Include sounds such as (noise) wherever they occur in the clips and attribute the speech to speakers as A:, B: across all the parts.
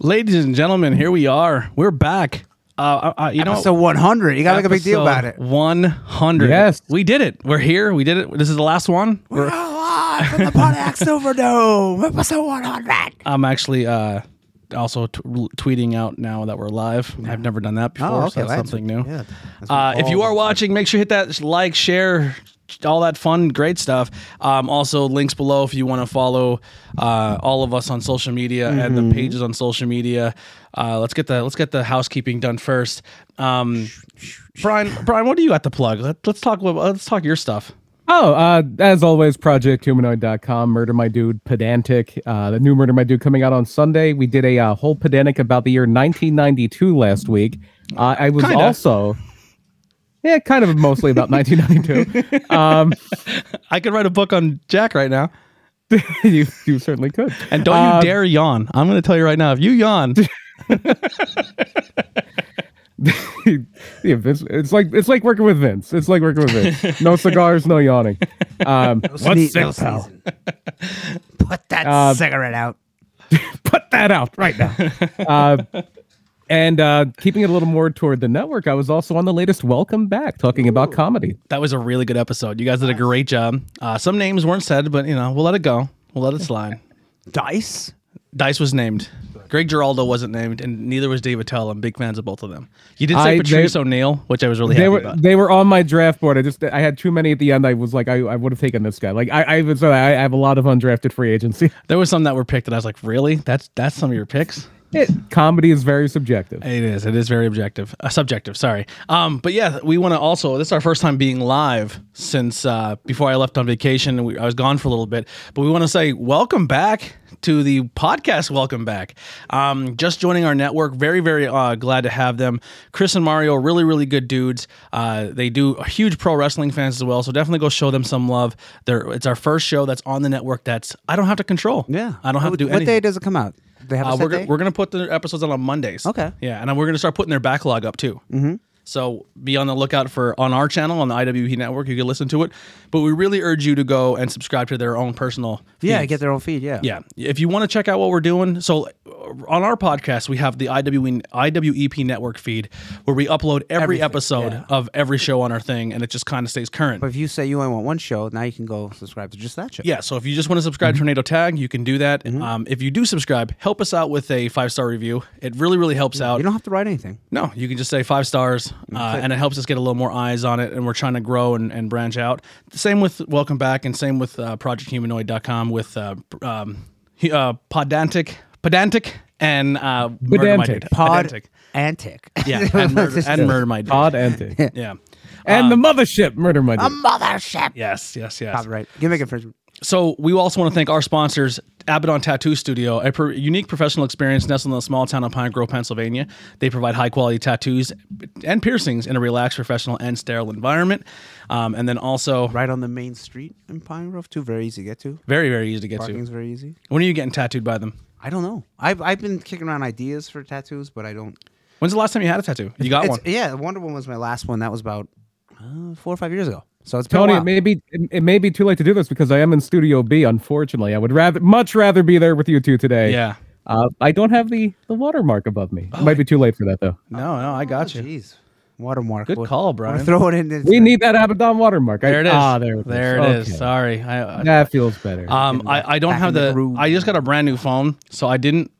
A: Ladies and gentlemen, here we are. We're back. Uh, uh, uh, you know,
B: So 100. You got to make a big deal about it.
A: episode 100.
C: Yes.
A: We did it. We're here. We did it. This is the last one. We're-
B: live (laughs) from the Podax Overdome, episode 100.
A: I'm actually uh, also t- tweeting out now that we're live. I've never done that before,
B: Oh, okay.
A: so that's
B: that's-
A: something new.
B: yeah, that's
A: Uh, if you
B: all-
A: are watching, make sure you hit that like, share, all that fun, great stuff. Um, also, links below if you want to follow uh, all of us on social media and
B: Mm-hmm.
A: the pages on social media. Uh, let's get the let's get the housekeeping done first. Um, Brian, Brian, what do you got to plug? Let, let's talk. Let's talk your stuff.
C: Oh, uh, as always, projecthumanoid.com, Murder My Dude, Pedantic. Uh, the new Murder My Dude coming out on Sunday. We did a uh, whole pedantic about the year 1992 last week. Uh, I was
A: Kinda.
C: also, yeah, kind of mostly about 1992. um,
A: I could write a book on Jack right now.
C: (laughs) you, you certainly could. (laughs)
A: And don't
B: Uh,
A: you dare yawn. I'm going to tell you right now. If you
B: (laughs)
A: yawn,
C: yeah, Vince, it's like it's like working with Vince. It's like working with Vince. No cigars, no yawning. Um,
B: Sneeze- no sneezing. (laughs) Put that
C: Uh,
B: cigarette out.
C: put that out right now. Uh, and uh, keeping it a little more toward the network, I was also on the latest Welcome Back, talking about comedy.
A: that was a really good episode. You guys did a great job. Uh, some names weren't said, but you know we'll let it go. We'll let it slide.
C: (laughs)
B: Dice?
A: Dice was named. Greg Giraldo wasn't named, and neither was David Tell. I'm big fans of both of them. You did say
C: I-
A: Patrice
C: they-
A: O'Neill, which I was really
C: They
A: happy
C: were
A: about.
C: they were on my draft board. I just I had too many at the end. I was like I, I would have taken this guy. Like I I even said I I have a lot of undrafted free agency. (laughs)
A: there was some that were picked that I was like, really? That's that's some of your picks.
C: It, comedy is very subjective.
A: It is. It is very objective. Uh, subjective. Sorry. Um. But yeah, we want to also. This is our first time being live since uh, before I left on vacation. and We, I was gone for a little bit, but we want to say welcome back to the podcast. Welcome back. Um. Just joining our network. Very very uh, glad to have them. Chris and Mario, really really good dudes. Uh. They do huge pro wrestling fans as well. So definitely go show them some love. They're. It's our first show that's on the network. That's I don't have to control. I don't have
B: what,
A: to do
B: What
A: anything.
B: day does it come out? Do They have a
A: Uh,
B: set
A: we're,
B: day?
A: gonna, we're gonna put the episodes out on Mondays.
B: Okay.
A: Yeah, and we're gonna start putting their backlog up too. Mm-hmm. So be on the lookout for on our channel on the IWP network. You can listen to it, but we really urge you to go and subscribe to their own personal.
B: yeah,
A: feeds.
B: get their own feed. Yeah.
A: Yeah. If you want to check out what we're doing, so uh, on our podcast, we have the E, IWE, IWEP network feed where we upload every episode of every show on our thing and it just kind of stays current.
B: But if you say you only want one show, now you can go subscribe to just that show.
A: Yeah, so if you just want to subscribe to
B: Mm-hmm.
A: Tornado Tag, you can do that. Um, if you do subscribe, help us out with a five star review. It really, really helps out.
B: You don't have to write anything.
A: No, you can just say five stars, uh, and it helps us get a little more eyes on it. And we're trying to grow and, and branch out. Same with Welcome Back, and same with uh, ProjectHumanoid.com with uh, pr- um, he- uh, Podantic, Pedantic, and uh, Murder My
C: Pedantic.
A: Dude.
B: Pod
A: Pedantic.
B: antic. (laughs)
A: Yeah, and Murder, and murder My Dude. (laughs)
C: Odd entity.
A: Yeah.
B: Eh.
A: Uh,
C: and the mothership, murder my dude.
B: Mothership.
A: Yes, yes, yes.
B: Copyright. You can make infringement.
A: So we also want to thank our sponsors, Abaddon Tattoo Studio, a pro- unique professional experience nestled in the small town of Pine Grove, Pennsylvania. They provide high quality tattoos and piercings in a relaxed, professional, and sterile environment. Um, and then also,
B: Right on the main street in Pine Grove, too. Very easy to get to.
A: very, very easy to get
B: Parking's
A: to.
B: very easy.
A: When are you getting tattooed by them?
B: I don't know. I've I've been kicking around ideas for tattoos, but I don't.
A: When's the last time you had a tattoo? You got
B: It's,
A: one.
B: yeah, Wonder Woman was my last one. That was about uh, four or five years ago. So it's been
C: Tony,
B: a
C: it
B: while.
C: may be it, it may be too late to do this because I am in Studio B. Unfortunately, I would rather much rather be there with you two today.
A: Yeah. Oh,
C: Uh, I don't have the the watermark above me. it might be too late for that though.
A: No, no, I got you.
B: Jeez, watermark.
A: Good
B: What-
A: call,
B: wanna
A: Brian.
B: Throw it in. This,
C: We need that Abaddon watermark. I-
A: There it is.
C: Ah, there,
A: there it is. Sorry. I, I,
C: That feels better.
A: Um, I, I don't
B: back
A: have
B: in the
A: the.
B: groove.
A: I just got a brand new phone, so I didn't.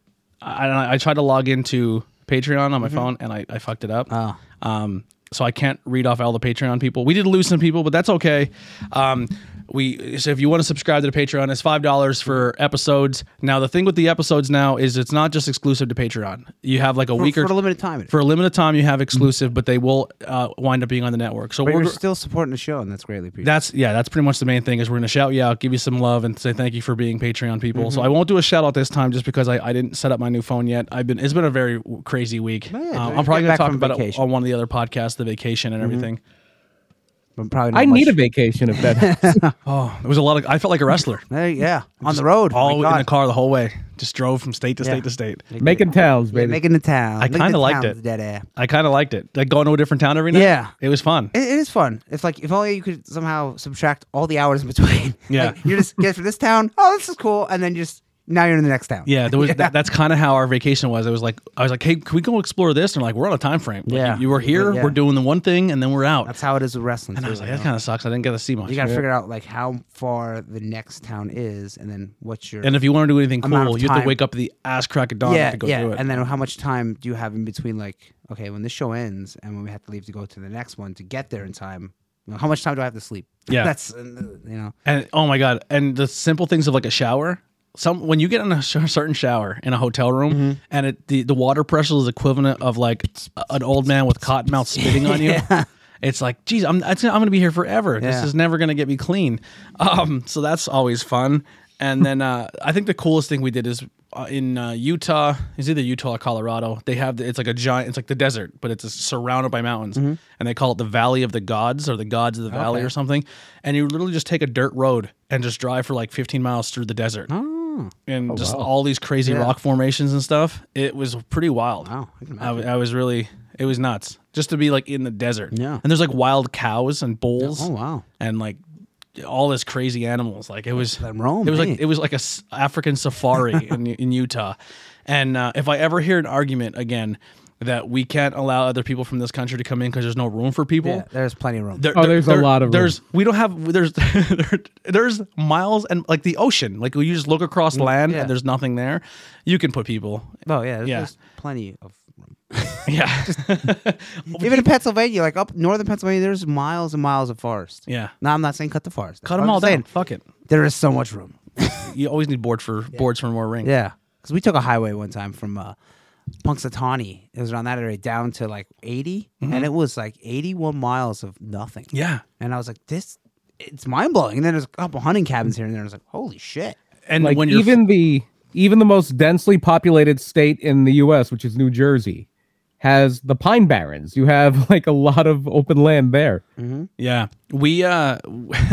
A: I I- I tried to log into Patreon
B: Mm-hmm.
A: on my phone, and I, I fucked it up.
B: Oh.
A: Um, so I can't read off all the Patreon people. We did lose some people, but that's okay. Um, we so if you want to subscribe to the Patreon, it's five dollars for episodes. Now the thing with the episodes now is it's not just exclusive to Patreon. You have like a
B: for,
A: week or
B: for a limited time.
A: for a limited time you have exclusive, but they will uh, wind up being on the network. So
B: but
A: we're
B: you're still supporting the show, and that's greatly appreciated.
A: that's yeah, that's pretty much the main thing is we're gonna shout you out, give you some love, and say thank you for being Patreon people.
B: Mm-hmm.
A: So I won't do a shout out this time just because I, I didn't set up my new phone yet. I've been it's been a very w- crazy week.
B: yeah,
A: Um,
B: dude,
A: I'm probably gonna
B: get back
A: talk
B: from
A: about it
B: vacation. Mm-hmm.
A: on one of the other podcasts, the vacation and everything.
B: But probably not
C: I
B: much.
C: need a vacation
A: (laughs)
C: if that.
A: Oh, it was a lot of I felt like a wrestler.
B: Hey, yeah, on the road.
A: All
B: my
A: in
B: God.
A: the car the whole way. Just drove from state to
B: Yeah.
A: state to state.
C: making towns,
B: Yeah,
C: baby.
B: making the town.
A: I
B: Making
A: kinda
B: the
A: liked
B: town's
A: it.
B: Dead air.
A: I kinda liked it. Like going to a different town every night.
B: Yeah.
A: It was fun.
B: It, it is fun. It's like if only you could somehow subtract all the hours in between. (laughs)
A: Yeah.
B: like, you just get from this town. Oh, this is cool, and then you just Now you're in the next town.
A: Yeah,
B: (laughs)
A: there was, That, that's kind of how our vacation was. It was like I was like, "Hey, can we go explore this?" And they're like, "We're on a time frame. Like,
B: Yeah.
A: you, you were here.
B: Yeah.
A: We're doing the one thing, and then we're out."
B: That's how it is with wrestling.
A: and I
B: too,
A: was like,
B: you
A: "That
B: know?
A: kind of sucks. I didn't get to see much."
B: you got to figure out like how far the next town is, and then what's your
A: and if you want to do anything
B: Amount
A: cool,
B: of
A: you have to
B: time.
A: wake up at the ass crack of dawn
B: yeah
A: to go
B: yeah,
A: do it.
B: and then how much time do you have in between? Like, okay, when this show ends, and when we have to leave to go to the next one to get there in time, you know, how much time do I have to sleep? (laughs)
A: Yeah.
B: that's uh, you know,
A: And oh my god! And the simple things of like a shower. Some when you get in a sh- certain shower in a hotel room,
B: Mm-hmm.
A: and it the, the water pressure is equivalent of like a- an old man with cotton mouth spitting on
B: (laughs)
A: you. It's like, geez, I'm it's, I'm gonna be here forever. This
B: Yeah.
A: is never gonna get me clean. Um, so that's always fun. And then uh, I think the coolest thing we did is uh, in uh, Utah. It's either Utah or Colorado. They have the, it's like a giant. It's like the desert, but it's surrounded by mountains,
B: Mm-hmm.
A: and they call it the Valley of the Gods or the Gods of the Valley or something. And you literally just take a dirt road and just drive for like 15 miles through the desert,
B: Oh,
A: and just all these crazy rock formations and stuff. It was pretty wild.
B: Wow, I can
A: I, w- I was really it was nuts just to be like in the desert.
B: Yeah.
A: and there's like wild cows and bulls.
B: oh wow,
A: and like all this crazy animals. Like it was
B: them roam,
A: It was
B: eh?
A: like it was like a s- African
B: (laughs)
A: safari in in Utah. And uh, if I ever hear an argument again that we can't allow other people from this country to come in because there's no room for people.
B: yeah, there's plenty of room.
A: There,
C: Oh, there's a lot of room.
A: there's we don't have there's (laughs) there, there's miles and like the ocean like you just look across land
B: Mm, yeah.
A: and there's nothing there you can put people (laughs)
B: oh yeah, there's,
A: yeah.
B: there's plenty of room.
A: yeah
B: Even in Pennsylvania, like up northern Pennsylvania, there's miles and miles of forest.
A: yeah
B: No, I'm not saying cut the forest.
A: (laughs) cut
B: I'm
A: them all
B: just saying
A: down fuck it
B: There is so much room.
A: you always need board for boards for more rings
B: Yeah, because we took a highway one time from uh, Punxsutawney. It was around that area down to like 80, and it was like 81 miles of nothing.
A: Mm-hmm. yeah
B: and I was like, this, it's mind blowing. And then there's a couple hunting cabins here and there. and I was like, holy shit.
A: and
C: like
A: when you're
C: even the even the most densely populated state in the U.S., which is New Jersey, has the Pine Barrens. You have (laughs) like a lot of open land there.
A: Yeah, we uh,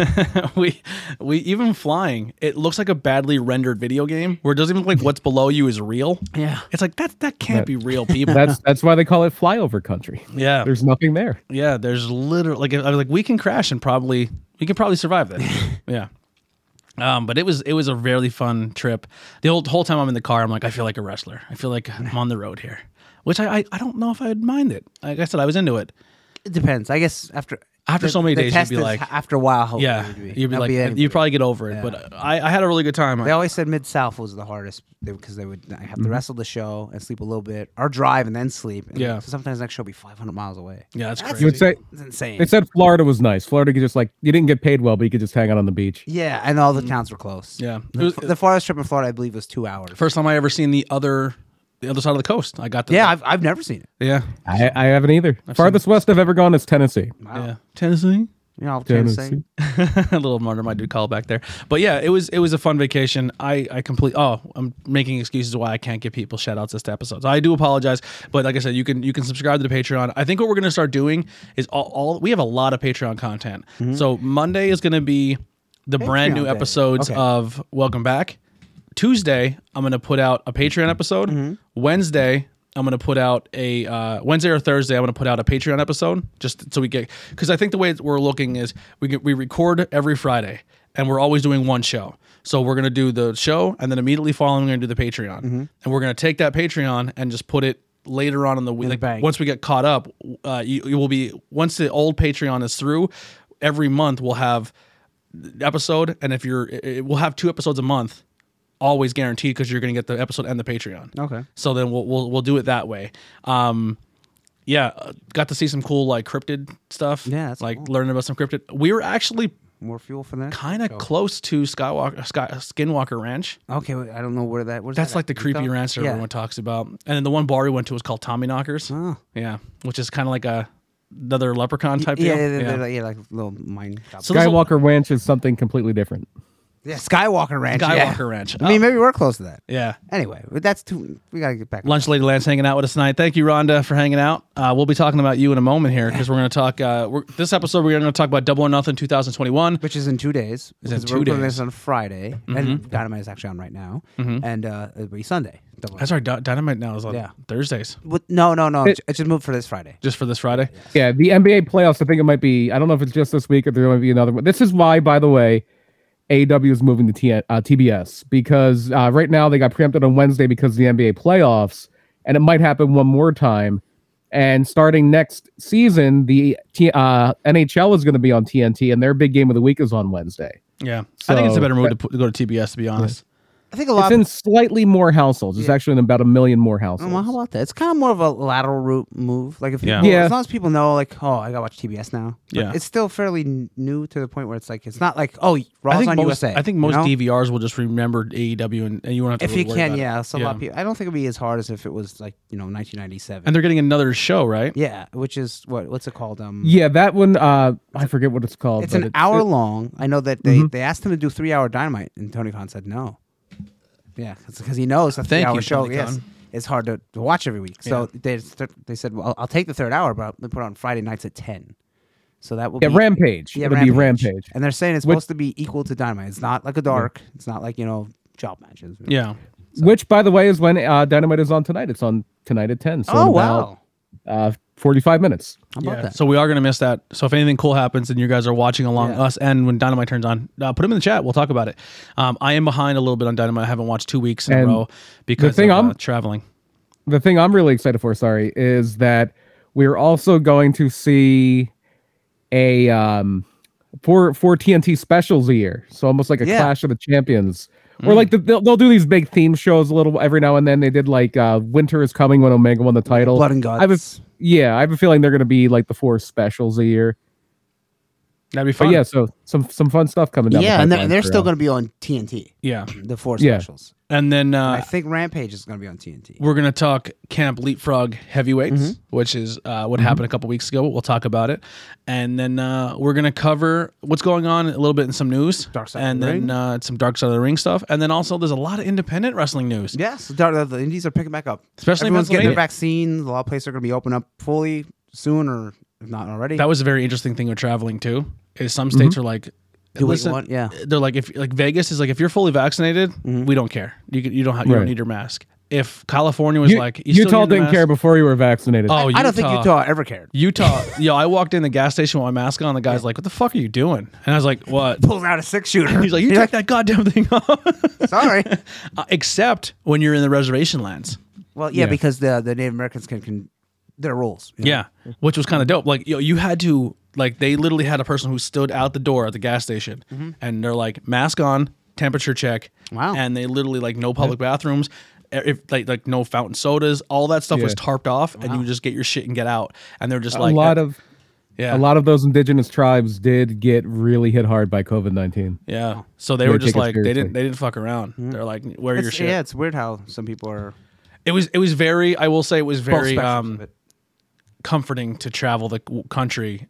A: (laughs) we we even flying. It looks like a badly rendered video game where it doesn't even look like what's below you is real.
B: Yeah.
A: it's like that (laughs) that can't be real, people.
C: That's that's why they call it flyover country.
A: yeah,
C: There's nothing there.
A: yeah. There's literally like I was like we can crash and probably we can probably survive that. (laughs) yeah. Um, but it was it was a really fun trip. The whole whole time I'm in the car, I'm like I feel like a wrestler. I feel like I'm on the road here, which I I, I don't know if I'd mind it. Like I said, I was into it.
B: It depends. I guess after
A: After
B: the-
A: so many
B: the
A: days, you'd
B: test
A: be
B: is
A: like-
B: h- after a while, how
A: Yeah,
B: old would you
A: you'd be
B: That'd
A: like uh,
B: anybody.
A: you'd probably get over it. But I I had a really good time.
B: They always said Mid South was the hardest because they would uh, have
A: Mm-hmm.
B: to wrestle the show and sleep a little bit, or drive and then sleep. And
A: Yeah.
B: so sometimes the next show will be 500 miles away.
A: yeah, that's crazy.
C: You would say
B: It's insane.
C: they said Florida was nice. Florida could just like you didn't get paid well, but you could just hang out on the beach.
B: yeah, and all the towns were close.
A: Mm. Yeah. It
B: the,
A: was-
B: the farthest trip in Florida, I believe, was two hours.
A: First time I ever seen the other the other side of the coast. I got the
B: yeah, I've, I've never seen it.
A: yeah
C: I, I haven't either. Farthest west I've ever gone is Tennessee.
A: yeah Tennessee.
B: You know, all the towns
C: Tennessee.
B: saying.
A: (laughs) a little murder my dude call back there, but yeah, it was it was a fun vacation. I I complete. Oh, I'm making excuses why I can't give people shout outs this episode. So I do apologize, but like I said, you can you can subscribe to the Patreon. I think what we're gonna start doing is all, all we have a lot of Patreon content. So Monday is gonna be the brand new
B: Mm-hmm. Patreon day.
A: episodes
B: Okay.
A: of Welcome Back. Tuesday, I'm gonna put out a Patreon episode. Wednesday, I'm gonna put out a uh, Wednesday or Thursday. I'm gonna put out a Patreon episode just so we get because I think the way that we're looking is we get, we record every Friday and we're always doing one show. So we're gonna do the show and then immediately following we're gonna do the Patreon and we're gonna take that Patreon and just put it later on in the week. Like,
B: bank.
A: once we get caught up, uh, you, you will be once the old Patreon is through. Every month we'll have episode, and if you're, it, it- we'll have two episodes a month, always guaranteed because you're going to get the episode and the Patreon.
B: Okay.
A: So then we'll we'll, we'll do it that way. Um, yeah, uh, got to see some cool like cryptid stuff.
B: Yeah, that's
A: like learning about some cryptid. We were actually
B: More fuel for that.
A: kind of close to Skywalker Sky, Skinwalker Ranch.
B: Okay, wait, I don't know where that. Where's
A: That's
B: that
A: like the
B: at? Utah?
A: creepy ranch that
B: Yeah.
A: everyone talks about. And then the one bar we went to was called Tommy Knockers.
B: Oh.
A: Yeah, which is kind of like a another leprechaun type deal.
B: Yeah, yeah, yeah, yeah. Like, yeah, like little mine.
A: So there's a-
C: Skywalker Ranch is something completely different.
B: yeah, Skywalker Ranch. yeah.
A: Skywalker Ranch. Oh,
B: I mean, maybe we're close to that.
A: yeah.
B: Anyway, but that's too. We gotta get back. on
A: Lunch Lady Lance hanging out with us tonight. Thank you, Rhonda, for hanging out. Uh, we'll be talking about you in a moment here because we're going to talk. Uh, we're, this episode, we're going to talk about Double or Nothing 2021.
B: that, which is in two days.
A: in
B: because
A: two
B: we're recording
A: days. Mm-hmm.
B: This on Friday, and Dynamite is actually on right now, and uh, it'll be Sunday. Double-
A: That's our Dy- Dynamite now is on
B: Yeah.
A: Thursdays,
B: But no, no, no. It, just moved for this Friday.
A: just for this Friday.
C: Yeah, the NBA playoffs. I think it might be. I don't know if it's just this week or there might be another one. This is why, by the way, AEW is moving to T- uh, TBS because uh, right now they got preempted on Wednesday because of the NBA playoffs, and it might happen one more time. And starting next season, the T- uh, NHL is going to be on TNT, and their big game of the week is on Wednesday.
A: Yeah, I think it's a
C: So
A: better move to, put, to go to TBS. To be honest,
B: I think a
C: It's
B: lot.
C: in slightly more households. It's actually in about a million more households.
B: well, how about that? It's kind of more of a lateral route move. Like if
A: Yeah.
B: people,
C: Yeah.
B: as long as people know, like, oh, I gotta watch TBS now. But
A: Yeah.
B: it's still fairly n- new to the point where it's like it's not like oh, Raw's
A: I think
B: on
A: most,
B: USA.
A: I think
B: you
A: most
B: know?
A: DVRs will just remember AEW, and, and you won't have to.
B: if
A: really
B: you
A: worry
B: can,
A: about it.
B: yeah. So a lot
A: Yeah.
B: of people. I don't think it'd be as hard as if it was like you know 1997.
A: And they're getting another show, right?
B: yeah, which is what what's it called? Um,
C: Yeah, that one. Uh, I forget what it's called.
B: it's
C: but
B: an hour long. I know that
A: Mm-hmm.
B: they, they asked him to do three hour dynamite, and Tony Khan said no. Yeah, because he knows a three
A: Thank
B: hour
A: you,
B: show.
A: Tony
B: yes,
A: Khan.
B: it's hard to, to watch every week. So they st- they said, well, I'll take the third hour, but I'll put it on Friday nights at ten. So that will
C: Yeah,
B: be
C: Rampage. It'll be Rampage.
B: and they're saying it's
C: Which-
B: supposed to be equal to dynamite. It's not like a dark. It's not like you know job matches.
A: Yeah.
C: Which, by the way, is when uh, Dynamite is on tonight. It's on tonight at ten. So in
B: Oh
C: about,
B: wow.
C: uh, forty-five minutes.
B: How about
A: Yeah.
B: that?
A: So we are gonna miss that. So if anything cool happens and you guys are watching along
B: Yeah.
A: us, and when Dynamite turns on, uh, put them in the chat. We'll talk about it. Um, I am behind a little bit on Dynamite. I haven't watched two weeks in a
C: And
A: row because
C: thing
A: of, uh,
C: I'm-
A: traveling.
C: The thing I'm really excited for, sorry, is that we're also going to see a um four four TNT specials a year. So almost like a
B: Yeah. Mm.
C: Clash of the Champions. Or like the, they'll, they'll do these big theme shows a little every now and then. They did like uh, Winter is Coming when Omega won the title.
B: Blood and
C: I have a,
B: Guts.
C: yeah, I have a feeling they're going to be like the four specials a year.
A: That'd be
C: But
A: fun.
C: yeah, so some some fun stuff coming down. the
B: Yeah, and they're,
C: pipeline
B: they're
C: for,
B: still
C: uh,
B: going to be on TNT.
A: Yeah.
B: The four
C: Yeah.
B: specials.
A: And then
B: I
A: uh,
B: think Rampage is going to be on TNT.
A: we're gonna talk Camp Leapfrog Heavyweights,
B: Mm-hmm.
A: which is uh, what happened a couple weeks ago. We'll talk about it, and then uh, we're gonna cover what's going on a little bit in some news,
B: Dark Side of
A: and
B: the
A: then
B: Ring.
A: Uh, some Dark Side of the Ring stuff, and then also there's a lot of independent wrestling news.
B: Yes, the, the Indies are picking back up.
A: Especially in
B: everyone's getting their
A: Pennsylvania.
B: vaccines. A lot of places are going to be open up fully soon, or if not already.
A: That was a very interesting thing with traveling too. Is some states
C: Mm-hmm.
A: are like,
B: Do what you
A: listen,
B: want, yeah. Mm-hmm.
A: They're like, if like Vegas is like, if you're fully vaccinated, we don't care. You can, you don't have, you don't
C: Right.
A: need your mask. If California was
C: You-
A: like, you still
C: Utah
A: need your
C: didn't
A: mask?
C: care before you were vaccinated.
A: Oh, Utah.
B: I don't think Utah ever cared.
A: Utah, yo, I walked in the gas station with my mask on. The guy's like, "What the fuck are you doing?" And I was like, "What?"
B: Pulls out a six
A: (laughs)
B: shooter. (laughs)
A: He's like, "You take that goddamn thing off." (laughs)
B: sorry.
A: Uh, except when you're in the reservation lands.
B: Well, yeah,
C: Yeah.
B: because the the Native Americans can can their rules. you know?
A: Yeah, which was kind of dope. Like, yo, you had to like they literally had a person who stood out the door at the gas station,
C: Mm-hmm.
A: and they're like, mask on, temperature check.
B: Wow.
A: And they literally like no public bathrooms. eh, If like like no fountain sodas, all that stuff was
C: Yeah.
A: tarped off, and you would just get your shit and get out. And they're just
C: a
A: like
C: lot of
A: yeah,
C: a lot of those indigenous tribes did get really hit hard by COVID nineteen.
A: yeah. So they
C: They
A: were just
C: take it
A: like they didn't
C: seriously.
A: they didn't fuck around.
C: Mm-hmm.
A: They're like wear your
B: It's,
A: shit.
B: yeah, it's weird how some people are
A: It was it was very I will say it was
B: both
A: very
B: spectrums
A: um
B: of it.
A: comforting to travel the c- country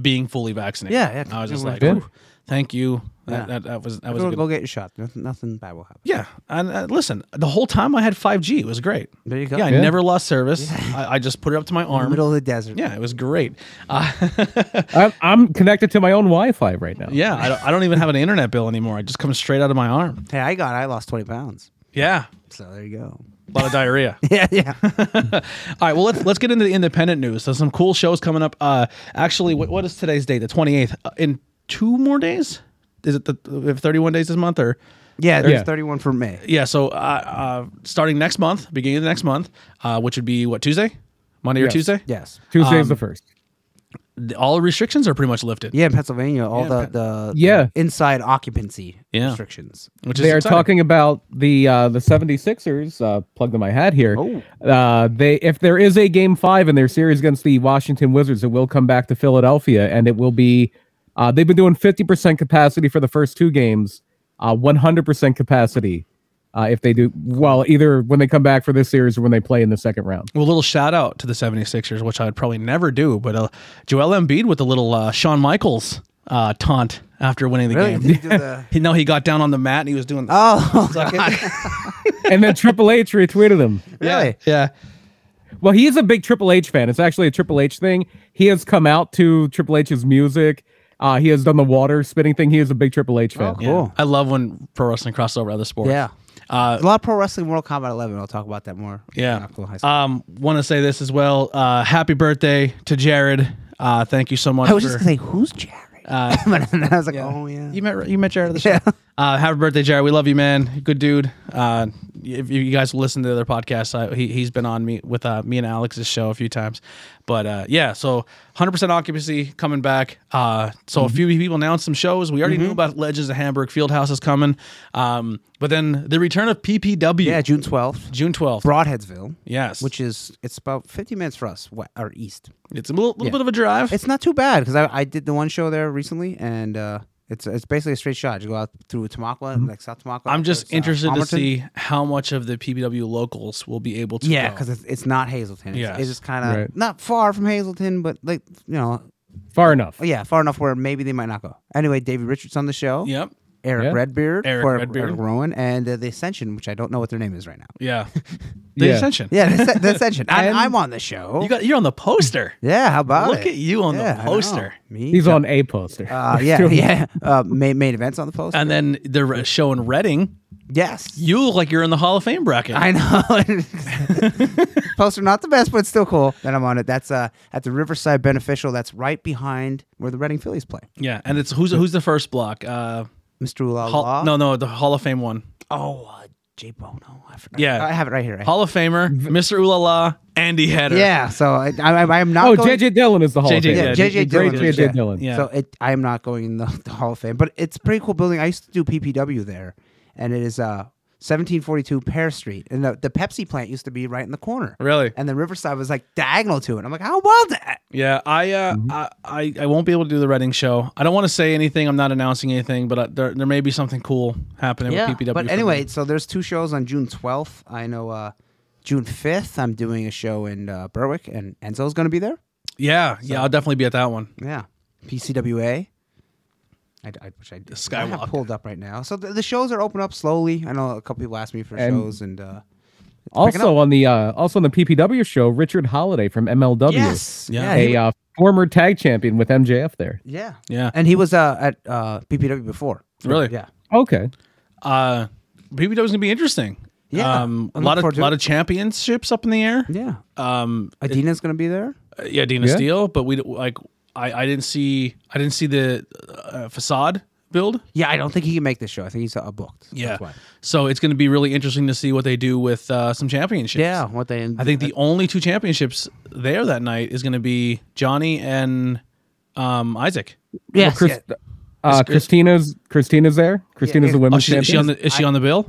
A: being fully vaccinated.
B: Yeah, yeah.
A: I was just
B: Yeah.
A: like,
C: Good.
A: "Whew, thank you. That,
B: Yeah.
A: that, that was that was a
B: Go,
A: good.
B: go get your shot. Nothing, nothing bad will happen.
A: Yeah, and uh, listen, the whole time I had 5G, it was great.
B: There you go.
A: Yeah, I
B: Yeah.
A: never lost service. I, I just put it up to my
B: In the
A: arm.
B: middle of the desert.
A: yeah, it was great. Uh,
C: I'm, I'm connected to my own Wi-Fi right now.
A: yeah, I don't, I don't even have an internet bill anymore. It just comes straight out of my arm.
B: Hey, I got. I lost twenty pounds.
A: Yeah,
B: So there
A: (laughs)
B: you go.
A: a lot of
B: (laughs)
A: diarrhea.
B: Yeah, yeah.
A: All right, well let's let's get into the independent news. There's some cool shows coming up. Uh, actually, what, what is today's date? The 28th. Uh, in two more days, is it the we have 31 days this month or?
B: Yeah, there's
C: Yeah.
B: 31 for May.
A: Yeah, so uh, uh, starting next month, beginning of the next month, uh, which would be what Tuesday, Monday or
C: Yes.
A: Tuesday.
B: Yes.
C: Tuesday's
A: Um,
C: the first.
A: Th- all restrictions are pretty much lifted.
B: Yeah, in Pennsylvania, all
A: Yeah,
B: the, the
C: Yeah.
B: inside occupancy
A: Yeah.
B: restrictions.
A: which is
C: They are
A: exciting.
C: talking about the uh, the 76ers. Uh, plug to my hat here.
B: Oh.
C: Uh, they if there is a game five in their series against the Washington Wizards, it will come back to Philadelphia, and it will be. Uh, they've been doing 50% capacity for the first two games, uh, 100% capacity uh, if they do well, either when they come back for this series or when they play in the second round.
A: Well, a little shout out to the 76ers, which I'd probably never do, but uh, Joel Embiid with a little uh, Shawn Michaels uh, taunt after winning the
B: (laughs) Really?
A: game.
B: Did you do
A: (laughs)
B: the-
A: He, no, he got down on the mat and he was doing (laughs) the
B: Oh,
C: and then Triple H retweeted him.
A: Yeah,
B: really?
A: (laughs) yeah.
C: Well, he is a big Triple H fan. It's actually a Triple H thing. He has come out to Triple H's music. Uh, he has done the water spitting thing. He is a big Triple H fan.
B: cool.
A: I love when pro wrestling crosses over other sports.
B: Yeah.
A: Uh,
B: a lot of pro wrestling, World Combat 11. I'll talk about that more. in
A: yeah.
B: Apple High School.
A: Um, want to say this as well. Uh, happy birthday to Jared. Uh, thank you so much.
B: I was
A: for,
B: just going to say, who's Jerry?
A: Uh,
B: (laughs) and I was like,
A: yeah.
B: oh yeah.
A: You met you met Jared at the show.
B: Yeah. (laughs)
A: Uh, happy birthday, Jared. We love you, man. Good dude. Uh, if you guys listen to their podcast, uh, he he's been on me with uh, me and Alex's show a few times. But uh, yeah, so 100% occupancy coming back. Uh, so
B: Mm-hmm.
A: a few people announced some shows. We already knew about Legends of Hamburg Fieldhouse is coming. Um, but then the return of PPW.
B: yeah, June twelfth,
A: June 12th.
B: Broadheadsville.
A: yes.
B: which is it's about fifty minutes for us we- or east.
A: it's a little, little bit of a drive.
B: It's not too bad because I, I did the one show there recently, and uh, it's it's basically a straight shot. You go out through Tamaqua, and like South Tamaqua.
A: Mm-hmm. I'm just
B: towards, uh,
A: interested to
B: Homerton.
A: see how much of the PPW locals will be able to
B: Yeah,
A: go.
B: because it's, it's not Hazleton. It's,
A: Yes.
B: it's just kind of
C: Right.
B: not far from Hazleton, but like you know,
C: Far enough.
B: Oh, yeah, far enough where maybe they might not go. Anyway, David Richards on the show.
A: Yep.
B: Eric
C: Yeah.
B: Redbeard,
A: Eric
B: or
A: Redbeard.
B: Eric Rowan, and uh, the Ascension, which I don't know what their name is right now.
A: Yeah. The
C: Yeah.
A: Ascension.
B: Yeah, the, Asc- the Ascension. I'm,
C: And-
B: I'm on the show.
A: You got you're on the poster.
B: yeah, how about
A: Look
B: it?
A: at you on the
B: Yeah, I know.
A: poster.
B: Me?
C: He's on a poster.
B: Uh, yeah, yeah. Uh, main, main events on the poster.
A: And then they're uh, showing Reading.
B: yes,
A: You look like you're in the Hall of Fame bracket.
B: I know. (laughs) poster not the best, but still cool. Then I'm on it. That's uh, at the Riverside Beneficial. That's right behind where the Reading Phillies play.
A: yeah. And it's who's who's the first block? Uh
B: Mr. Ulala.
A: Hall, no, no, the Hall of Fame one.
B: Oh, uh, Jay Bono. I forgot.
A: Yeah.
B: I have it right here. Right?
A: Hall of Famer, Mr. Ulala, Andy Header.
B: Yeah. So I, I, I am not.
C: oh,
B: going-
C: JJ Dillon is the Hall of
A: JJ
C: Famer.
B: Yeah,
A: Yeah,
B: JJ
C: The great
B: Dillon.
C: JJ
B: yeah.
C: Dillon.
A: Yeah.
B: So it, I am not going in the, (laughs) the Hall of Fame, but it's a pretty cool building. I used to do PPW there, and it is uh 1742 Pear Street, and the, the Pepsi plant used to be right in the corner.
A: Really?
B: And then Riverside was like diagonal to it. I'm like, how was that?
A: Yeah, I, uh,
B: Mm-hmm.
A: I I I won't be able to do the Reading show. I don't want to say anything. I'm not announcing anything, but uh, there, there may be something cool happening with PPW.
B: But
A: for
B: anyway,
A: me.
B: so there's two shows on June 12th. I know uh June 5th, I'm doing a show in uh, Berwick, and Enzo's going to be there.
A: yeah, yeah, I'll definitely be at that one.
B: Yeah, PCWA. I, I, which I did. I have
A: Skywalk.
B: pulled up right now. So the, the shows are open up slowly. I know a couple people asked me for
C: And-
B: shows, and uh,
C: Also on the uh, also on the PPW show, Richard Holiday from MLW,
B: yes,
A: Yeah.
B: yeah,
C: a
B: he-
C: uh, former tag champion with MJF there.
B: yeah,
A: Yeah.
B: and he was uh, at uh, PPW before.
A: Really?
B: Yeah,
C: Okay,
A: Uh, PPW is gonna be interesting.
B: Yeah,
A: um, a
B: I'm
A: lot
B: looking forward
A: of
B: to
A: lot
B: it.
A: of championships up in the air.
B: yeah.
A: Um,
B: Adina's going to be there.
A: Uh, yeah, Dina
C: Yeah.
A: Steele, but we d- like I, I didn't see I didn't see the uh, facade build.
B: Yeah, I don't think he can make this show. I think he's uh, booked.
A: Yeah,
B: That's why.
A: so it's going to be really interesting to see what they do with uh, some championships.
B: yeah. What they?
A: I think the only two championships there that night is going to be Johnny and um, Isaac.
B: yes,
C: Chris-
B: yeah.
C: uh, Christina's Christina's there. Christina's
B: yeah.
C: the
A: Oh,
C: women's
A: she, is she
C: champion.
A: on the is she on the bill?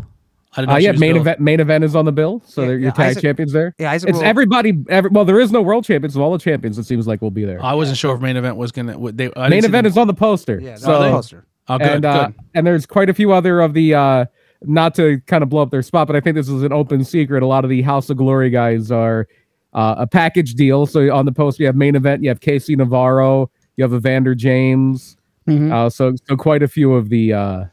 A: I didn't
C: uh,
A: she
C: yeah,
A: was
C: main
A: billed.
C: event main event is on the bill, so
B: Yeah,
C: they're your
B: yeah,
C: tag
B: Isaac-
C: champions there.
B: Yeah, Isaac
C: it's
B: will-
C: everybody. Every, well, there is no world champions, so all the champions it seems like will be there.
A: I wasn't sure if main event was going to. They Uh, I
C: main event is on the poster.
B: Yeah, that's
C: so
B: the poster.
A: Oh, good,
C: and uh,
A: good.
C: and there's quite a few other of the uh, not to kind of blow up their spot, but I think this is an open secret. A lot of the House of Glory guys are uh, a package deal. So on the post, you have main event, you have Casey Navarro, you have Evander James.
B: Mhm.
C: Uh, so so quite a few of the uh,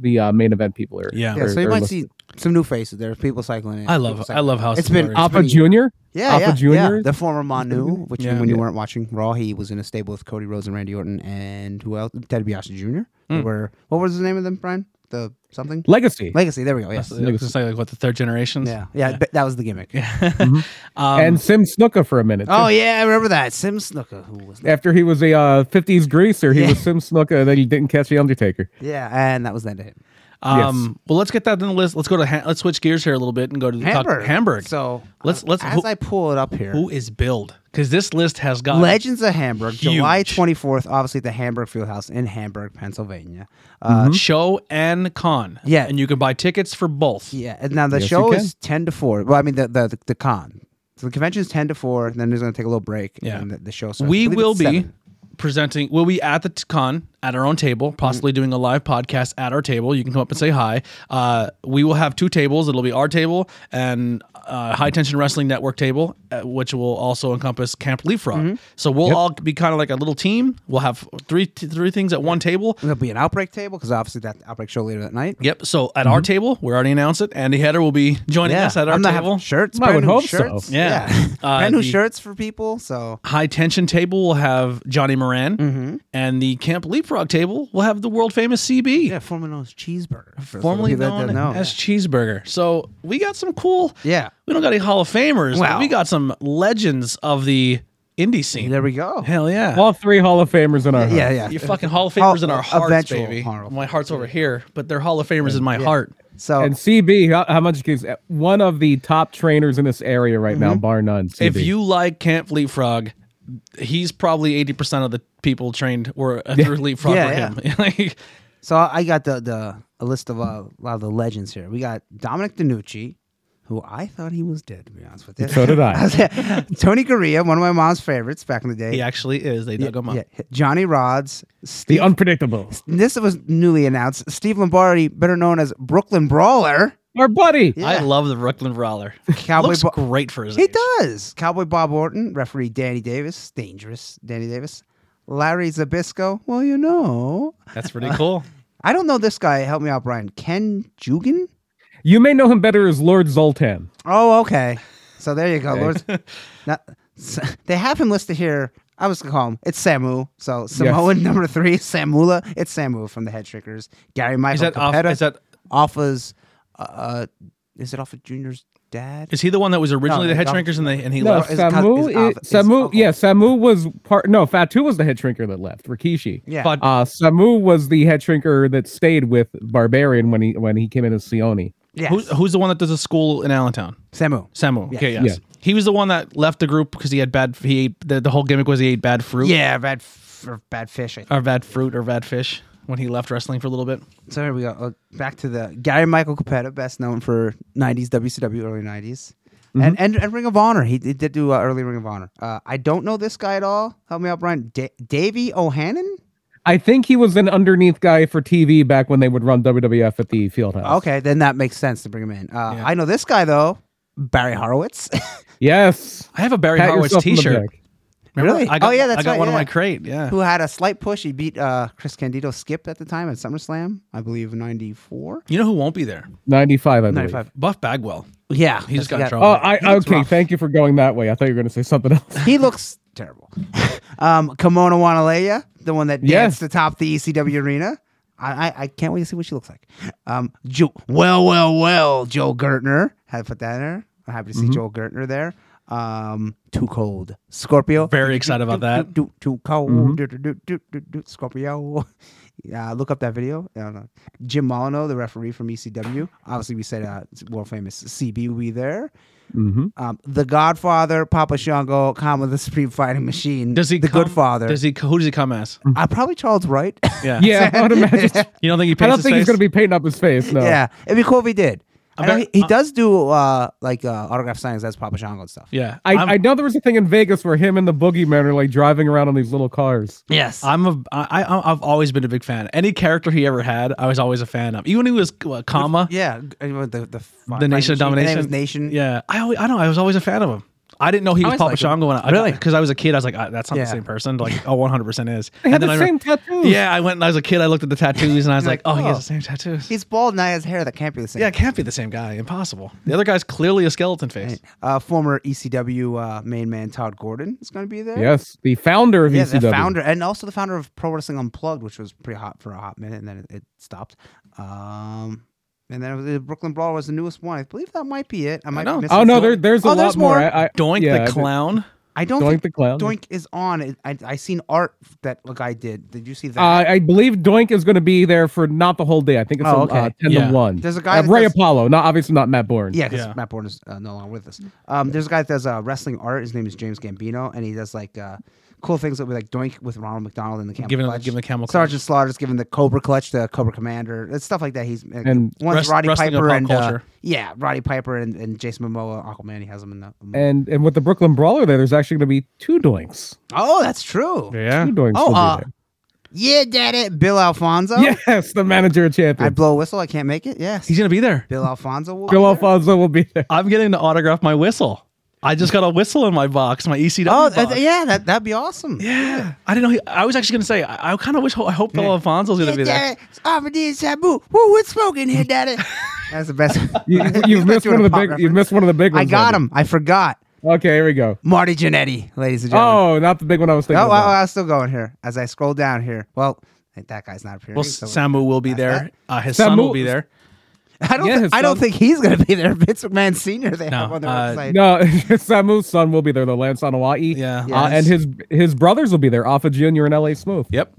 C: the uh, main event people are.
A: Yeah.
B: Yeah, so you
C: are
B: might
C: listed.
B: see some new faces. There's people cycling in.
A: I love
B: people
A: I
B: cycling.
A: love House.
B: It's
A: of
B: been
A: Glory.
C: Alpha
B: pretty-
C: Junior.
B: Yeah,
C: Alpha
B: yeah,
C: Junior?
B: yeah. The former Manu, which
A: Yeah.
B: when you weren't watching Raw, he was in a stable with Cody Rhodes and Randy Orton and who else? Ted DiBiase Jr. They
A: Hmm.
B: were what was the name of them, Brian? The something
C: Legacy.
B: Legacy. There we go. Yes.
A: I was gonna say, like what the third generations.
B: yeah, yeah. but That was the gimmick.
C: and Sim Snuka for a minute. too.
B: Um, Oh yeah, I remember that Sim Snooker. Who was?
C: After he was a uh, 50s greaser, he
B: Yeah.
C: was Sim Snuka, then he didn't catch the Undertaker.
B: Yeah, and that was the end of him.
A: Um, Well, let's get that in the list. Let's go to ha- let's switch gears here a little bit and go to the talk-
B: Hamburg.
A: Hamburg.
B: So
A: Let's-
B: um,
A: let's-
B: as
A: who-
B: I pull it up here.
A: who is billed? Because this list has got
B: Legends of Hamburg, July
A: Huge.
B: 24th, obviously at the Hamburg Fieldhouse in Hamburg, Pennsylvania. Uh,
A: show and con.
B: Yeah.
A: and you can buy tickets for both.
B: Yeah, and now the
C: Yes, you
B: show
C: can.
B: is ten to four. Well, I mean the the the, the con. So the convention is ten to four. And then there's going to take a little break.
A: Yeah.
B: and the, the show. Starts.
A: We
B: I believe
A: will
B: it's
A: be
B: seven.
A: presenting. We'll be at the t- con at our own table, possibly
B: Mm-hmm.
A: doing a live podcast at our table. You can come up and say hi. Uh, we will have two tables. It'll be our table and uh, High Tension Wrestling Network table, uh, which will also encompass Camp Leapfrog.
B: Mm-hmm.
A: So we'll all be kind of like a little team. We'll have three t- three things at one table.
B: There'll be an outbreak table because obviously that outbreak show later that night.
A: Yep. So at our table, we already announced it. Andy Header will be joining us at our
B: Mm-hmm. I'm not
A: table.
B: having shirts.
C: I
B: brand
C: would
B: new
C: hope so.
B: shirts.
A: Yeah. Uh,
B: (laughs) brand new
A: the-
B: shirts for people. So
A: High tension table will have Johnny Moran,
B: Mm-hmm.
A: and the Camp Leapfrog table will have the world famous CB,
B: yeah, formerly known as cheeseburger. for some
A: formerly
B: people
A: known
B: that don't know.
A: as Cheeseburger. So we got some cool.
B: yeah.
A: We don't got any Hall of Famers. but
B: Wow.
A: we got some legends of the indie scene.
B: There we go.
A: Hell yeah.
C: All three Hall of Famers in our
B: Yeah,
C: hearts.
B: yeah.
A: you fucking Hall of Famers in our
B: Hall-
A: hearts,
B: eventual
A: baby.
B: Hall of
A: My heart's over here, but they're Hall of Famers in my heart.
B: So
C: And CB, how, how much gives one of the top trainers in this area right now, bar none. CB.
A: If you like Camp Leapfrog, he's probably 80% of the people trained were (laughs) under Leapfrog
B: Yeah,
A: were him. (laughs) Like,
B: So I got the the a list of uh, a lot of the legends here. We got Dominic DiNucci, who I thought he was dead. To be honest with you,
C: So did I.
B: (laughs) Tony Correa, one of my mom's favorites back in the day.
A: he actually is. They dug him up.
B: Yeah, Johnny Rods.
C: the
B: Steve,
C: unpredictable.
B: this was newly announced. Steve Lombardi, better known as Brooklyn Brawler.
C: Our buddy.
A: I
B: Yeah.
A: love the Brooklyn Brawler.
B: Cowboy
A: Looks
B: Bo-
A: great for his
B: He
A: age.
B: does. Cowboy Bob Orton, referee Danny Davis, dangerous Danny Davis. Larry Zabisco. Well, you know,
A: That's pretty cool.
B: I don't know this guy. Help me out, Brian. Ken Jugan.
C: (laughs) You may know him better as Lord Zoltan.
B: Oh, okay. So there you go.
C: Okay.
B: Lord.
A: (laughs)
B: Now, s- they have him listed here. I was gonna call him. It's Samu. So Samoan (laughs) number three, Samula. It's Samu from the Head Trickers. Gary Michael
A: Is that off,
B: Capetta.
A: is that
B: Alpha's? Uh, uh, is it Alpha Junior's dad?
A: is he the one that was originally
B: No,
A: the head
B: no.
A: shrinkers and they and he
C: No,
A: left?
B: is
C: Samu.
B: Cos- is Alpha-
C: is-
B: is
C: Samu.
B: Uncle.
C: Yeah, Samu was part. No, Fatu was the head shrinker that left. Rikishi.
B: yeah.
A: But
C: Uh, Samu was the head shrinker that stayed with Barbarian when he when he came in as Sione.
B: yes.
A: who, who's the one that does a school in Allentown?
B: Samu.
A: Samu.
B: Yes.
A: Okay, yes. He was the one that left the group because he had bad. He ate, the, the whole gimmick was he ate bad fruit.
B: Yeah, bad, f- or bad fish. I think.
A: or bad fruit or bad fish when he left wrestling for a little bit.
B: So here we go. Uh, back to the Gary Michael Capetta, best known for '90s WCW, early '90s,
A: Mm-hmm.
B: and, and and Ring of Honor. He, he did do uh, early Ring of Honor. Uh, I don't know this guy at all. Help me out, Brian. Da- Davey O'Hannon.
C: I think he was an underneath guy for TV back when they would run WWF at the Fieldhouse.
B: Okay, then that makes sense to bring him in. Uh,
A: Yeah.
B: I know this guy though, Barry Horowitz. (laughs)
C: Yes.
A: I have a Barry
C: Pat
A: Horowitz
C: yourself on the
A: T-shirt.
C: back.
A: Remember?
B: Really?
A: I got,
B: Oh, yeah, that's
A: I got
B: right,
A: one on
B: yeah.
A: my crate. Yeah.
B: who had a slight push. He beat uh, Chris Candido Skip at the time at SummerSlam, I believe, in 94.
A: You know who won't be there?
C: 95, I believe.
B: 95.
A: Buff Bagwell.
B: Yeah.
A: He just
B: that's-
A: got in
C: Oh,
A: trouble.
C: I,
B: He looks
C: okay.
B: rough.
C: Thank you for going that way. I thought you were going to say something
B: (laughs)
C: else.
B: He looks terrible. um, Kimona Wanalea, the one that
C: Yes.
B: danced atop the ECW arena. I, I, I can't wait to see what she looks like. Um, Joe, well, well, well, Joe Gertner. Had to put that in there. I'm happy to
A: Mm-hmm.
B: see Joel Gertner there. Um, too cold. Scorpio.
A: Very excited about that. Mm-hmm.
B: Do, too cold. Do, do, do, do, do, do, Scorpio. (laughs) Yeah, look up that video. I don't know. Jim Molyneux, the referee from ECW. Obviously, we said uh, world famous CB will be there.
C: Mm-hmm.
B: Um, the Godfather, Papa Shango, comma the Supreme Fighting Machine.
A: Does he?
B: The
A: come,
B: Good Father.
A: Does he? Who does he come as?
B: uh, probably Charles Wright. (laughs)
A: Yeah.
C: Yeah, I would imagine.
A: You don't think he
C: I
A: paints
C: don't
A: his
C: think he's
A: face?
C: going to be painting up his face. No.
B: yeah, it'd be cool if he did. I know
A: bet-
B: he, he does do uh, like uh, autograph signings as Papa Shango and stuff.
A: Yeah.
C: I,
A: I'm-
C: I know there was a thing in Vegas where him and the boogeyman are like driving around on these little cars.
B: Yes.
A: I'm a. I, I I've always been a big fan. Any character he ever had, I was always a fan of. Even when he was what, comma,
B: yeah. g- and with The, the, fi-
A: the Nation of
B: fighting
A: Domination.
B: machine. The name is Nation.
A: Yeah. I always, I don't. I was always a fan of him. I didn't know he was
B: always
A: Papa
B: liked him.
A: Shango when I
B: Really?
A: because I was a kid. I was like, ah, that's not
B: Yeah.
A: the same person. Like, oh, 100 percent is.
C: They
A: And
C: had
A: then
C: the
A: I
C: same
A: remember-
C: tattoos.
A: Yeah, I went and I was a kid. I looked at the tattoos and I was like,
B: like,
A: oh, he has
B: oh.
A: the same tattoos.
B: He's bald and he has hair that can't be the same.
A: Yeah, it can't be the same guy. Impossible. The other guy's clearly a skeleton face.
B: Uh, former ECW uh, main man Todd Gordon is going to be there.
C: Yes, the founder of E
B: Yeah,
C: ECW.
B: the founder and also the founder of Pro Wrestling Unplugged, which was pretty hot for a hot minute, and then it, it stopped. Um, and then it was- the Brooklyn Brawl was the newest one. I believe that might be it. I might
A: know.
B: miss
C: Oh
B: it.
C: no, there, there's a
B: Oh,
C: lot
B: there's
C: more.
B: more.
C: I, I,
A: Doink
C: yeah, I
A: the
C: did-
A: clown.
B: I don't
C: Doink
B: think
C: the clown.
B: Doink is on. it. I I seen art that a guy did. Did you see that?
C: Uh, I believe Doink is going to be there for not the whole day. I think it's
B: Oh,
C: a-
B: okay.
C: uh, ten
A: Yeah.
C: to one.
B: There's a guy
C: uh,
B: that
C: Ray
B: does-
C: Apollo, not obviously not Matt Bourne.
B: yeah, because
A: yeah.
B: Matt Bourne is uh, no longer with us. Um, there's a guy that does uh, wrestling art. His name is James Gambino, and he does like uh, cool things that we like Doink with Ronald McDonald in the camel
A: Give him,
B: clutch.
A: give him the camel. clutch.
B: Sergeant Slaughter's given the Cobra Clutch to Cobra Commander. It's stuff like that. He's
C: And
B: and once
A: Wrest-
B: Roddy
A: wrestling of
B: Piper
A: pop
B: and uh,
A: culture.
B: yeah, Roddy Piper and, and Jason Momoa, Aquaman. He has him in the. in the-
C: And and with the Brooklyn Brawler there, there's actually going to be two Doinks.
B: oh, that's true.
A: Yeah.
C: Two Doinks.
B: Oh,
C: will be
B: uh,
C: there.
B: Yeah, daddy, Bill Alfonso.
C: yes, the manager of
B: I
C: champions.
B: blow a whistle. I can't make it. Yes,
A: He's gonna be there.
B: Bill Alfonso. Will
C: Bill
B: be there.
C: Alfonso will be
B: (laughs)
C: there.
A: I'm getting to autograph my whistle. I just got a whistle in my box, my ECW
B: Oh,
A: box.
B: that- yeah, that that'd be awesome.
A: yeah. I didn't know. He, I was actually gonna say. I, I kind of wish. I hope Bill Alfonso's gonna
B: Yeah,
A: be there.
B: daddy, it's Amadeus Sabu. Woo, it's smoking here,
C: (laughs)
B: daddy. That's the best. (laughs)
C: You,
B: He's not
C: you've missed
B: doing
C: one
B: a
C: of the
B: pop
C: big. You've
B: reference.
C: missed one of the big ones.
B: I got
C: Andy.
B: him. I forgot
C: Okay, here we go.
B: Marty Jannetty, ladies and gentlemen.
C: Oh, not the big one I was thinking
B: Oh, well,
C: about.
B: I was still going here as I scroll down here. Well, I think that guy's not appearing.
A: Well,
B: so-
A: Samu will be
B: That's
A: there.
B: that.
A: Uh, his son
C: Samu-
A: will be there.
B: (laughs) I don't.
C: Yeah,
B: thi-
C: his
B: I don't
C: son-
B: think he's going to be there. (laughs) Vince McMahon Senior. They have on their
A: uh,
B: website.
C: No, (laughs) Samu's son will be there, the Lance on Hawaii.
A: Yeah.
C: Uh,
B: Yes.
C: and his his brothers will be there, Alpha Junior and LA Smooth.
A: Yep.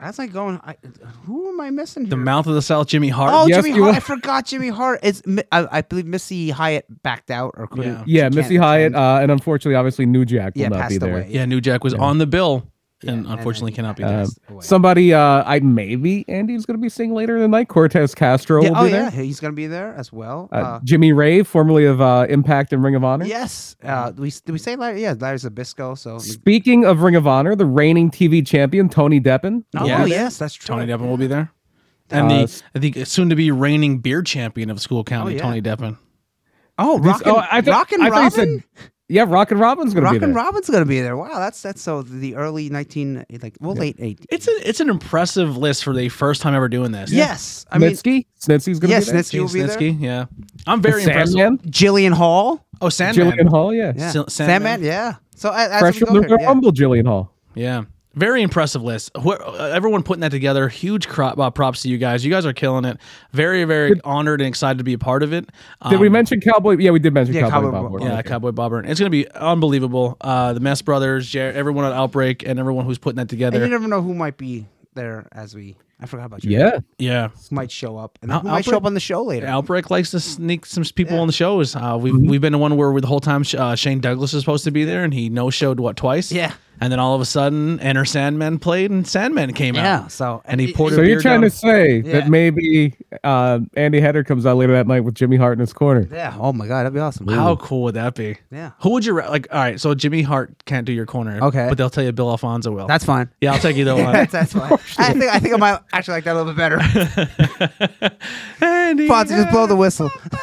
B: That's like going. I, who am I missing? Here?
A: The mouth of the South, Jimmy Hart.
B: Oh,
C: Yes,
B: Jimmy
C: you
B: Hart!
C: are.
B: I forgot Jimmy Hart. It's Mi- I, I believe Missy Hyatt backed out or couldn't.
A: Yeah.
B: she
C: Yeah,
B: can't
C: Missy Hyatt,
B: attend.
C: uh, and unfortunately, obviously, New Jack will
B: yeah,
C: not be
B: passed
C: there.
B: away.
A: yeah, New Jack was on the bill and unfortunately
B: then-
A: cannot be there.
C: Um,
B: Passed away.
C: somebody, uh, I maybe Andy's going to be seeing later in the night. Cortez Castro
B: Yeah,
C: will
B: oh
C: be there.
B: yeah, he's going to be there as well.
C: Uh,
B: Uh,
C: Jimmy Ray, formerly of uh, Impact and Ring of Honor.
B: yes. Uh, we did we say Larry? Yeah, Larry Zabisco. So.
C: Speaking of Ring of Honor, the reigning TV champion Tony Deppen.
B: Oh
A: Yeah.
B: yes, that's true.
A: Tony Deppen will be there. And
C: Uh,
A: the I think soon to be reigning beer champion of school county,
B: yeah.
A: Tony Deppen.
B: Oh,
C: This-
B: Rockin'
C: oh, I thought-
B: Rockin'
C: I thought you said-
B: Robin.
C: Yeah, Rockin' Robin's going to be
B: Rockin'
C: there.
B: Robin's going to be there. Wow, that's that's so the early nineteen like well late eight.
A: It's a, it's an impressive list for the first time ever doing this.
B: yes, I mean
C: Snitsky, Snitsky's going to
B: yes,
C: be there.
B: Snitsky will be there.
A: Snitsky, yeah. I'm very impressed.
C: Sandman,
B: Jillian Hall.
A: Oh, Sandman.
C: Jillian Hall, yeah,
B: Yeah.
A: Sil- Sandman?
B: Sandman. Yeah. So as, as
C: fresh
B: we
C: from
B: go
C: the
B: here, yeah.
C: Rumble, Jillian Hall.
A: Yeah. Very impressive list. Who- uh, everyone putting that together. Huge crop, uh, props to you guys. You guys are killing it. Very, very honored and excited to be a part of it. Um,
C: Did we mention Cowboy? Yeah, we did mention
B: yeah,
C: Cowboy,
B: Cowboy
C: Bob.
B: Bob-
C: Orton.
A: Yeah, Cowboy Bob Orton. It's going to be unbelievable. Uh, the Mess Brothers, Jer- everyone at Outbreak, and everyone who's putting that
B: And you
A: together.
B: never know who might be there as we. I forgot about you.
C: yeah.
A: Yeah.
B: Who might show up and
A: Al-
B: who might show
A: Alfred?
B: up on the show later.
A: Outbreak likes to sneak some people on the shows. Uh, we've, we've been to one where the whole time Sh- uh, Shane Douglas is supposed to be there, and he no showed, what, twice?
B: Yeah.
A: And then all of a sudden, Enter Sandman played, and Sandman came out.
B: yeah. So
A: And he
B: it-
A: poured
C: So
A: a beer
C: you're trying
A: down-
C: to say
B: Yeah.
C: that maybe uh, Andy Header comes out later that night with Jimmy Hart in his corner?
B: Yeah. Oh my god, that'd be awesome.
A: How cool would that be?
B: Yeah.
A: Who would you ra- like? All right, so Jimmy Hart can't do your corner.
B: Okay.
A: But they'll tell you Bill Alfonso will.
B: That's
C: (laughs)
B: fine.
A: yeah, I'll take either
B: (laughs)
A: one.
B: That's that's fine. I think I think I might actually like that a little bit
C: (laughs)
B: better.
A: Andy,
B: Fonzie, just blow the whistle.
A: yeah.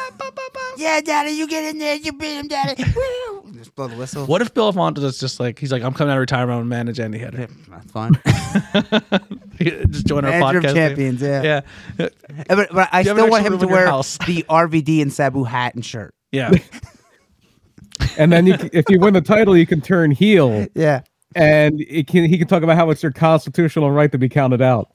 B: yeah, Daddy, you get in there, you beat him, Daddy. Woo! (laughs) just blow the whistle.
A: What if Bill Alfonso is just like he's like I'm coming out of retirement and manage Andy Header.
B: (laughs) That's fine.
A: (laughs) just join our
B: Manager of
A: podcast. team.
B: champions. Yeah.
A: Yeah.
B: Uh, But, but I
A: You have a
B: still
A: nice
B: want him
A: room
B: to
A: in your
B: wear
A: house.
B: the RVD and Sabu hat and shirt. (laughs)
A: Yeah.
C: And then you, c- if you win the title, you can turn heel,
B: Yeah.
C: and it can, he can talk about how it's your constitutional right to be
B: (laughs)
C: counted out,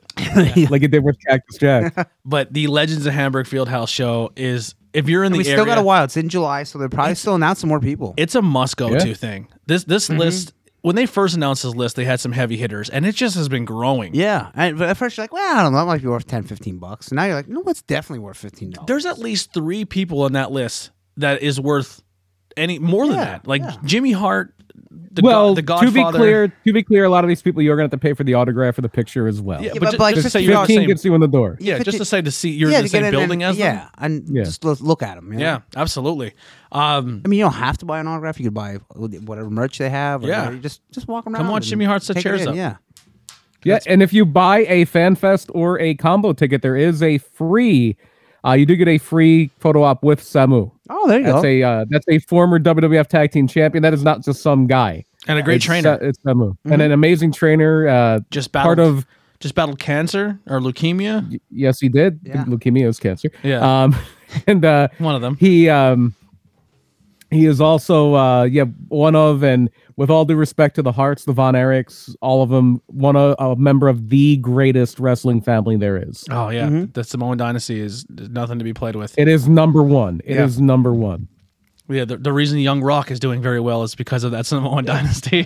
C: like he did with Cactus Jack.
A: But the Legends of Hamburg Fieldhouse show is if you're in the
B: we
A: area,
B: still got a while. It's in July, so they're probably still announcing more people.
A: it's a must go to
C: Yeah.
A: thing. This this
B: Mm-hmm.
A: list when they first announced this list, they had some heavy hitters, and it just has been growing.
B: yeah. And, but at first you're like, well, I don't know, that might be worth 10, 15 bucks. And now you're like, no, it's definitely worth fifteen dollars.
A: there's at least three people on that list that is worth any more than
B: Yeah,
A: that. Like
B: yeah.
A: Jimmy Hart, (laughs) the
C: well,
A: God, the
C: to be
A: Godfather.
C: clear, to be clear, a lot of these people you're going to have to pay for the autograph or the picture as well.
A: yeah,
B: Yeah,
A: but,
B: but
A: ju-
B: like
A: just to say you're in the
C: Fifteen
A: same,
C: gets you in the door.
A: yeah, just to say to see you're in the same building as
B: yeah,
A: them.
B: and
C: Yeah.
B: just lo- look at them.
A: Yeah, absolutely. Um,
B: I mean, you don't have to buy an autograph. You could buy whatever merch they have. Or
A: Yeah.
B: whatever. You just just walk around.
A: watch
B: and
A: Jimmy Hart set
B: take it
A: chairs
B: in,
A: up.
B: Yeah,
C: Yeah, and if you buy a fan fest or a combo ticket, there is a free. Uh, you do get a free photo op with Samu.
B: Oh, there you
C: That's
B: go.
C: a uh, that's a former WWF Tag Team Champion. That is not just some guy.
A: and a great
C: It's,
A: trainer.
C: uh, it's Samu
B: Mm-hmm.
C: and an amazing trainer. Uh,
A: just battled,
C: part of
A: just battled cancer or leukemia.
C: yes, he did.
B: Yeah.
C: Leukemia is cancer.
A: Yeah.
C: Um, (laughs) and uh,
A: One of them.
C: he um he is also uh yeah one of and with all due respect to the hearts the von erichs all of them one of a member of the greatest wrestling family there is
A: Oh yeah,
C: Mm-hmm.
A: the Samoan dynasty is is nothing to be played with.
C: it is number one It is
A: Yeah.
C: number one
A: Yeah, the, the reason Young Rock is doing very well is because of that (laughs) Samoan dynasty.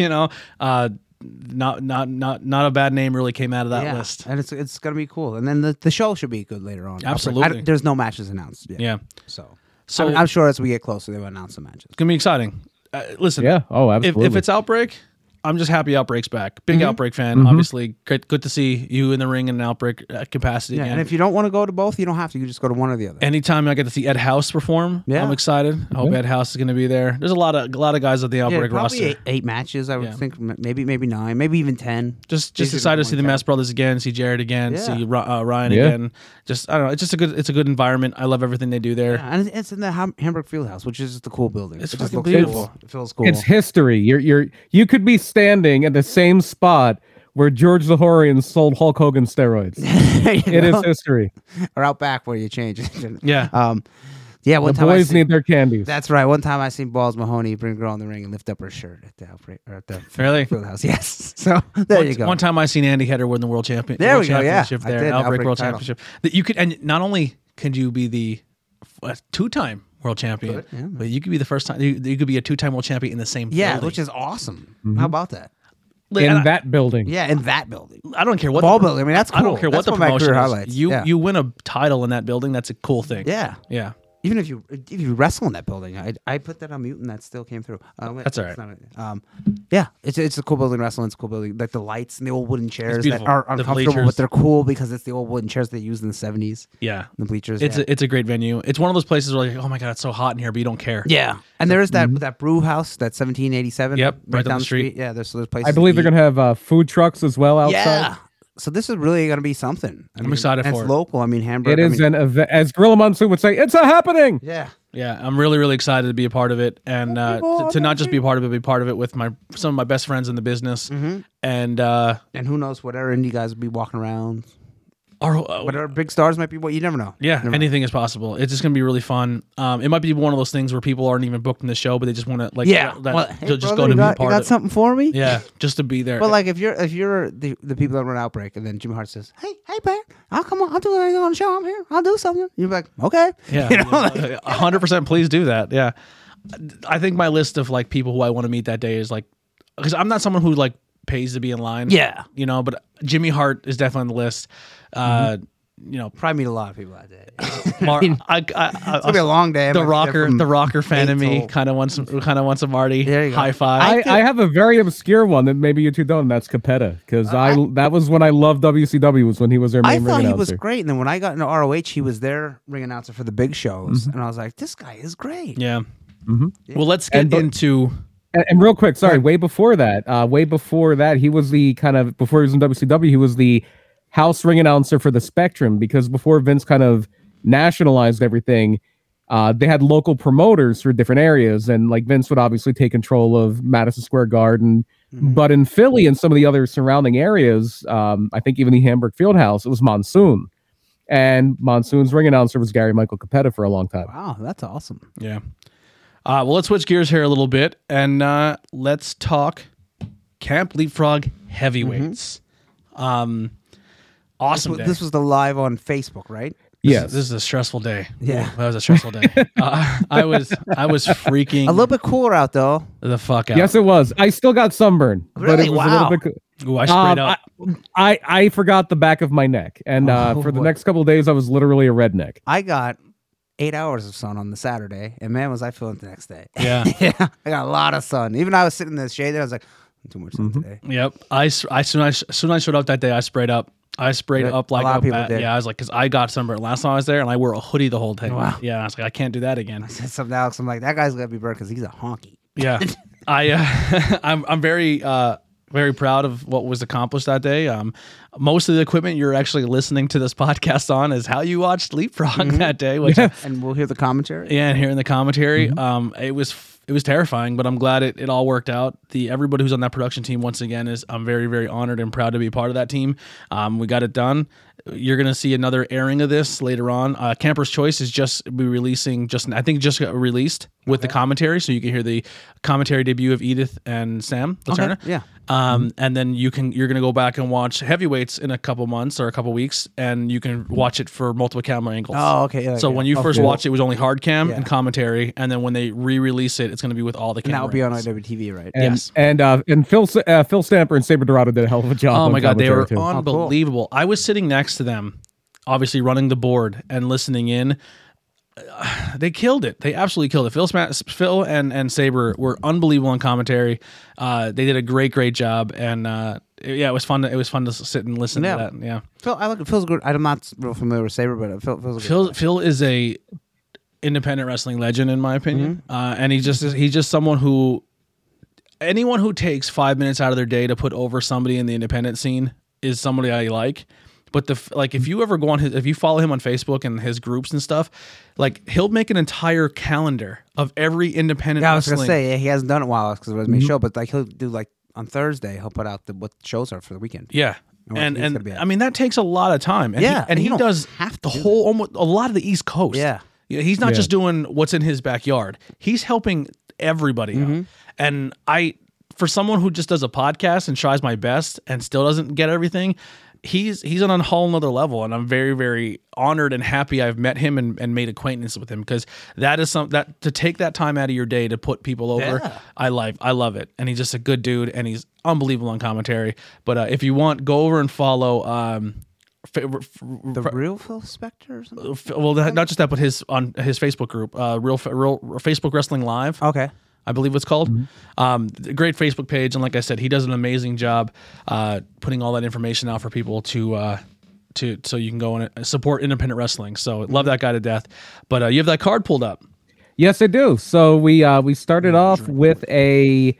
A: (laughs) you know, uh, not not not not a bad name really came out of that
B: yeah.
A: list.
B: and it's it's gonna be cool. And then the, the show should be good later on. I-
A: Absolutely.
B: there's no matches announced. Yet,
A: Yeah,
B: so
A: so
B: I'm, I'm sure as we get closer, they will announce the matches.
A: gonna be exciting. Uh, listen,
C: yeah oh
A: if,
C: absolutely Mm-hmm.
A: if it's outbreak, I'm just happy outbreak's back. Big outbreak fan, obviously. Good, good to see you in the ring in an outbreak uh, capacity
B: Yeah,
A: again.
B: and if you don't want to go to both, you don't have to. You just go to one or the other.
A: Anytime I get to see Ed House perform,
B: Yeah.
A: I'm excited. I hope Ed House is going to be there. There's a lot of a lot of guys at the
B: yeah,
A: outbreak
B: probably
A: roster.
B: eight, eight matches. I would think think m- maybe maybe nine, maybe even ten.
A: Just
B: These
A: just
B: are
A: excited to
B: the
A: see the
B: ones
A: Mass Brothers again, see Jared again,
B: Yeah.
A: see Ro- uh, Ryan
C: Yeah.
A: again. Just I don't know. It's just a good it's a good environment. I love everything they do there.
B: Yeah, and it's- it's in the Ham- Hamburg Fieldhouse, which is just a cool building.
A: It's
B: It just
A: fucking
B: looks
A: beautiful.
B: cool. It feels cool. (laughs)
C: It's
A: (laughs)
C: history you're you're you could be standing at the same spot where george the Horian sold hulk hogan
B: (laughs)
C: steroids
B: You
C: it is
B: know?
C: history
B: or out back where you change. it. (laughs)
A: Yeah.
B: Um, Yeah, one
C: the
B: time I
C: boys
B: seen,
C: need their candies.
B: that's right. One time I seen Balls Mahoney bring a girl in the ring and lift up her shirt at the outbreak or at the
A: (laughs) Really?
B: field house. Yes. (laughs) So there
A: one,
B: you go.
A: One time I seen Andy Header win the world champion.
B: There
A: world
B: we go, yeah.
A: championship
B: I
A: There,
B: did,
A: outbreak,
B: Outbreak
A: world
B: title.
A: championship. That you could, and not only could you be the uh, two-time world champion, but, you could be the first time. You, you could be a two-time world champion in the same.
B: yeah,
A: building. Mm-hmm.
B: which is awesome. How about that?
A: Like,
C: in
A: and I-
C: that building.
B: Yeah, in that building.
A: I don't care what
B: Ball
A: the,
B: building, I mean, that's
A: I don't
B: cool.
A: care what
B: That's
A: the
B: one of my
A: promotion
B: career
A: is.
B: highlights,
A: You
B: yeah.
A: you win a title in that building. That's a cool thing.
B: Yeah.
A: yeah.
B: Even if you if you wrestle in that building, I, I put that on mute and that still came through. Uh, wait,
A: That's all
B: it's not a- um, yeah, it's it's a cool building. Wrestling, it's a cool building. Like the lights and the old wooden chairs that
A: beautiful.
B: are
A: The
B: uncomfortable,
A: bleachers.
B: but they're cool because it's the old wooden chairs they used in the seventies.
A: Yeah.
B: The bleachers.
A: It's
B: yeah.
A: a, it's a great venue. It's one of those places where like, oh my god, it's so hot in here, but you don't care.
B: Yeah, and there is that
C: Mm-hmm.
B: that brew house that 1787.
A: Yep, right down the street.
B: Yeah, there's those places.
C: I believe
B: to
C: they're gonna have uh, food trucks as well
B: eat.
C: outside.
B: Yeah. So this is really gonna be something. I am
A: excited for it.
B: It's local. I mean, Hamburg.
C: It
B: I
C: is
B: mean-
C: an event, as Gorilla Monsoon would say, it's a happening.
B: yeah.
A: Yeah, I'm really, really excited to be a part of it, and uh,
B: people
A: to,
B: on
A: to
B: the
A: not just be a part of it, but be part of it with my some of my best friends in the business,
B: Mm-hmm.
A: and uh,
B: And who knows, whatever indie guys will be walking around,
A: our uh,
B: whatever big stars might be. What you never know.
A: yeah,
B: Never
A: anything is possible. It's just gonna be really fun. Um, it might be one of those things where people aren't even booked in the show, but they just want to like
B: Yeah.
A: that-
B: well,
A: that-
B: hey,
A: they'll just
B: brother,
A: go to
B: you
A: be
B: got,
A: a part
B: you got
A: of it.
B: something for me?
A: Yeah, just to be there.
B: But like, if you're if you're the, the people that run Outbreak, and then Jimmy Hart says, "Hey, hey, Bear, I'll come on, I'll do anything on the show. I'm here. I'll do something." You're like, "Okay." (laughs)
A: Yeah,
B: You know, like-
A: a hundred percent. Please do that. Yeah, I think my list of like people who I want to meet that day is like because I'm not someone who like pays to be in line.
B: Yeah.
A: you know, but Jimmy Hart is definitely on the list. Uh, You
B: (laughs)
A: know,
B: probably meet a lot of people that (laughs) day. Mm-hmm. It's
A: Mar- I, I, I,
B: gonna be a long day. I'm
A: the
B: gonna be there
A: rocker,
B: from-
A: the rocker fan
B: eight
A: in me
B: till-
A: kind of wants some, kind of wants a Marty
B: There you go.
A: high five.
C: I,
B: I
C: I have a very obscure one that maybe you two don't. And that's Capetta because I, that was when I loved WCW was when he was their
B: Uh,
C: main
B: I
C: ring
B: thought he
C: announcer.
B: was great, and then when I got into ROH, he was their ring announcer for the big shows,
A: Mm-hmm.
B: and I was like, "This guy is great."
A: yeah. Well, let's get
C: And the-
A: into
C: And, and real quick, sorry, way before that, uh, way before that, he was the kind of before he was in WCW, he was the house ring announcer for the Spectrum because before Vince kind of nationalized everything, uh, they had local promoters for different areas, and like Vince would obviously take control of Madison Square Garden, but in Philly and some of the other surrounding areas, um, I think even the Hamburg Fieldhouse, it was Monsoon, and Monsoon's ring announcer was Gary Michael Capetta for a long time.
B: Wow, that's awesome.
A: yeah. Uh, well, let's switch gears here a little bit and uh, let's talk Camp Leapfrog heavyweights. Um, awesome. day.
B: This was the live on Facebook, right?
A: This-
C: Yes.
A: this, is a stressful day.
B: Yeah.
A: Ooh, that was a stressful (laughs) day. uh, I was I was freaking
B: (laughs) A little bit cooler out though.
A: the fuck out.
C: Yes, it was. I still got sunburned, but
B: Really?
C: it was a
B: Wow.
C: little bit. co-
A: Ooh, I sprayed
C: Um,
A: up.
C: I, I I forgot the back of my neck, and uh,
B: Oh,
C: for the
B: boy.
C: next couple of days, I was literally a redneck.
B: I got eight hours of sun on the Saturday, and man, was I feeling it the next day.
A: (laughs) yeah.
B: (laughs) yeah, I got a lot of sun. Even I was sitting in the shade, and I was like, too much
A: Mm-hmm.
B: sun today. (laughs)
A: Yep. I, s- I soon I soon I showed up that day. I sprayed up. I sprayed
B: Yeah,
A: up like
B: a lot of people
A: bat.
B: did.
A: Yeah, I was like, because I got sunburned last time I was there, and I wore a hoodie the whole day.
B: Wow.
A: Yeah, I was like, I can't do that again.
B: Said something to Alex. I'm like, that guy's gonna be burned because he's a honky.
A: Yeah, (laughs) I uh, (laughs) I'm I'm very uh, very proud of what was accomplished that day. Um, most of the equipment you're actually listening to this (laughs) podcast on is how you watched Leapfrog that day, which
B: And we'll hear the commentary.
A: Yeah, and hearing the commentary,
B: Mm-hmm.
A: um, it was it was terrifying, but I'm glad it, it all worked out. The everybody who's on that production team once again is I'm very very honored and proud to be a part of that team. Um, we got it done. You're gonna see another airing of this later on. Uh, Camper's Choice is just be releasing just I think just got released with the commentary, so you can hear the commentary debut of Edith and Sam Laterna.
B: yeah. Mm-hmm.
A: Um, and then you can you're gonna go back and watch heavyweights in a couple months or a couple weeks, and you can watch it for multiple camera angles.
B: Oh, okay, yeah,
A: so
B: yeah.
A: when you
B: Oh,
A: first
B: cool.
A: watch it was only hard cam
B: Yeah.
A: and commentary, and then when they re-release it, it's going to be with all the
B: And
A: camera.
B: that will be on
A: angles.
B: IWTV, right?
C: And,
A: Yes.
C: and uh, and Phil S- uh, Phil Stamper and Saber Dorado did a hell of a job.
A: Oh
C: on
A: my god, they were
C: commentary, too.
B: cool.
A: unbelievable. I was sitting next to them, obviously running the board and listening in. (sighs) Uh, They killed it. They absolutely killed it. Phil, Sma- Phil, and and Saber were unbelievable in commentary. Uh, they did a great, great job, and uh, yeah, it was fun. To, it was fun to sit and listen
B: Yeah.
A: to that. Yeah,
B: Phil, I like Phil's good. I'm not real familiar with Saber, but Phil, Phil's a good
A: Phil Phil is a independent wrestling legend in my opinion,
B: Mm-hmm.
A: uh, and he just is, he's just someone who anyone who takes five minutes out of their day to put over somebody in the independent scene is somebody I like. But the f- like, if you ever go on his, if you follow him on Facebook and his groups and stuff, like he'll make an entire calendar of every independent.
B: Yeah, I was gonna
A: wrestling.
B: say yeah, he hasn't done it while because it was
A: Mm-hmm.
B: my show, but like he'll do like on Thursday, he'll put out the what shows are for the weekend.
A: Yeah.
B: Well,
A: And
B: he's gonna
A: and
B: be out.
A: I mean that takes a lot of time. And
B: Yeah,
A: he, and
B: you
A: he
B: don't
A: does
B: have
A: the
B: to do
A: whole almost a lot of the East Coast.
B: Yeah.
A: Yeah, He's not
C: Yeah.
A: just doing what's in his backyard. He's helping everybody
B: Mm-hmm.
A: out. And I for someone who just does a podcast and tries my best and still doesn't get everything, he's he's on a whole nother level. And I'm very, very honored and happy I've met him and, and made acquaintance with him because that is some that to take that time out of your day to put people over, I like I love it. And he's just a good dude and he's unbelievable on commentary. But uh, if you want, go over and follow um favorite
B: The real Phil Spector or something?
A: f- well that, not just that but his on his facebook group uh real F- real facebook wrestling live
B: Okay.
A: i believe it's called um th- great facebook page and like i said he does an amazing job uh putting all that information out for people to uh to so you can go and uh, support independent wrestling so love that guy to death but uh, you have that card pulled up
C: Yes, I do. So we uh, we started off with a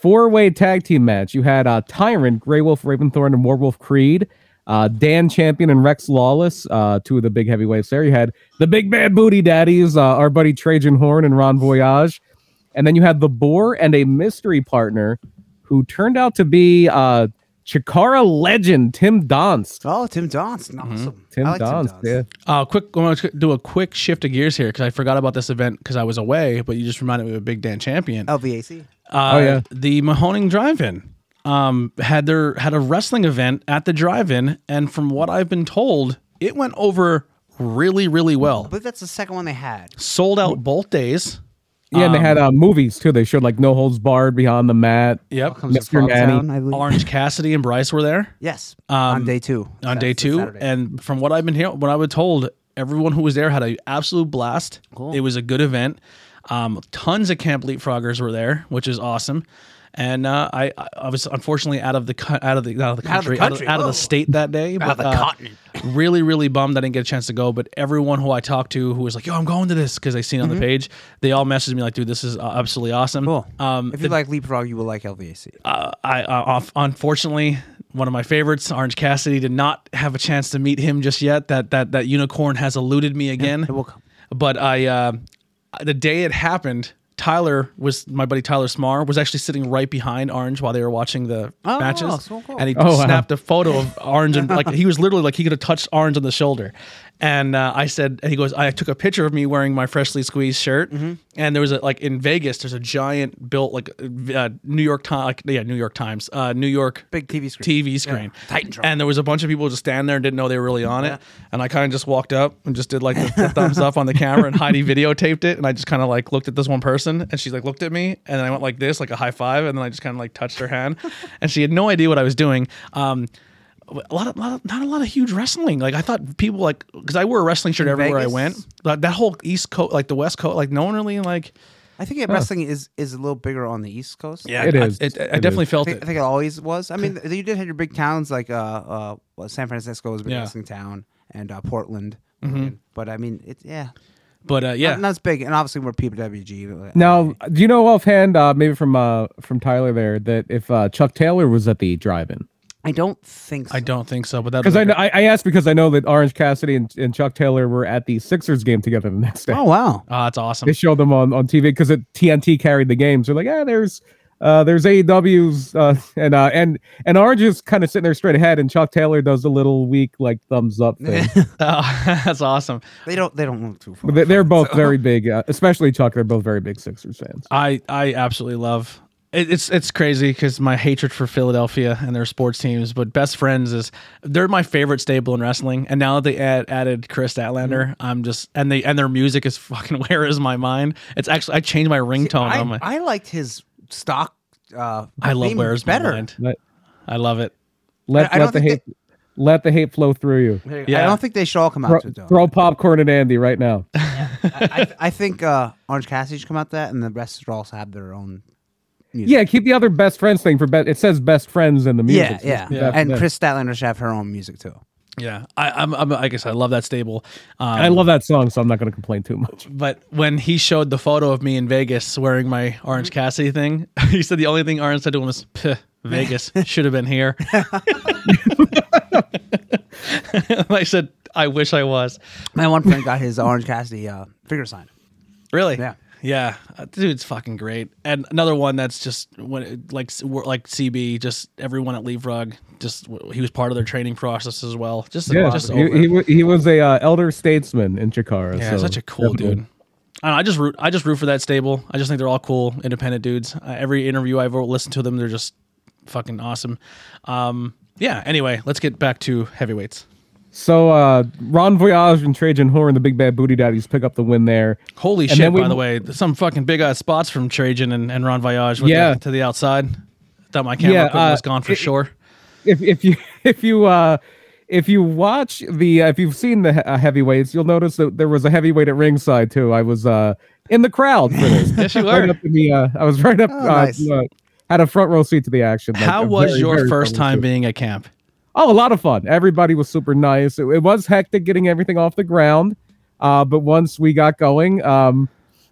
C: four way tag team match. You had uh, Tyrant, Grey Wolf, Raventhorn, and Warwolf Creed. Uh, Dan Champion and Rex Lawless, uh, two of the big heavyweights there. You had the Big Bad Booty Daddies, uh, our buddy Trajan Horn and Ron Voyage. And then you had the Boar and a mystery partner who turned out to be uh, Chikara legend Tim Donst.
B: Oh, Tim Donst.
A: Mm-hmm.
B: Awesome.
C: Tim
B: I like Tim
C: Donst, yeah.
B: Donst.
A: uh quick i'm gonna quick- do a quick shift of gears here because i forgot about this event because i was away but you just reminded me of a big dan champion
B: LVAC.
A: Uh,
C: Oh, yeah.
A: the Mahoning Drive-In um, had their had a wrestling event at the drive-in, and from what I've been told, it went over really, really well.
B: I believe that's the second one they had.
A: Sold out both days.
C: Yeah, and they had uh, movies too. They showed like No Holds Barred, Beyond the Mat.
A: Yep.
B: Comes to
C: Mr. Nanny.
B: Frogtown, I believe.
A: Orange Cassidy and Bryce were there
B: Yes. on day two.
A: on day
B: That's the
A: two,
B: Saturday.
A: and from what I've been hearing, what I was told, everyone who was there had an absolute blast. It was a good event. Um, tons of Camp Leapfroggers were there, which is awesome. And uh, I, I was unfortunately out of the co- out of the out of the
B: Out of the
A: country, out of,
B: country,
A: out of
B: whoa.
A: the state that day. But,
B: the
A: uh,
B: continent. (laughs)
A: really, really bummed I didn't get a chance to go. But everyone who I talked to who was like, "Yo, I'm going to this" because they seen it on the page, they all messaged me like, "Dude, this is uh, absolutely awesome."
B: Mm-hmm. Cool.
A: Um,
B: if you like Leapfrog, you will like LVAC.
A: uh, I uh, off, unfortunately one of my favorites, Orange Cassidy, did not have a chance to meet him just yet. That that that unicorn has eluded me again.
B: it will come.
A: But I, uh, the day it happened, Tyler was my buddy Tyler Smar was actually sitting right behind Orange while they were watching the
B: Oh,
A: matches,
B: so cool.
A: and he
C: Oh, wow.
A: snapped a photo of Orange and like he was literally like he could have touched Orange on the shoulder. And uh, I said, and he goes, I took a picture of me wearing my freshly squeezed shirt, and there was a like in Vegas, there's a giant built like uh, New York Times, like, yeah, New York Times, uh, New York
B: Big TV screen.
A: TV screen.
B: Titantron.
A: And there was a bunch of people just standing there and didn't know they were really on it. And I kind of just walked up and just did like the, the thumbs up on the camera and
B: (laughs)
A: Heidi videotaped it. And I just kind of like looked at this one person and she like looked at me and then I went like this, like a high five. And then I just kind of like touched her
B: (laughs)
A: hand and she had no idea what I was doing. Um, a lot of, lot of- not a lot of huge wrestling. Like I thought people like, cause I wore a wrestling shirt everywhere I
B: Vegas?
A: went, like that whole East coast, like the West coast, like no one really like,
B: I think wrestling is, is a little bigger on the East Coast.
A: yeah,
C: It
A: I,
C: is.
A: I,
C: It
A: I definitely felt
B: I
A: it.
B: think, I think it always was.
A: (laughs)
B: I mean, th- you did have your big towns like uh, uh, well, San Francisco was a big
A: Yeah.
B: wrestling town, and uh, Portland. But I mean, it's yeah,
A: But uh, yeah,
B: not, not as big. And obviously, we're PWG.
C: Now, do you know offhand, uh, maybe from uh, from Tyler there, that if uh, Chuck Taylor was at the drive-in?
B: I don't think so.
A: I don't think so. But that
C: Because I, know- I I asked because I know that Orange Cassidy and, and Chuck Taylor were at the Sixers game together the next day.
B: Oh wow,
A: Oh, that's awesome.
C: They showed them on on TV because TNT carried the games. They're like, ah, there's uh, there's AEW's uh, (laughs) and uh, and and Orange is kind of sitting there straight ahead, and Chuck Taylor does the little weak like thumbs up
B: (laughs)
C: thing.
A: Oh, that's awesome.
B: they don't they don't look too far.
C: But they- they're both very big, uh, especially Chuck. They're both very big Sixers fans.
A: I I absolutely love. It, it's it's crazy because my hatred for Philadelphia and their sports teams, but best friends is they're my favorite stable in wrestling. And now that they add, added Chris Statlander, I'm just and they and their music is (laughs) fucking where is my mind. It's actually I changed my ringtone.
B: I,
A: on Oh, my, I,
B: I liked his stock. Uh,
A: love
B: theme
A: where is my
B: better.
A: mind.
C: Let
A: I love it.
C: let,
B: I don't
C: let the
B: think
C: hate let the hate flow through you.
A: Yeah.
B: I don't think they should all come out
C: Throw,
B: to it though.
C: throw popcorn at Andy
A: (laughs)
C: right now.
B: I, I think uh, Orange Cassidy should come out that, and the rest should also have their own.
C: yeah, keep the other best friends thing for bet. It says best friends in the music.
B: Yeah,
C: so
B: yeah,
C: keep that for
B: And
C: them.
B: Chris Statlander should have her own music too.
A: Yeah, I, I'm, I'm I guess I love that stable. Um,
C: I love that song, so I'm not going to complain too much.
A: But when he showed the photo of me in Vegas wearing my Orange Cassidy thing, (laughs) he said the only thing Orange said to him was, "Puh, Vegas should have been here. (laughs) And I said, I wish I was.
B: My one friend got his Orange Cassidy uh, figure signed.
A: Really?
B: Yeah.
A: yeah, Uh, dude's fucking great. And another one that's just when like like CB, just everyone at Leave Rug, just he was part of their training process as well. Just
C: Yeah,
A: just
C: he,
A: over.
C: he, wa- he was a uh, elder statesman in Chikara.
A: yeah,
C: so
A: such a cool
C: definitely.
A: dude. I, don't know, I just root. I just root for that stable. I just think they're all cool, independent dudes. Uh, every interview I've ever listened to them, they're just fucking awesome. Um, yeah. Anyway, let's get back to heavyweights.
C: So uh, Ron Voyage and Trajan Horn, the big bad booty daddies, pick up the win there.
A: Holy
C: And
A: shit!
C: then we-
A: by the way, some fucking big ass spots from Trajan and, and Ron Voyage. With
C: Yeah.
A: the, to the outside. Thought my camera
C: Yeah,
A: equipment
C: uh,
A: was gone for
C: it-
A: sure.
C: If if you (laughs) if you uh, if you watch the uh, if you've seen the he- uh, heavyweights, you'll notice that there was a heavyweight at ringside too. I was uh, in the crowd for this.
A: (laughs) Yes, you
C: right
A: were.
C: up in the, uh, I was right up. uh,
B: nice.
C: uh, had a front row seat to the action. like,
A: How
C: a
A: was
C: very,
A: your
C: very
A: first
C: front row
A: time
C: seat.
A: being at camp?
C: Oh, a lot of fun. Everybody was super nice. It, it was hectic getting everything off the ground, uh, but once we got going, um,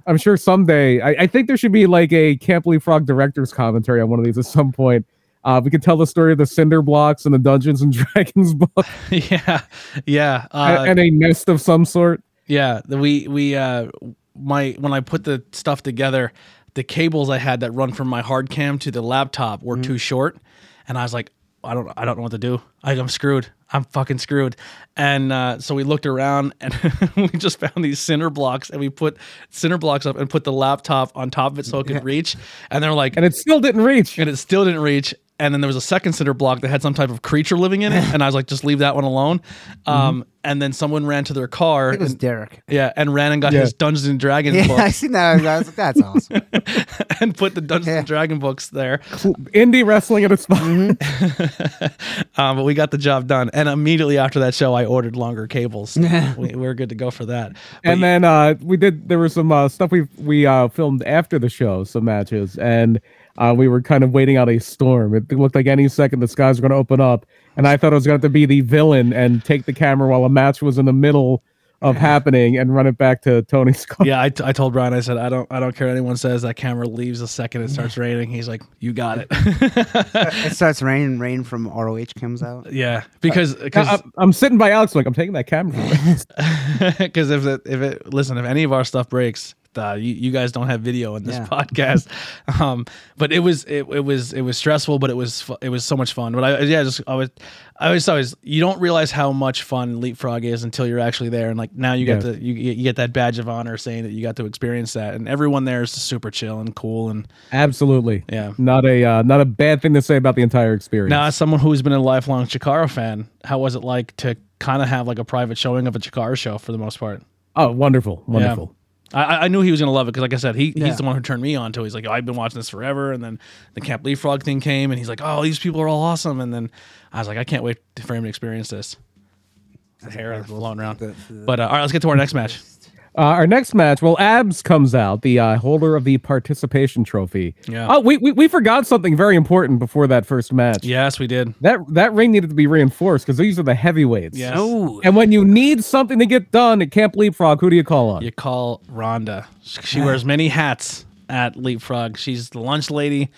C: I'm sure someday. I, I think there should be like a Camp Leapfrog director's commentary on one of these at some point. Uh, we could tell the story of the cinder blocks and the Dungeons and (laughs) Dragons book
A: (laughs) yeah, yeah, uh,
C: and a nest of some sort.
A: yeah. the- We we uh, my when I put the stuff together, the cables I had that run from my hard cam to the laptop were too short, and I was like, I don't I don't know what to do. I, I'm screwed. I'm fucking screwed. And uh, so we looked around and (laughs) we just found these cinder blocks and we put cinder blocks up and put the laptop on top of it so it could reach. And they're like,
C: And it still didn't reach.
A: and it still didn't reach. And then there was a second cinder block that had some type of creature living in it, and I was like, just leave that one alone. Um, And then someone ran to their car,
B: It was
A: and-
B: Derek.
A: yeah, and ran and got
C: Yeah.
A: his Dungeons and Dragons
B: Yeah, (laughs) I
A: book (laughs)
B: seen that. I was like, that's awesome.
A: and put the Dungeons
B: Yeah.
A: and Dragon books there.
C: Indie wrestling at its finest.
A: Um, but we got the job done, and immediately after that show, I ordered longer cables. (laughs) we, we are good to go for that. But
C: and then uh, we did. There was some uh, stuff we we uh, filmed after the show, some matches, and uh, we were kind of waiting out a storm. It looked like any second the skies were going to open up, and I thought it was going to have to be the villain and take the camera while a match was in the middle
A: (laughs)
C: of happening and run it back to Tony Scott.
A: yeah, I, t- I told Brian, I said, I don't I don't care what anyone says. That camera leaves the second it starts raining. He's like, you got it.
B: it starts raining. Rain from ROH comes
A: (laughs)
B: out.
A: yeah, because
B: Uh,
C: I,
A: because.
C: I, I'm sitting by Alex, like I'm taking that camera.
A: (laughs) because if it, if it listen if any of our stuff breaks uh, you, you guys don't have video in this
B: Yeah.
A: podcast (laughs) um but it was it, it was it was stressful but it was fu- it was so much fun but i yeah just i was i was always you don't realize how much fun leapfrog is until you're actually there and like now you get
C: Yeah.
A: the you, you get that badge of honor saying that you got to experience that and everyone there is super chill and cool and
C: Absolutely,
A: Yeah.
C: Not a uh, not a bad thing to say about the entire experience.
A: now as someone who's been a lifelong chikara fan how was it like to kind of have like a private showing of a chikara show for the most part
C: oh, wonderful, wonderful.
A: Yeah. I, I- I knew he was gonna love it because, like I said, he,
B: Yeah.
A: he's the one who turned me on to. it. He's like, oh, I've been watching this forever, and then the Camp Leapfrog thing came, and he's like, oh, these people are all awesome, and then I was like, I can't wait for him to experience this. The hair is blowing around. But uh, all right, let's get to our next match.
C: Uh, our next match, well, Abs comes out, the uh, holder of the participation trophy.
A: Yeah.
C: Oh, we, we we forgot something very important before that first match.
A: Yes, we did.
C: That that ring needed to be reinforced because these are the heavyweights.
A: Yes.
B: Oh,
C: And when you need something to get done at Camp Leapfrog, who do you call on? (laughs)
A: You call Rhonda. She wears many hats at Leapfrog. She's the lunch lady.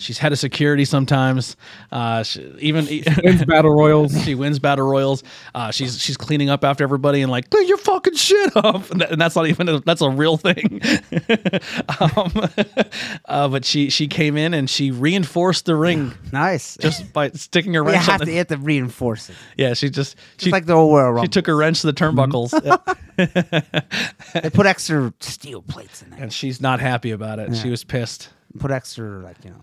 A: She's head of security sometimes. Uh, she, (laughs) even
C: Wins battle royals.
B: (laughs)
A: She wins battle royals. Uh, she's she's cleaning up after everybody and like clean your fucking shit up. (laughs) And, that- and that's not even a, that's a real thing. (laughs) um, (laughs) uh, but she she came in and she reinforced the
B: (sighs)
A: ring
B: nice.
A: just by sticking her
B: (laughs) you
A: wrench.
B: have
A: on
B: to,
A: the,
B: you have to reinforce it.
A: yeah, she just
B: It's
A: she
B: like the Mm-hmm. old world.
A: she
B: Rumble.
A: took her wrench to the turnbuckles
B: (laughs)
A: uh,
B: they put extra steel plates in there.
A: and she's not happy about it. She was pissed.
B: Put extra like you know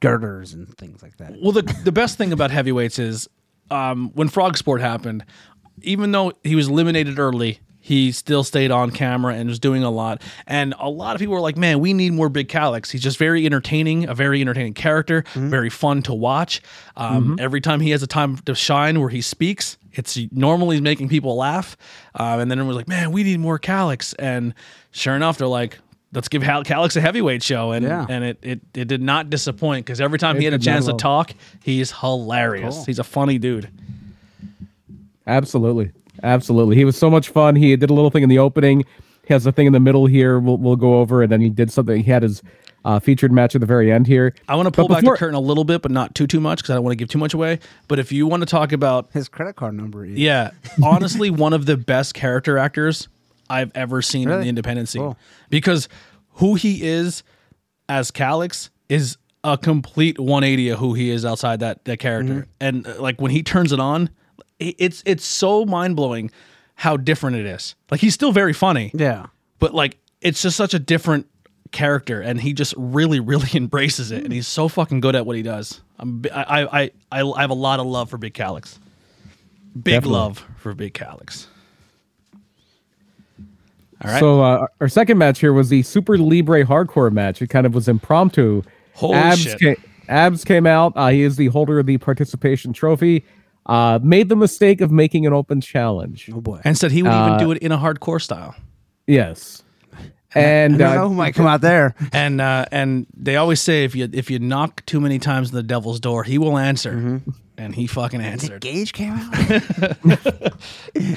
B: girders and things like that.
A: Well, the the best thing about heavyweights is um, when Frog Sport happened, even though he was eliminated early, he still stayed on camera and was doing a lot. And a lot of people were like, "Man, we need more Big Calix. He's just very entertaining, a very entertaining character, very fun to watch. Um, Every time he has a time to shine where he speaks, it's normally making people laugh. Um, and then everyone was like, "Man, we need more Calix." And sure enough, they're like. Let's give Hal Calix a heavyweight show, and
B: Yeah.
A: and it, it it did not disappoint because every time he had a
C: did not
A: chance
C: at
A: to
C: all.
A: talk, he's hilarious. He's a funny dude.
C: Absolutely. Absolutely. He was so much fun. He did a little thing in the opening. He has a thing in the middle here. We'll, we'll go over. And then he did something. He had his uh, featured match at the very end here.
A: I want to
C: But
A: pull back
C: before-
A: the curtain a little bit, but not too too much because I don't want to give too much away. But if you want to talk about,
B: His credit card number. Is, (laughs)
A: yeah, honestly, one of the best character actors I've ever seen in
B: Really?
A: the independent scene
B: Cool.
A: because who he is as Calix is a complete 180 of who he is outside that that character.
B: Mm-hmm.
A: And uh, like when he turns it on, i- it's it's so mind blowing how different it is. Like he's still very funny,
B: Yeah.
A: but like it's just such a different character, and he just really really (laughs) embraces it, and he's so fucking good at what he does. I'm, bi- I, I I I I have a lot of love for Big Calix. Big
C: Definitely.
A: love for Big Calix. All right.
C: So uh, our second match here was the Super Libre Hardcore match. It kind of was impromptu.
A: Holy
C: Abs
A: shit.
C: Came, Abs came out. Uh, he is the holder of the participation trophy. Uh, made the mistake of making an open challenge.
B: Oh boy.
A: and said he would
C: Uh,
A: even do it in a hardcore style.
C: Yes. And
B: I don't know
C: uh,
B: who might come out there.
A: And uh, and they always say if you if you knock too many times on the devil's door, he will answer.
C: Mm-hmm.
A: And he fucking
C: (laughs)
A: answered.
B: Gage came out.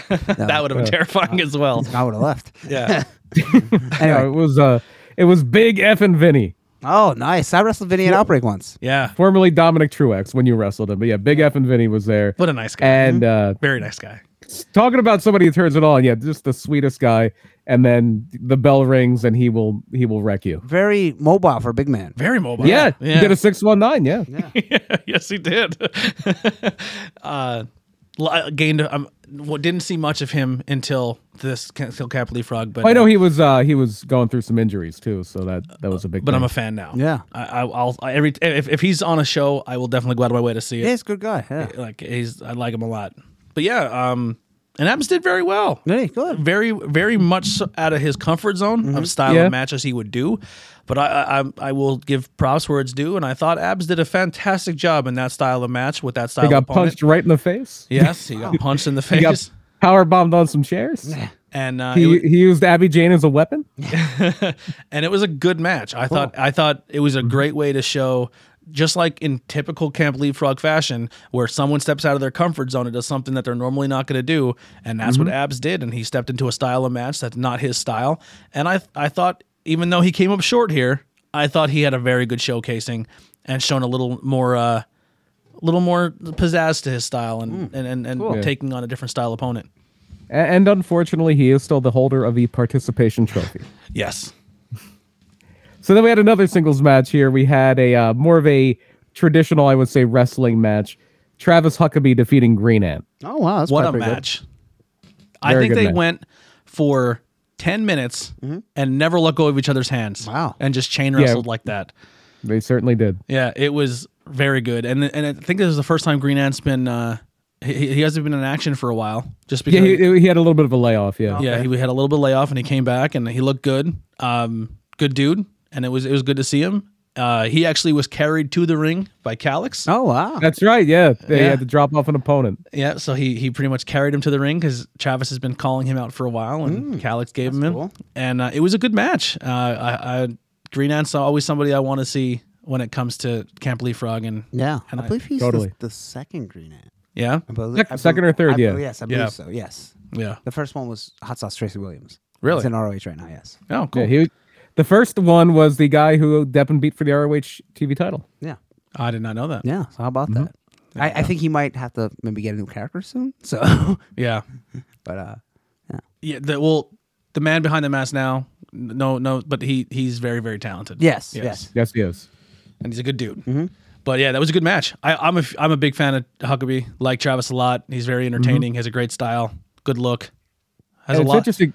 A: That would have been terrifying as
C: (laughs)
A: well.
B: I would have left.
A: Yeah.
C: uh, it was uh, it was Big F and Vinny,
B: Oh, nice. I wrestled Vinny at Outbreak once.
A: Yeah.
C: formerly Dominic Truex when you wrestled him. But yeah, Big F and Vinny was there.
A: What a nice guy.
C: And uh,
A: Very nice guy.
C: talking about somebody who turns it on, yeah, just the sweetest guy. And then the bell rings and he will he will wreck you.
B: Very mobile for a big man.
A: Very mobile.
C: Yeah,
A: Yeah.
C: you get a six one nine. Yeah,
A: (laughs) yes, he did. uh, li- gained. Um, well, didn't see much of him until this until Capitally Frog. But
C: I know
A: uh,
C: he was uh, he was going through some injuries too, so that that was a big.
A: but I'm
C: thing.
A: a fan now.
B: Yeah.
A: I, I, I'll I, every if, if he's on a show, I will definitely go out of my way to see it.
B: Yeah, he's a good guy. Yeah.
A: like he's I like him a lot. But yeah, um and Adams did very well.
B: Hey, good.
A: Very very much so out of his comfort zone of style
C: Mm-hmm. Yeah.
A: of matches he would do. But I, I I'm- I will give props where it's due and I thought Abs did a fantastic job in that style of match with that style
C: he got
A: of opponent.
C: punched right in the face.
A: Yes, he got punched in the
C: (laughs) He got
A: face.
C: power bombed on some chairs.
A: And uh, it
C: He,
A: was-
C: he used Abby Jane as a weapon.
A: and it was a good match. I
C: Oh.
A: thought I thought it was a
C: Mm-hmm.
A: great way to show just like in typical Camp Leapfrog fashion, where someone steps out of their comfort zone and does something that they're normally not going to do, and that's
C: Mm-hmm.
A: what Abs did. And he stepped into a style of match that's not his style. And I I thought even though he came up short here, I thought he had a very good showcasing and shown a little more. Uh, little more pizzazz to his style
C: Mm.
A: and and, and, and taking on a different style opponent.
C: A- And unfortunately, he is still the holder of the participation trophy.
A: Yes.
C: So then we had another singles match here. We had a uh, more of a traditional, I would say, wrestling match. Travis Huckabee defeating Green Ant.
B: Oh, wow. That's
A: what a
B: probably pretty
A: match. I
C: Very
A: think
C: good
A: they
C: match. Mm-hmm.
A: went for 10 minutes and never let go of each other's hands.
B: Wow.
A: And just chain wrestled like that.
C: They certainly did.
A: Yeah, it was very good. And and I think this is the first time Green Ant's been uh he, he hasn't been in action for a while just because
C: Yeah, he, he had a little bit of a layoff. Yeah,
A: yeah, he had a little bit of layoff and he came back and he looked good. Um, good dude, and it was it was good to see him. Uh, he actually was carried to the ring by Calix.
B: good. Oh, wow.
C: that's right. Yeah, they
A: Yeah.
C: had to drop off an opponent.
A: Yeah, so he he pretty much carried him to the ring because Travis has been calling him out for a while, and Calix gave him, in.
B: cool.
A: and uh, it was a good match. Uh, I, I Green Ant's always somebody I want to see when it comes to Camp Leaf Frog, and
B: Yeah. I
A: I-
B: believe he's
C: Totally.
B: the, the second Green Ant.
A: yeah,
B: I belie-
C: Sec-
B: I
C: second or third,
B: I
C: yeah.
B: believe- Yes, I believe
A: Yeah.
B: so. Yes.
A: yeah,
B: The first one was Hot Sauce Tracy Williams.
A: Really?
B: It's in ROH right now, yes.
A: oh cool.
C: Yeah, he, the first one was the guy who Deppen beat for the ROH TV title.
B: Yeah.
A: I did not know that. Yeah,
B: Yeah. So how about that? I, I think he might have to maybe get a new character soon. So, (laughs)
A: yeah,
B: but uh,
A: the, well, the man behind the mask now, n- no, no, but he he's very very talented.
B: yes,
A: Yes.
B: yes,
C: Yes, he is.
A: and he's a good dude. But yeah, that was a good match. I, I'm a f- I'm a big fan of Huckabee. Like Travis a lot. He's very entertaining. Has a great style. Good look. Has
C: And
A: a
C: it's
A: lot.
C: interesting.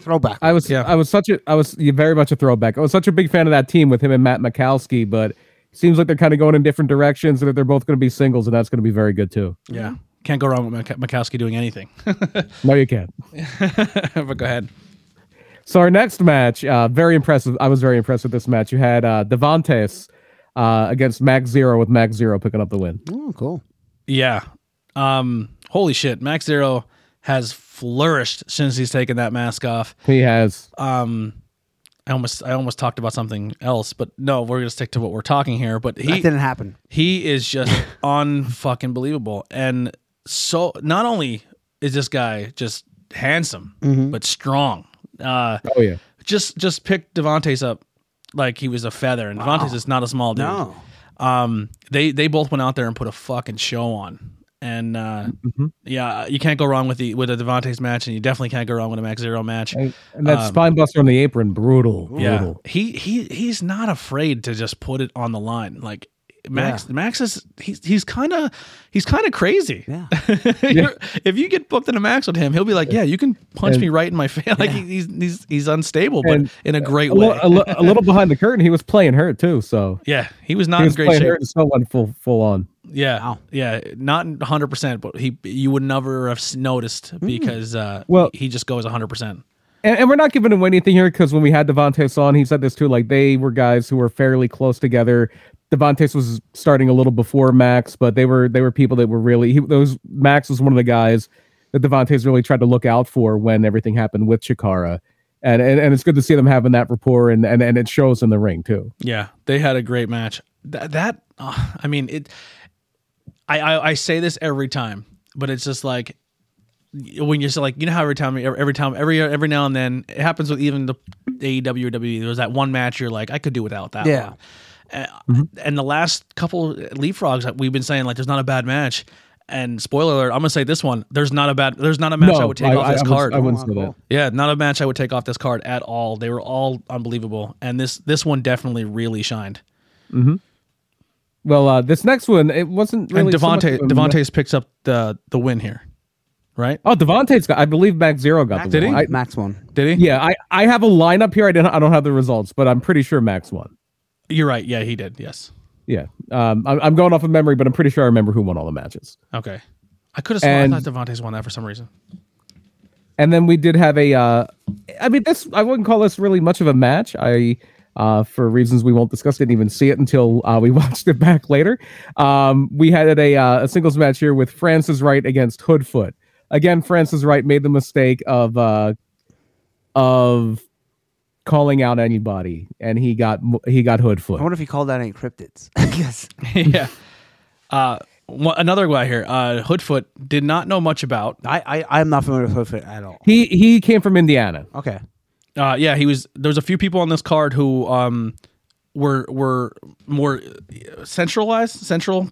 B: Throwback.
C: I was
A: Yeah.
C: I was such a I was yeah, very much a throwback. I was such a big fan of that team with him and Matt Mikowski, but it seems like they're kind of going in different directions and that they're both going to be singles, and that's going to be very good too.
A: Yeah. Can't go wrong with Mik- Mikowski doing anything. (laughs)
C: No, you can't.
A: but go ahead.
C: So our next match, uh, very impressive. I was very impressed with this match. You had uh, Devantes uh, against Max Zero with Max Zero picking up the win.
B: oh, cool.
A: Yeah. Um, holy shit. Max Zero has flourished since he's taken that mask off.
C: He has
A: Um, I almost I almost talked about something else, but no, we're gonna stick to what we're talking here. But
B: That
A: he
B: didn't happen.
A: he is just (laughs) unfucking believable. And so not only is this guy just handsome, but strong. Uh
C: oh yeah
A: just just picked Devante's up like he was a feather, and Devante's is not a small dude.
B: No.
A: Um, they they both went out there and put a fucking show on, And uh,
C: Mm-hmm.
A: yeah, you can't go wrong with the with a Devontae's match, and you definitely can't go wrong with a Max Zero match.
C: And, and that
A: Um,
C: spine buster on the apron, brutal, brutal.
A: Yeah, he he he's not afraid to just put it on the line. Like Max, Max is he's he's kind of he's kind of crazy. (laughs)
B: Yeah.
A: You're- if you get booked in a Max with him, he'll be like, "Yeah, you can punch me right in my face." (laughs) Like he's he's he's unstable, but
C: And-
A: in a great
C: A,
A: way.
C: li- a li- a little behind the curtain, he was playing hurt too. So
A: yeah, he was
C: he
A: not in
C: was
A: great
C: playing
A: shape.
C: hurt and still went full full on.
A: Yeah, yeah, not 100, percent but he you would never have s- noticed because uh,
C: Well-
A: he just goes 100. percent
C: And, and we're not giving him anything here because when we had Devontae on, he said this too. Like they were guys who were fairly close together. Devontae was starting a little before Max, but they were they were people that were really he, those. Max was one of the guys that Devontae's really tried to look out for when everything happened with Chikara. And, and, and it's good to see them having that rapport and, and, and it shows in the ring too.
A: Yeah, they had a great match. That, that uh, I mean, it. I, I I say this every time, but it's just like when you're so like you know how every time every every time every every now and then it happens with even the E AEW or WWE. There was that one match you're like I could do without that.
B: Yeah.
A: one. Uh,
C: Mm-hmm.
A: And the last couple leapfrogs that we've been saying like there's not a bad match. And spoiler alert, I'm gonna say this one. There's not a bad. There's not a match I would take off this
C: wouldn't-
A: card.
C: I wouldn't
B: Oh,
C: say that.
B: cool.
A: Yeah, not a match I would take off this card at all. They were all unbelievable, and this this one definitely really shined.
C: Well, uh, this next one, it wasn't really.
A: and
C: so much
A: Devontae
C: of a-
A: Devontae's picks up the the win here, right?
C: Oh, Devontae's got, I believe Max Zero got the
B: Did
C: win.
B: he?
C: I-
B: Max won.
A: Did he?
C: yeah, I, I have a lineup here. I, didn't, I don't have the results, but I'm pretty sure Max won.
A: You're right. Yeah, he did. Yes.
C: Yeah. Um, I'm, I'm going off of memory, but I'm pretty sure I remember who won all the matches.
A: Okay. I could have sworn
C: And-
A: I thought Devontae's won that for some reason. (laughs)
C: And then we did have a, uh, I mean, this, I wouldn't call this really much of a match. I, uh, for reasons we won't discuss, didn't even see it until uh, we (laughs) watched it back later. Um, we had a, uh, a singles match here with Francis Wright against Hoodfoot. Again, Francis Wright made the mistake of, uh, of calling out anybody, and he got he got
B: I
C: Hoodfoot.
B: wonder if he called out any cryptids. (laughs) yes.
A: yeah. Uh, one, another guy here, uh, Hoodfoot, did not know much about.
B: I, I I'm not familiar with Hoofit at all.
C: He he came from Indiana.
B: Okay.
A: Uh, yeah, he was. There was a few people on this card who um were were more centralized, central.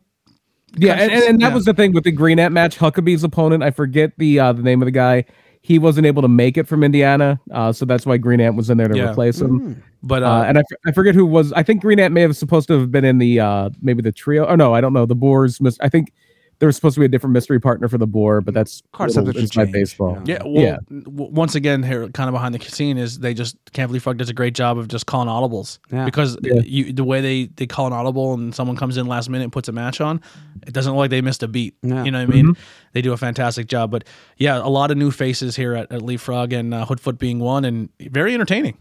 C: Yeah,
A: countries?
C: and, and, and that
A: Yeah.
C: was the thing with the Greenette match. Huckabee's opponent, I forget the uh, the name of the guy. He wasn't able to make it from Indiana, uh, so that's why Greenette was in there to
A: Yeah.
C: replace him.
A: But uh,
C: Uh, and I, f- I forget who was. I think Greenette may have supposed to have been in the uh, maybe the trio. Oh no, I don't know. The Boers. Mis- I think there was supposed to be a different mystery partner for the Boar, but that's
B: Card
C: little
B: subjects
C: inside
B: change,
C: baseball.
A: Yeah, well,
C: Yeah.
A: w- once again, here kind of behind the scene is they just can't believe Frog does a great job of just calling audibles
B: Yeah.
A: because you the way they they call an audible and someone comes in last minute and puts a match on, it doesn't look like they missed a beat.
B: Yeah. Mm-hmm.
A: You know what I mean? They do a fantastic job, but yeah, a lot of new faces here at, at Leaf Frog and uh, Hoodfoot being one and very entertaining.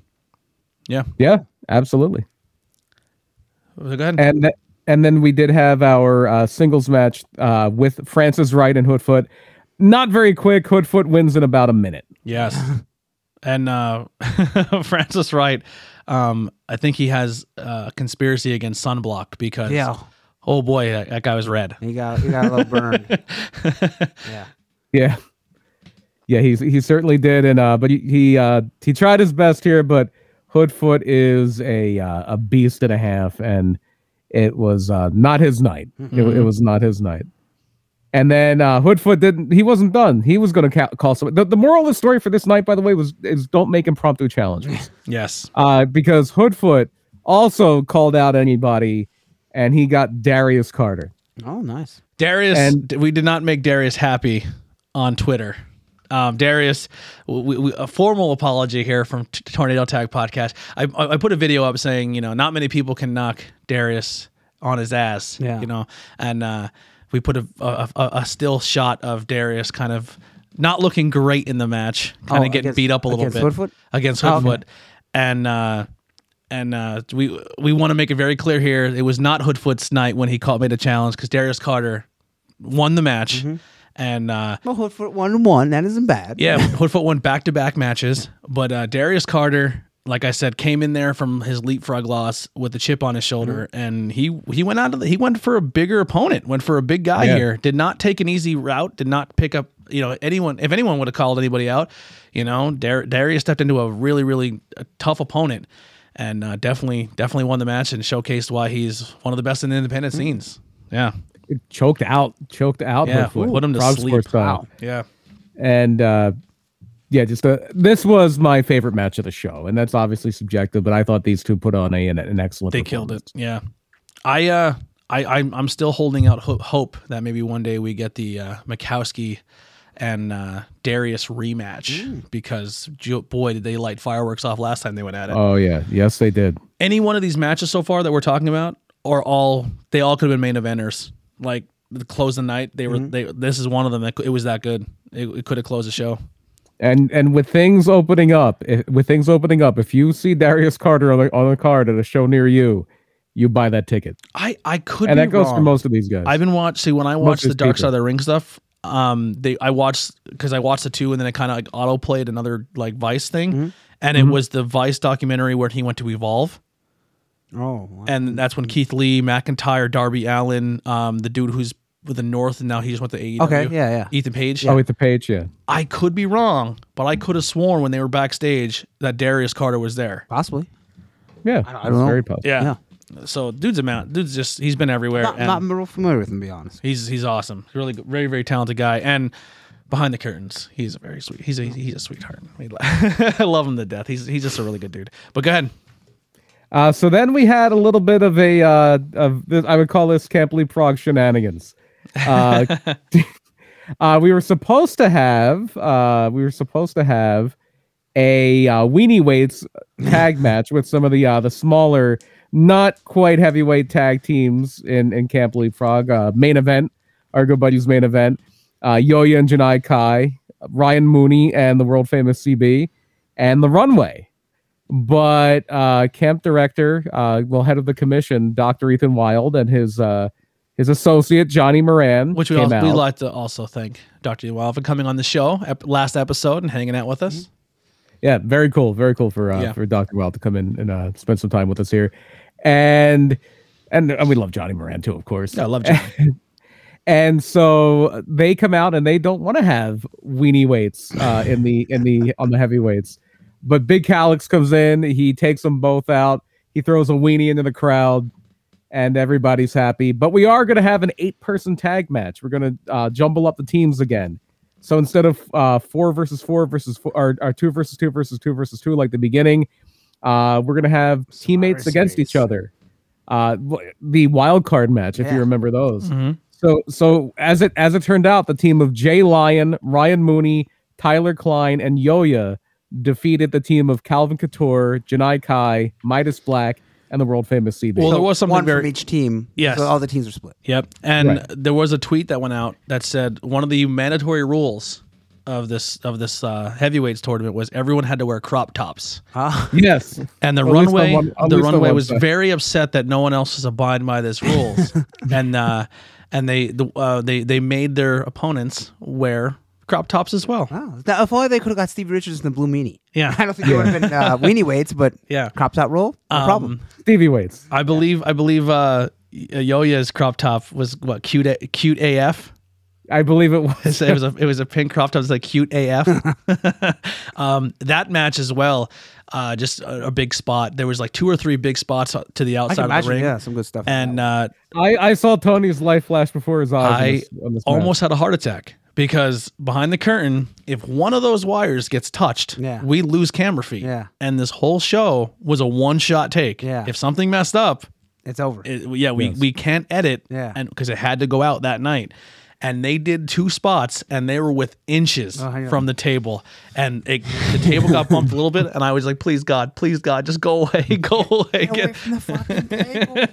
A: Yeah,
C: yeah, absolutely.
A: go ahead.
C: and th- and then we did have our uh, singles match uh, with Francis Wright and Hoodfoot. Not very quick. Hoodfoot wins in about a minute.
A: Yes.
B: (laughs)
A: and uh, (laughs) Francis Wright, um, I think he has a conspiracy against Sunblock because,
B: Yeah.
A: oh boy, that, that guy was red.
B: He got he got a little burned. (laughs) yeah.
C: Yeah, yeah, he's he certainly did. And uh, but he he, uh, he tried his best here, but Hoodfoot is a uh, a beast and a half, and it was uh, not his night. It, wa- it
A: Mm-hmm.
C: was not his night. And then uh, Hoodfoot didn't. He wasn't done. He was going to ca- call someone. The, the moral of the story for this night, by the way, was is don't make impromptu challenges.
A: (laughs) (laughs) Yes.
C: uh, because Hoodfoot also called out anybody, and he got Darius Carter.
B: Oh, nice.
A: Darius,
C: And-
A: d- we did not make Darius happy on Twitter. Um, Darius, we, we, a formal apology here from T- Tornado Tag Podcast. I, I I put a video up saying, you know, not many people can knock Darius on his ass,
B: Yeah.
A: you know, and uh, we put a, a, a, a still shot of Darius kind of not looking great in the match, kind
B: Oh,
A: of getting
B: against-
A: beat up a little
B: against
A: bit
B: Hoodfoot?
A: against
B: Oh, okay.
A: Hoodfoot, and uh, and uh, we we want to make it very clear here. It was not Hoodfoot's night when he caught made a challenge because Darius Carter won the match,
B: Mm-hmm.
A: and uh,
B: Well, Hoofit one and one. That isn't bad.
A: yeah, Hoodfoot won back to back matches. But uh, Darius Carter, like I said, came in there from his leapfrog loss with a chip on his shoulder,
C: Mm-hmm.
A: and he he went out. To the, he went for a bigger opponent. Went for a big guy
C: Yeah.
A: here. Did not take an easy route. Did not pick up. You know, anyone if anyone would have called anybody out, you know, Dar- Darius stepped into a really really uh, tough opponent,
C: Mm-hmm.
A: and uh, definitely definitely won the match and showcased why he's one of the best in the independent scenes. Yeah.
C: choked out, choked out.
A: Yeah,
C: Hoodfoot.
A: put him to
C: Frog
A: sleep.
C: Sports style.
B: Wow.
A: Yeah.
C: and uh, yeah, just uh this was my favorite match of the show, and that's obviously subjective, but I thought these two put on a, an, an excellent.
A: They killed it. Yeah. I uh I I'm, I'm still holding out ho- hope that maybe one day we get the uh Mikowski and uh Darius rematch because jo- boy did they light fireworks off last time they went at it.
C: performance. Oh yeah, yes they did.
A: Any one of these matches so far that we're talking about are all they all could have been main eventers. Like the close the night they were they this is one of them that c- it was that good. It, it could have closed the show.
C: And and with things opening up, if, with things opening up, if you see Darius Carter on a, on a card at a show near you, you buy that ticket,
A: I I could
C: and
A: be
C: that goes for
A: wrong.
C: most of these guys.
A: I've been watching. See, when I watch
C: of
A: the
C: his
A: Dark
C: people.
A: Side of the Ring stuff, um, they I watched because I watched the two, and then it kind of like auto played another like Vice thing,
B: Mm-hmm.
A: and it was the Vice documentary where he went to evolve,
B: Oh, wow.
A: and that's when Keith Lee, McIntyre, Darby Allen, um, the dude who's with the North, and now he just went to AEW.
B: Okay, yeah, yeah.
A: Ethan Page.
C: oh, with the page, yeah.
A: I could be wrong, but I could have sworn when they were backstage that Darius Carter was there.
B: possibly.
C: Yeah,
B: don't
C: it's
B: know.
C: very possible.
A: Yeah. So dude's a mount. Dude's just he's been everywhere.
B: Not,
A: and-
B: not real familiar with him, to be honest.
A: He's he's awesome. Really, good- very very talented guy. And behind the curtains, he's a very sweet. He's a he's a sweetheart. We lo- (laughs) I love him to death. He's he's just a really good dude. But go ahead.
C: Uh, so then we had a little bit of a uh, of this, I would call this Camp Leapfrog shenanigans. Uh, uh, we were supposed to have uh, we were supposed to have a uh, weenie weights
A: (laughs)
C: tag match with some of the uh, the smaller, not quite heavyweight tag teams in in Camp Leapfrog uh, main event. Our good buddies main event. Uh, Yoya and Janai Kai, Ryan Mooney, and the world famous CB, and the Runway but uh, camp director, uh, well, head of the commission, Dr. Ethan Wild, and his uh, his associate Johnny Moran,
A: Which we
C: came
A: also,
C: out.
A: we like to also thank Dr. Yuval for coming on the show ep- last episode and hanging out with us.
C: yeah, very cool, very cool for uh,
A: Yeah.
C: for Dr. Wild to come in and uh, spend some time with us here, and and, and we love Johnny Moran too, of course.
A: Yeah, I love (laughs) John.
C: and so they come out and they don't want to have weenie weights uh, in the in the on the heavyweights but big calix comes in he takes them both out he throws a weenie into the crowd and everybody's happy but we are going to have an eight person tag match we're going to uh, jumble up the teams again so instead of uh, four versus four versus four or, or two versus two versus two versus two like the beginning uh, we're going to have teammates against each
B: series.
C: other uh, the wild card match if you
B: Yeah.
C: remember those
A: Mhm.
C: so so as it as it turned out, the team of Jay Lyon, Ryan Mooney, Tyler Klein, and Yoya defeated the team of Calvin Couture, Janai Kai, Midas Black, and the world famous CB.
A: Well, there was something
B: One
A: very
B: from each team.
A: Yes.
B: So all the teams are split.
A: Yep. And
C: Right.
A: there was a tweet that went out that said one of the mandatory rules of this of this uh, heavyweights tournament was everyone had to wear crop tops.
B: (laughs) Huh?
C: yes.
A: And the
C: At least on
A: runway,
C: one- at
A: the
C: least on
A: runway
C: one
A: was
C: side.
A: very upset that no one else is abiding by these
C: (laughs)
A: rules, and uh, and they the, uh, they they made their opponents wear crop tops as well.
B: Wow. Now, if only they could have got Stevie Richards and the Blue Meanie.
A: Yeah.
B: (laughs) I don't think it would have
A: (laughs)
B: been uh, weenie weights, but
A: Yeah.
B: crops out roll, no
A: Um,
B: problem.
C: Stevie Waits.
A: I believe I believe uh, Y- Yoya's crop top was what cute A- cute AF.
C: I believe it
A: (laughs)
C: was.
A: It was a it was a pink crop top. It was like cute AF.
C: (laughs)
A: um, that match as well, uh, just a, a big spot. There was like two or three big spots to the
B: I
A: outside
B: can
A: of the
B: imagine.
A: ring,
B: Yeah, some good stuff.
A: and uh,
C: I, I saw Tony's life flash before his eyes.
A: I
C: on this, on this match.
A: almost had a heart attack because behind the curtain, if one of those wires gets touched,
B: Yeah.
A: we lose camera feed.
B: Yeah.
A: And this whole show was a one shot take.
B: Yeah.
A: If something messed up,
B: it's over.
A: it, yeah, we, we can't edit.
B: Yeah.
A: And because it had to go out that night. And they did two spots and they were with inches
B: yeah.
A: from the table. And it, the table got bumped a little bit. And I was like, please, God, please, God, just go away, (laughs) go away.
B: Get away from the (laughs) fucking table.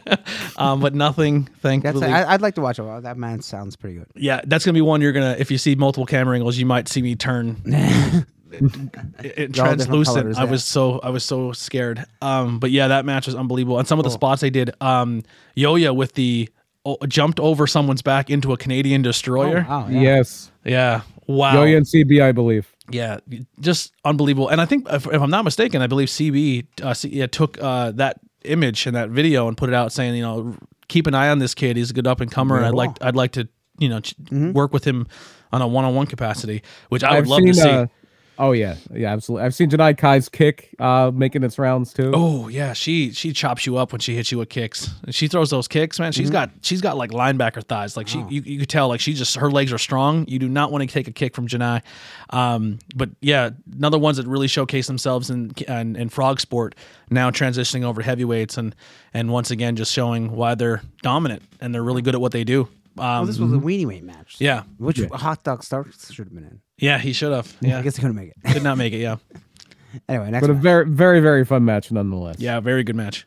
A: um, but nothing,
B: That's,
A: thankfully.
B: I, I'd like to watch it. Wow, That man sounds pretty good.
A: Yeah, that's gonna be one you're gonna. If you see multiple camera angles, you might see me turn
B: (laughs)
A: it, it
B: They're all different
A: translucent.
B: colors,
A: I
B: yeah.
A: was so I was so scared. Um, but yeah, that match was unbelievable. And some of the spots they did, um, Yoya with the oh, jumped over someone's back into a Canadian destroyer.
B: Oh, Wow. Yeah.
C: Yes.
A: Yeah, wow.
C: Yoya and CB, I believe.
A: Yeah, just unbelievable. And I think if, if I'm not mistaken, I believe CB uh, C, yeah, took uh, that image and that video and put it out saying, you know, keep an eye on this kid. He's a good up and comer, and I'd like I'd like to you know ch- work with him on a one on one capacity, which I would love to see.
C: Uh, Oh yeah, yeah, absolutely. I've seen Janai Kai's kick uh, making its rounds too.
A: Oh yeah, she she chops you up when she hits you with kicks. And She throws those kicks, man.
B: Mm-hmm.
A: She's got she's got like linebacker thighs. Like she you, you could tell like she just her legs are strong. You do not want to take a kick from Janai. Um, but yeah, another ones that really showcase themselves in, in in frog sport now transitioning over to heavyweights and and once again just showing why they're dominant and they're really good at what they do.
B: Oh,
A: Um,
B: this was a weenie weight match.
A: yeah, Uh,
B: Which hot dog Starks should have been in.
A: yeah, he should have.
B: I
A: Yeah,
B: guess they couldn't make it. (laughs)
A: could not make it. Yeah,
B: anyway, next
C: But a
B: one.
C: very, very, very fun match nonetheless.
A: yeah, very good match.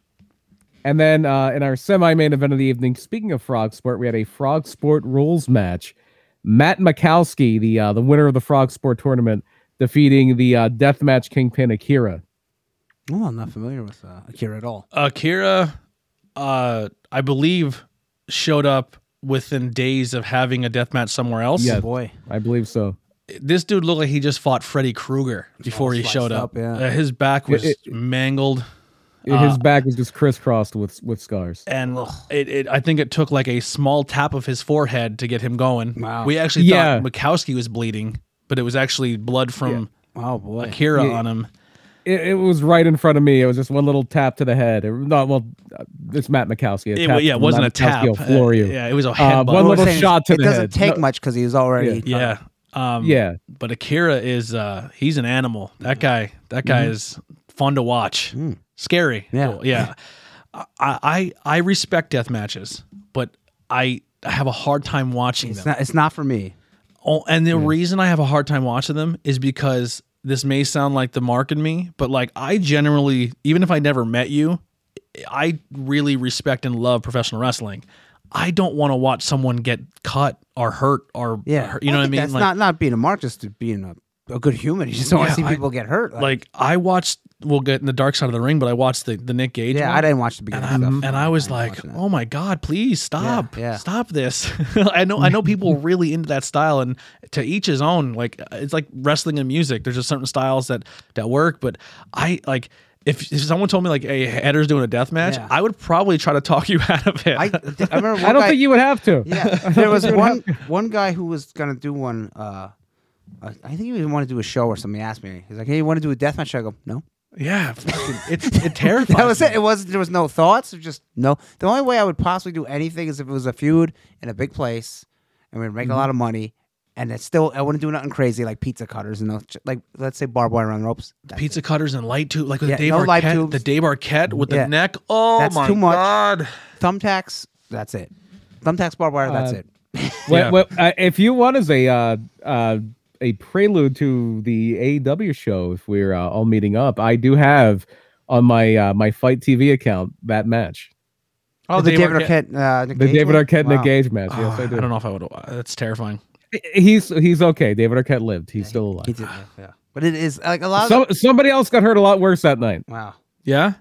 C: And then uh, in our semi-main event of the evening, speaking of Frog Sport, we had a Frog Sport rules match. Matt Mikowski, the uh, the winner of the Frog Sport tournament, defeating the uh, Deathmatch Kingpin Akira.
B: Oh, I'm not familiar with uh, Akira at all.
A: Akira, uh, I believe, showed up within days of having a death match somewhere else.
C: Yeah.
B: Oh, Boy.
C: I believe so.
A: This dude looked like he just fought Freddy Krueger before he
B: sliced
A: showed up.
B: up, yeah.
A: Uh, his back was
C: It-
A: mangled. Uh,
C: His back was just crisscrossed with with scars.
A: And it, it, I think it took like a small tap of his forehead to get him going.
B: Wow.
A: We actually
C: Yeah.
A: thought Mikowski was bleeding, but it was actually blood from
B: Oh, boy.
A: Akira on him.
C: It, it was right in front of me. It was just one little tap to the head. It, not well. uh, It's Matt Mikowski. A
A: It,
C: tap
A: wa- yeah, it
C: from
A: wasn't a
C: Matt Mikowski
A: tap.
C: will floor
A: Uh,
C: you.
A: Yeah, it was a
C: Uh,
A: headbutt.
C: one
B: What I'm
C: little
B: saying is
C: shot to
B: it
C: the
B: doesn't
C: head.
B: take
C: No.
B: much because he was already.
A: yeah. Um,
C: Uh, yeah.
A: but Akira is uh he's an animal.
B: Mm.
A: That guy that guy is fun to watch. Scary.
B: Mm-hmm. Yeah.
A: Cool. Yeah. I, I I respect death matches, but I I have a hard time watching
B: It's
A: them.
B: not, Mm. it's not for me.
A: Oh, and the reason I have a hard time watching them is because this may sound like the mark in me, but like I generally even if I never met you, I really respect and love professional wrestling. I don't want to watch someone get cut or hurt or
B: Yeah.
A: hurt- you know what I
B: think
A: mean?
B: That's not, not being a mark, just to being a, a good human. (laughs) You just don't want
A: Yeah,
B: to see
A: I-
B: people get hurt. Like,
A: like I watched we'll get in the dark side of the ring, but I watched the, the Nick Gage
B: yeah,
A: one,
B: I didn't watch the beginning
A: and, I,
B: stuff.
A: and I was
B: didn't
A: like,
B: watch that.
A: "Oh my god, please stop.
B: yeah.
A: Stop this." (laughs) I know I know people are really into that style and to each his own. Like it's like wrestling and music. There's just certain styles that that work, but I like if, if someone told me like, "Hey, Eder's doing a death match,"
B: Yeah.
A: I would probably try to talk you (laughs) out of it.
B: (laughs) I, th- I
A: (laughs)
B: remember one
C: I don't
B: guy,
C: think you would have to.
B: Yeah, there was one one guy who was gonna do one. Uh, uh, I think he was want to do a show or something. He asked me. He's like, "Hey, you want to do a death match?" I go, "No."
A: yeah, fucking, it's it terrifies.
B: (laughs) That was
A: me.
B: it. It was there was no thoughts. It was just no. The only way I would possibly do anything is if it was a feud in a big place and we'd make a lot of money. And it's still, I wouldn't do nothing crazy like pizza cutters and those, like let's say barbed wire around the ropes. That's
A: Pizza cutters and light tube, like with
B: Yeah,
A: Dave
B: no light
A: Arquette,
B: tubes.
A: the Dave Arquette with
B: Yeah.
A: the neck. Oh
B: That's
A: my
B: too much.
A: god!
B: it. thumbtacks. That's it. Thumbtacks, barbed wire. That's
C: Uh,
B: it.
C: Well,
A: Yeah.
C: well, uh, if you want is a uh, uh, a prelude to the AW show, if we're uh, all meeting up, I do have on my uh, my Fight TV account that match,
A: Oh,
B: the
A: Dave
B: David Arquette, uh, Nick
C: the
B: Gage
C: David
B: one?
C: Arquette
B: Wow.
C: Nick Gage match.
B: Uh,
A: Oh,
C: yes, I do.
A: don't know if I would. That's terrifying.
C: He's he's okay. David Arquette lived. He's still
B: He
C: alive.
B: did, yeah. But it is like a lot of.
C: Some, somebody else got hurt a lot worse that night.
B: wow.
A: Yeah.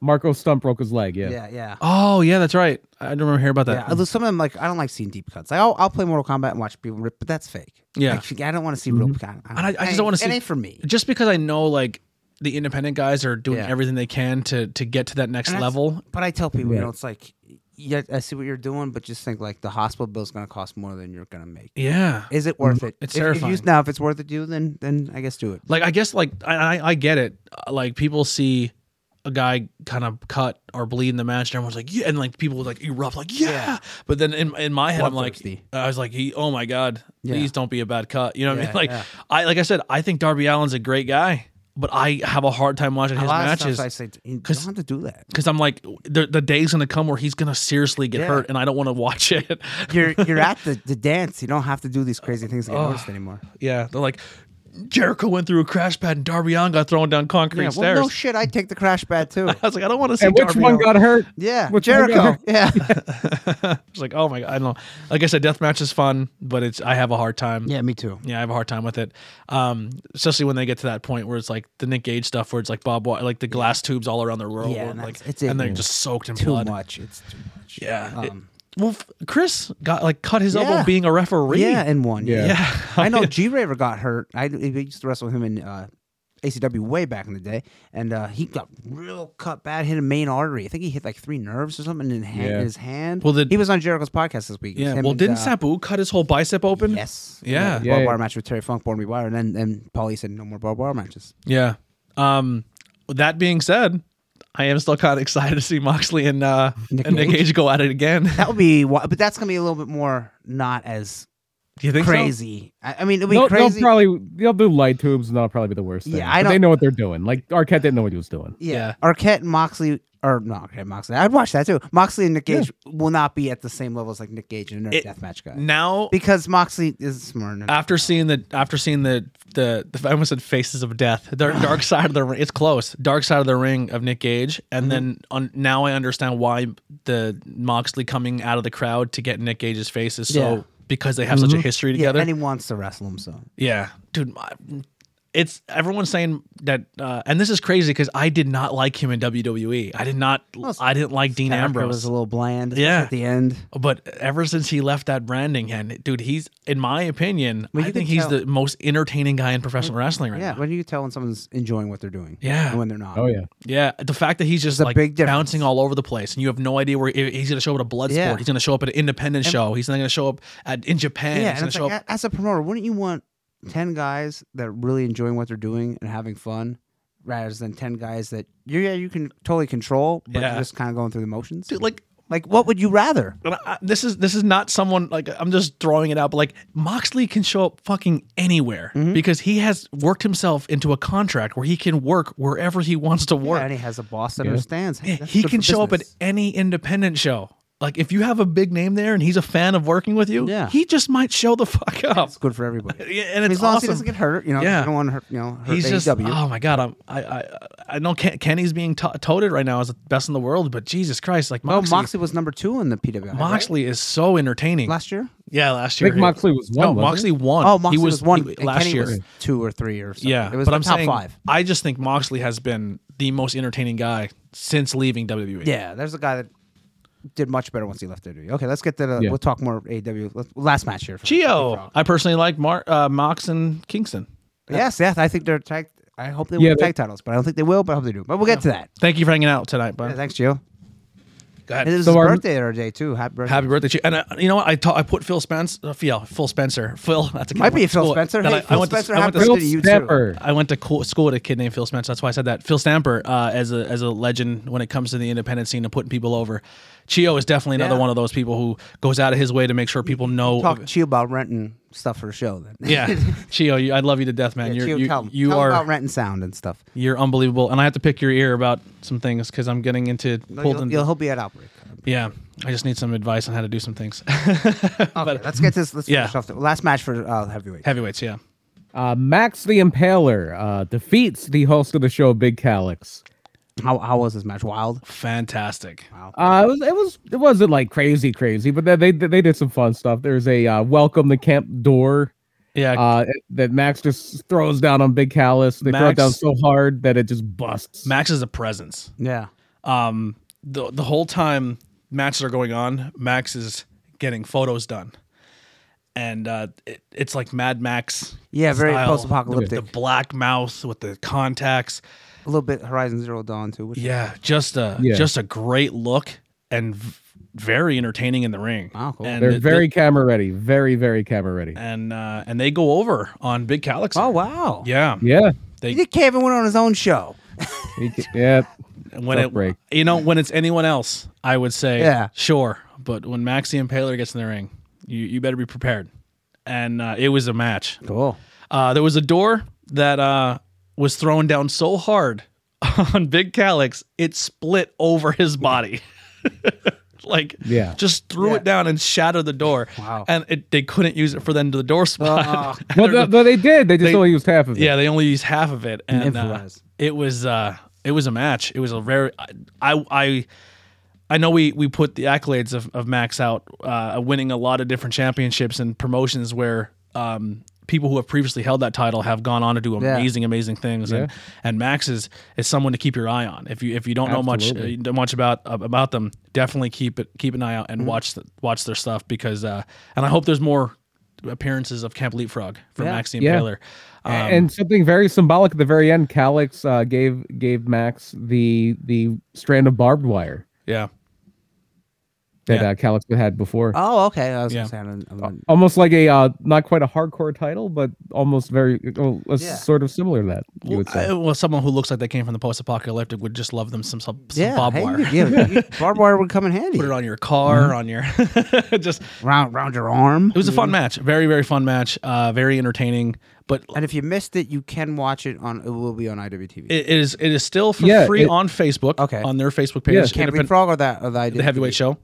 C: Marco Stump broke his leg. Yeah.
B: Yeah, yeah.
A: Oh, yeah, that's right. I don't remember hearing about
B: Yeah,
A: that.
B: although some of them like I don't like seeing deep cuts. Like I'll, I'll play Mortal Kombat and watch people rip, but that's fake.
A: Yeah.
B: Like, I don't want to see real. I,
A: And I- I just don't wanna see-
B: It ain't for me.
A: Just because I know like the independent guys are doing
B: Yeah.
A: everything they can to to get to that next
B: And that's-
A: level.
B: But I tell people,
C: Yeah.
B: you know, it's like, yeah, I see what you're doing, but just think like the hospital bill's going to cost more than you're going to make.
A: Yeah.
B: Is it worth it?
A: Mm, It's
B: If- if you-
A: terrifying.
B: now, if it's worth it to you, then then I guess do it.
A: Like I guess like I I, I get it. Uh, Like people see a guy kind of cut or bleed in the match, and everyone's like, yeah, and like people would like erupt, like yeah.
B: Yeah.
A: But then in in my head, I'm
B: Bloodthirsty.
A: like, I was like, he, oh my god,
B: Yeah.
A: please don't be a bad cut. You know what I
B: Yeah,
A: mean? Like
B: yeah.
A: I like I said, I think Darby Allen's a great guy, but I have a hard time watching
B: a
A: his
B: lot of
A: matches.
B: stuff I say, you don't
A: 'Cause-
B: have to do that.
A: because I'm like, the, the day's gonna come where he's gonna seriously get
B: Yeah.
A: hurt, and I don't want to watch (laughs) it.
B: You're you're at the, the dance. You don't have to do these crazy things
A: Oh.
B: to get noticed anymore.
A: yeah, they're like, Jericho went through a crash pad, and Darby Allin got thrown down concrete
B: Yeah, well,
A: stairs.
B: no shit. I take the crash pad
A: (laughs)
B: too.
A: I was like, I don't want to see
C: And which
A: Darby
C: one
A: Allin.
C: got hurt?
B: Yeah,
C: Which one
B: Jericho.
C: got-
B: (laughs) Yeah.
A: I was like, oh my god, I don't know. Like I said, deathmatch is fun, but it's I have a hard time.
B: yeah, me too.
A: Yeah, I have a hard time with it, um, especially when they get to that point where it's like the Nick Gage stuff, where it's like Bob, Wi- like the glass tubes all around the world,
B: Yeah,
A: and
B: that's-
A: like,
B: it's it,
A: and they're
B: man.
A: just soaked in
B: Too
A: blood.
B: much. It's too much.
A: Yeah. it-
B: Um,
A: well, f- Chris got like cut his
B: Yeah.
A: elbow being a referee.
B: Yeah, and one.
A: (laughs)
C: Yeah.
A: Yeah.
B: I know G Raver got hurt. I, I used to wrestle him in uh, ACW way back in the day, and uh, he got real cut bad, hit a main artery. I think he hit like three nerves or something in, hand,
C: Yeah.
B: in his hand.
A: Well, did-
B: he was on Jericho's podcast this week. It was
A: Yeah.
B: him
A: Well,
B: and,
A: didn't
B: uh,
A: Sabu cut his whole bicep open?
B: Yes.
A: Yeah.
B: The
C: Yeah,
B: barbed
C: yeah.
B: wire match with Terry Funk, Born Me Wire, and then and Paulie said no more barbed wire matches.
A: Yeah. Um. with That being said, I am still kind of excited to see Moxley and uh
B: Nick
A: and Nick Cage go at it again.
B: That would be, wi- but that's gonna be a little bit more not as
A: (laughs) Do you think so?
B: crazy. I, I mean, it'll be
C: They'll, they'll
B: crazy.
C: probably they'll do light tubes, and that'll probably be the worst.
B: Yeah,
C: thing.
B: I
C: But They
B: don't-
C: know what they're doing. Like Arquette didn't know what he was doing.
B: Yeah. Arquette and Moxley, or no, Arquette and Moxley. I'd watch that too. Moxley and Nick Gage will not be at the same level as like Nick Gage and a
A: It- Uh,
B: deathmatch guy
A: Now
B: because Moxley is smart. Enough.
A: after seeing the after seeing the the, the I almost said faces of death, dark,
B: (sighs)
A: dark side of the ring. It's close. Dark side of the ring of Nick Gage,
B: Mm-hmm.
A: and then on, now I understand why the Moxley coming out of the crowd to get Nick Gage's face is so
B: Yeah. Mm-hmm.
A: because they have such a history
B: yeah,
A: together.
B: and he wants to wrestle him. So
A: Yeah, dude, my, it's everyone's saying that, uh, and this is crazy because I did not like him in WWE. I did not, I didn't like Dean
B: Character
A: Ambrose.
B: was a little bland.
A: Yeah.
B: at the end.
A: but ever since he left that branding, and dude, he's in my opinion,
B: Well,
A: I
B: you
A: think
B: can
A: he's
B: tell- Mm,
A: the most entertaining guy in professional wrestling right
B: Yeah,
A: now.
B: when you tell when someone's enjoying what they're doing,
A: Yeah.
B: and when they're not.
C: Oh yeah,
A: Yeah, the fact that he's just
B: a
A: like
B: big difference.
A: bouncing all over the place, and you have no idea where he- he's going to show up at a blood
B: Yeah.
A: sport. He's going to show up at an independent show. He's not going to show up at in Japan.
B: yeah,
A: he's
B: and
A: going
B: it's
A: to show
B: like,
A: up.
B: a- as a promoter, wouldn't you want ten guys that are really enjoying what they're doing and having fun, rather than ten guys that you yeah you can totally control, but
A: Yeah.
B: you're just kind of going through the motions?
A: Dude, like
B: like, what would you rather?
A: And I, this is this is not someone like I'm just throwing it out, but like Moxley can show up fucking anywhere
B: Mm-hmm.
A: because he has worked himself into a contract where he can work wherever he wants to
B: Yeah,
A: work.
B: and he has a boss that understands. Hey, that's
A: he
B: good
A: can
B: for
A: show up at
B: business.
A: any independent show. Like if you have a big name there and he's a fan of working with you,
B: Yeah.
A: he just might show the fuck up.
B: It's good
A: (laughs)
B: for everybody.
A: Yeah, and it's
B: as long as he
A: awesome.
B: doesn't get hurt, you know.
A: Yeah.
B: I don't want to hurt. You know, hurt E
A: He's just
B: AEW.
A: oh my god! I'm, I I I know Ken, Kenny's being to toted right now as the best in the world, but Jesus Christ, like
B: oh,
A: Moxley,
B: Moxley was number two in the PWI right?
A: Moxley is so entertaining.
B: last year.
A: yeah, last
C: I
A: year
C: think
A: he-
C: Moxley was one.
A: no,
C: wasn't
A: Moxley
C: he?
A: won.
B: Oh, Moxley
A: he was,
B: one
A: he-
B: and
A: last
B: Kenny
A: year.
B: was two or three or something.
A: yeah,
B: it was
A: but
B: the
A: I'm
B: top
A: saying
B: five.
A: I just think Moxley has been the most entertaining guy since leaving E. WWE.
B: Yeah, there's a guy that did much better once he left WWE. Okay, let's get to the.
C: Yeah.
B: We'll talk more AW. Let's, last match here. for-
A: Gio, I personally like Mar- uh, Mox and Kingston.
B: Yes, yes. I think they're tag. I hope they
C: Yeah,
B: win
C: they-
B: tag titles, but I don't think they will. But I hope they do. But we'll get to that.
A: Thank you for hanging out tonight, bud.
B: Yeah, thanks, Gio.
A: Go
B: And It
A: ahead.
B: was
C: So
B: his
C: our-
B: birthday the other day too. Happy birthday.
A: Happy birthday, Gio. And uh, you know what? I ta- I put Phil Spencer, uh, Phil, Phil Spencer, Phil. That's a kid I
B: Might be
A: went to
B: Phil
A: school-
B: Spencer.
A: that
B: Hey,
A: I- I
B: Phil
A: went to-
B: Spencer,
A: I went
B: happy
A: to
B: birthday
C: Phil
B: to you too.
C: Stamper.
A: I went to co- school with a kid named Phil Spencer. That's why I said that. Phil Stamper uh, as a as a legend when it comes to the independent scene and putting people over. Chio is definitely another
B: Yeah.
A: one of those people who goes out of his way to make sure people know.
B: Talk to you about renting stuff for the
A: (laughs)
B: show then. (laughs)
A: yeah, Chio, you, I love you to death, man.
B: Yeah,
A: you're,
B: Gio,
A: you
B: tell 'em.
A: you
B: Tell 'em
A: are
B: about renting sound and stuff.
A: you're unbelievable, and I have to pick your ear about some things because I'm getting into
B: No,
A: pulled
B: you'll-
A: in.
B: you'll- he'll be at
A: (laughs)
B: outbreak.
A: yeah, I just need some advice on how to do some
B: (laughs)
A: things.
B: Okay, let's get this. Let's
A: Yeah.
B: finish off the last match for uh, heavyweight.
A: Heavyweights, yeah.
C: Uh, Max the Impaler uh, defeats the host of the show, Big Calix.
B: How how was this match? Wild.
A: Fantastic.
C: Uh, it was it was it wasn't like crazy crazy, but they they, they did some fun stuff. There's a uh, welcome to camp door
A: Yeah,
C: uh, that Max just throws down on Big Callus. They throw it
A: Max-
C: down so hard that it just busts.
A: Max is a presence.
B: Yeah.
A: Um, the the whole time matches are going on, Max is getting photos done, and uh, it, it's like Mad Max.
B: Yeah, very
A: style.
B: post-apocalyptic.
A: The black mouth with the contacts.
B: A little bit Horizon Zero Dawn too. Which
A: Yeah, just a
C: Yeah.
A: just a great look and v- very entertaining in the ring.
B: Wow, cool.
A: And
C: They're
A: the- the-
C: very camera ready, very very camera ready.
A: and uh, and they go over on Big Calix.
B: Oh wow.
A: Yeah,
C: Yeah,
A: They
B: He did Kevin went on his own show.
C: He ca- yeah.
A: when
C: Tough
A: it
C: break.
A: you know when it's anyone else, I would say
B: Yeah.
A: sure. But when Maxi Impaler gets in the ring, you you better be prepared. And uh, it was a match.
B: Cool.
A: Uh, there was a door that uh, was thrown down so hard (laughs) on Big Calix, it split over his body. (laughs) like
C: Yeah.
A: just threw it down and shattered the door.
B: Wow. Oh.
A: And it, they couldn't use it for then the door spot. (laughs)
C: Well, th- though they did. They just
A: They-
C: only used half of it.
A: Yeah, they only used half of it, and uh,
B: improvise.
A: it was uh, it was a match. It was a very I I I know we we put the accolades of, of Max out, uh, winning a lot of different championships and promotions where um, people who have previously held that title have gone on to do
B: Yeah.
A: amazing amazing things, and and Max is is someone to keep your eye on. If you if you don't know much
C: Absolutely.
A: uh, don't much about about
C: Mm-hmm.
A: them, definitely keep it keep an eye out and watch the, watch their stuff because uh, and I hope there's more appearances of Camp Leapfrog for
B: Yeah.
A: Maxine
C: Yeah.
A: Taylor. Um,
C: and something very symbolic at the very end, Calix uh, gave gave Max the the strand of barbed wire
A: yeah,
C: that
A: Yeah.
C: uh, Calix had before.
B: Oh, okay. I was
A: Yeah.
B: gonna say I don't, I don't-
C: almost like a uh, not quite a hardcore title, but almost very oh, a
B: Yeah.
C: sort of similar to that. You
A: well,
C: would say.
A: I- well, someone who looks like they came from the post-apocalyptic would just love them some some, some
B: yeah,
A: barbed
B: hey,
A: wire.
B: you-
A: (laughs)
B: yeah, you- barbed wire would come in handy.
A: Put it on your
C: Mm-hmm.
A: car, on your (laughs) just.
B: round round your arm.
A: It was a fun match, very very fun match, uh, very entertaining. But
B: And if you missed it, you can watch it on. It will be on IWTV.
A: it it is it is still for
C: Yeah,
A: free
C: it-
A: on Facebook.
B: Okay.
A: on their Facebook page,
C: Yeah.
B: Can't be
A: Independ-
B: frog or that or the, IWTV.
A: the heavyweight show,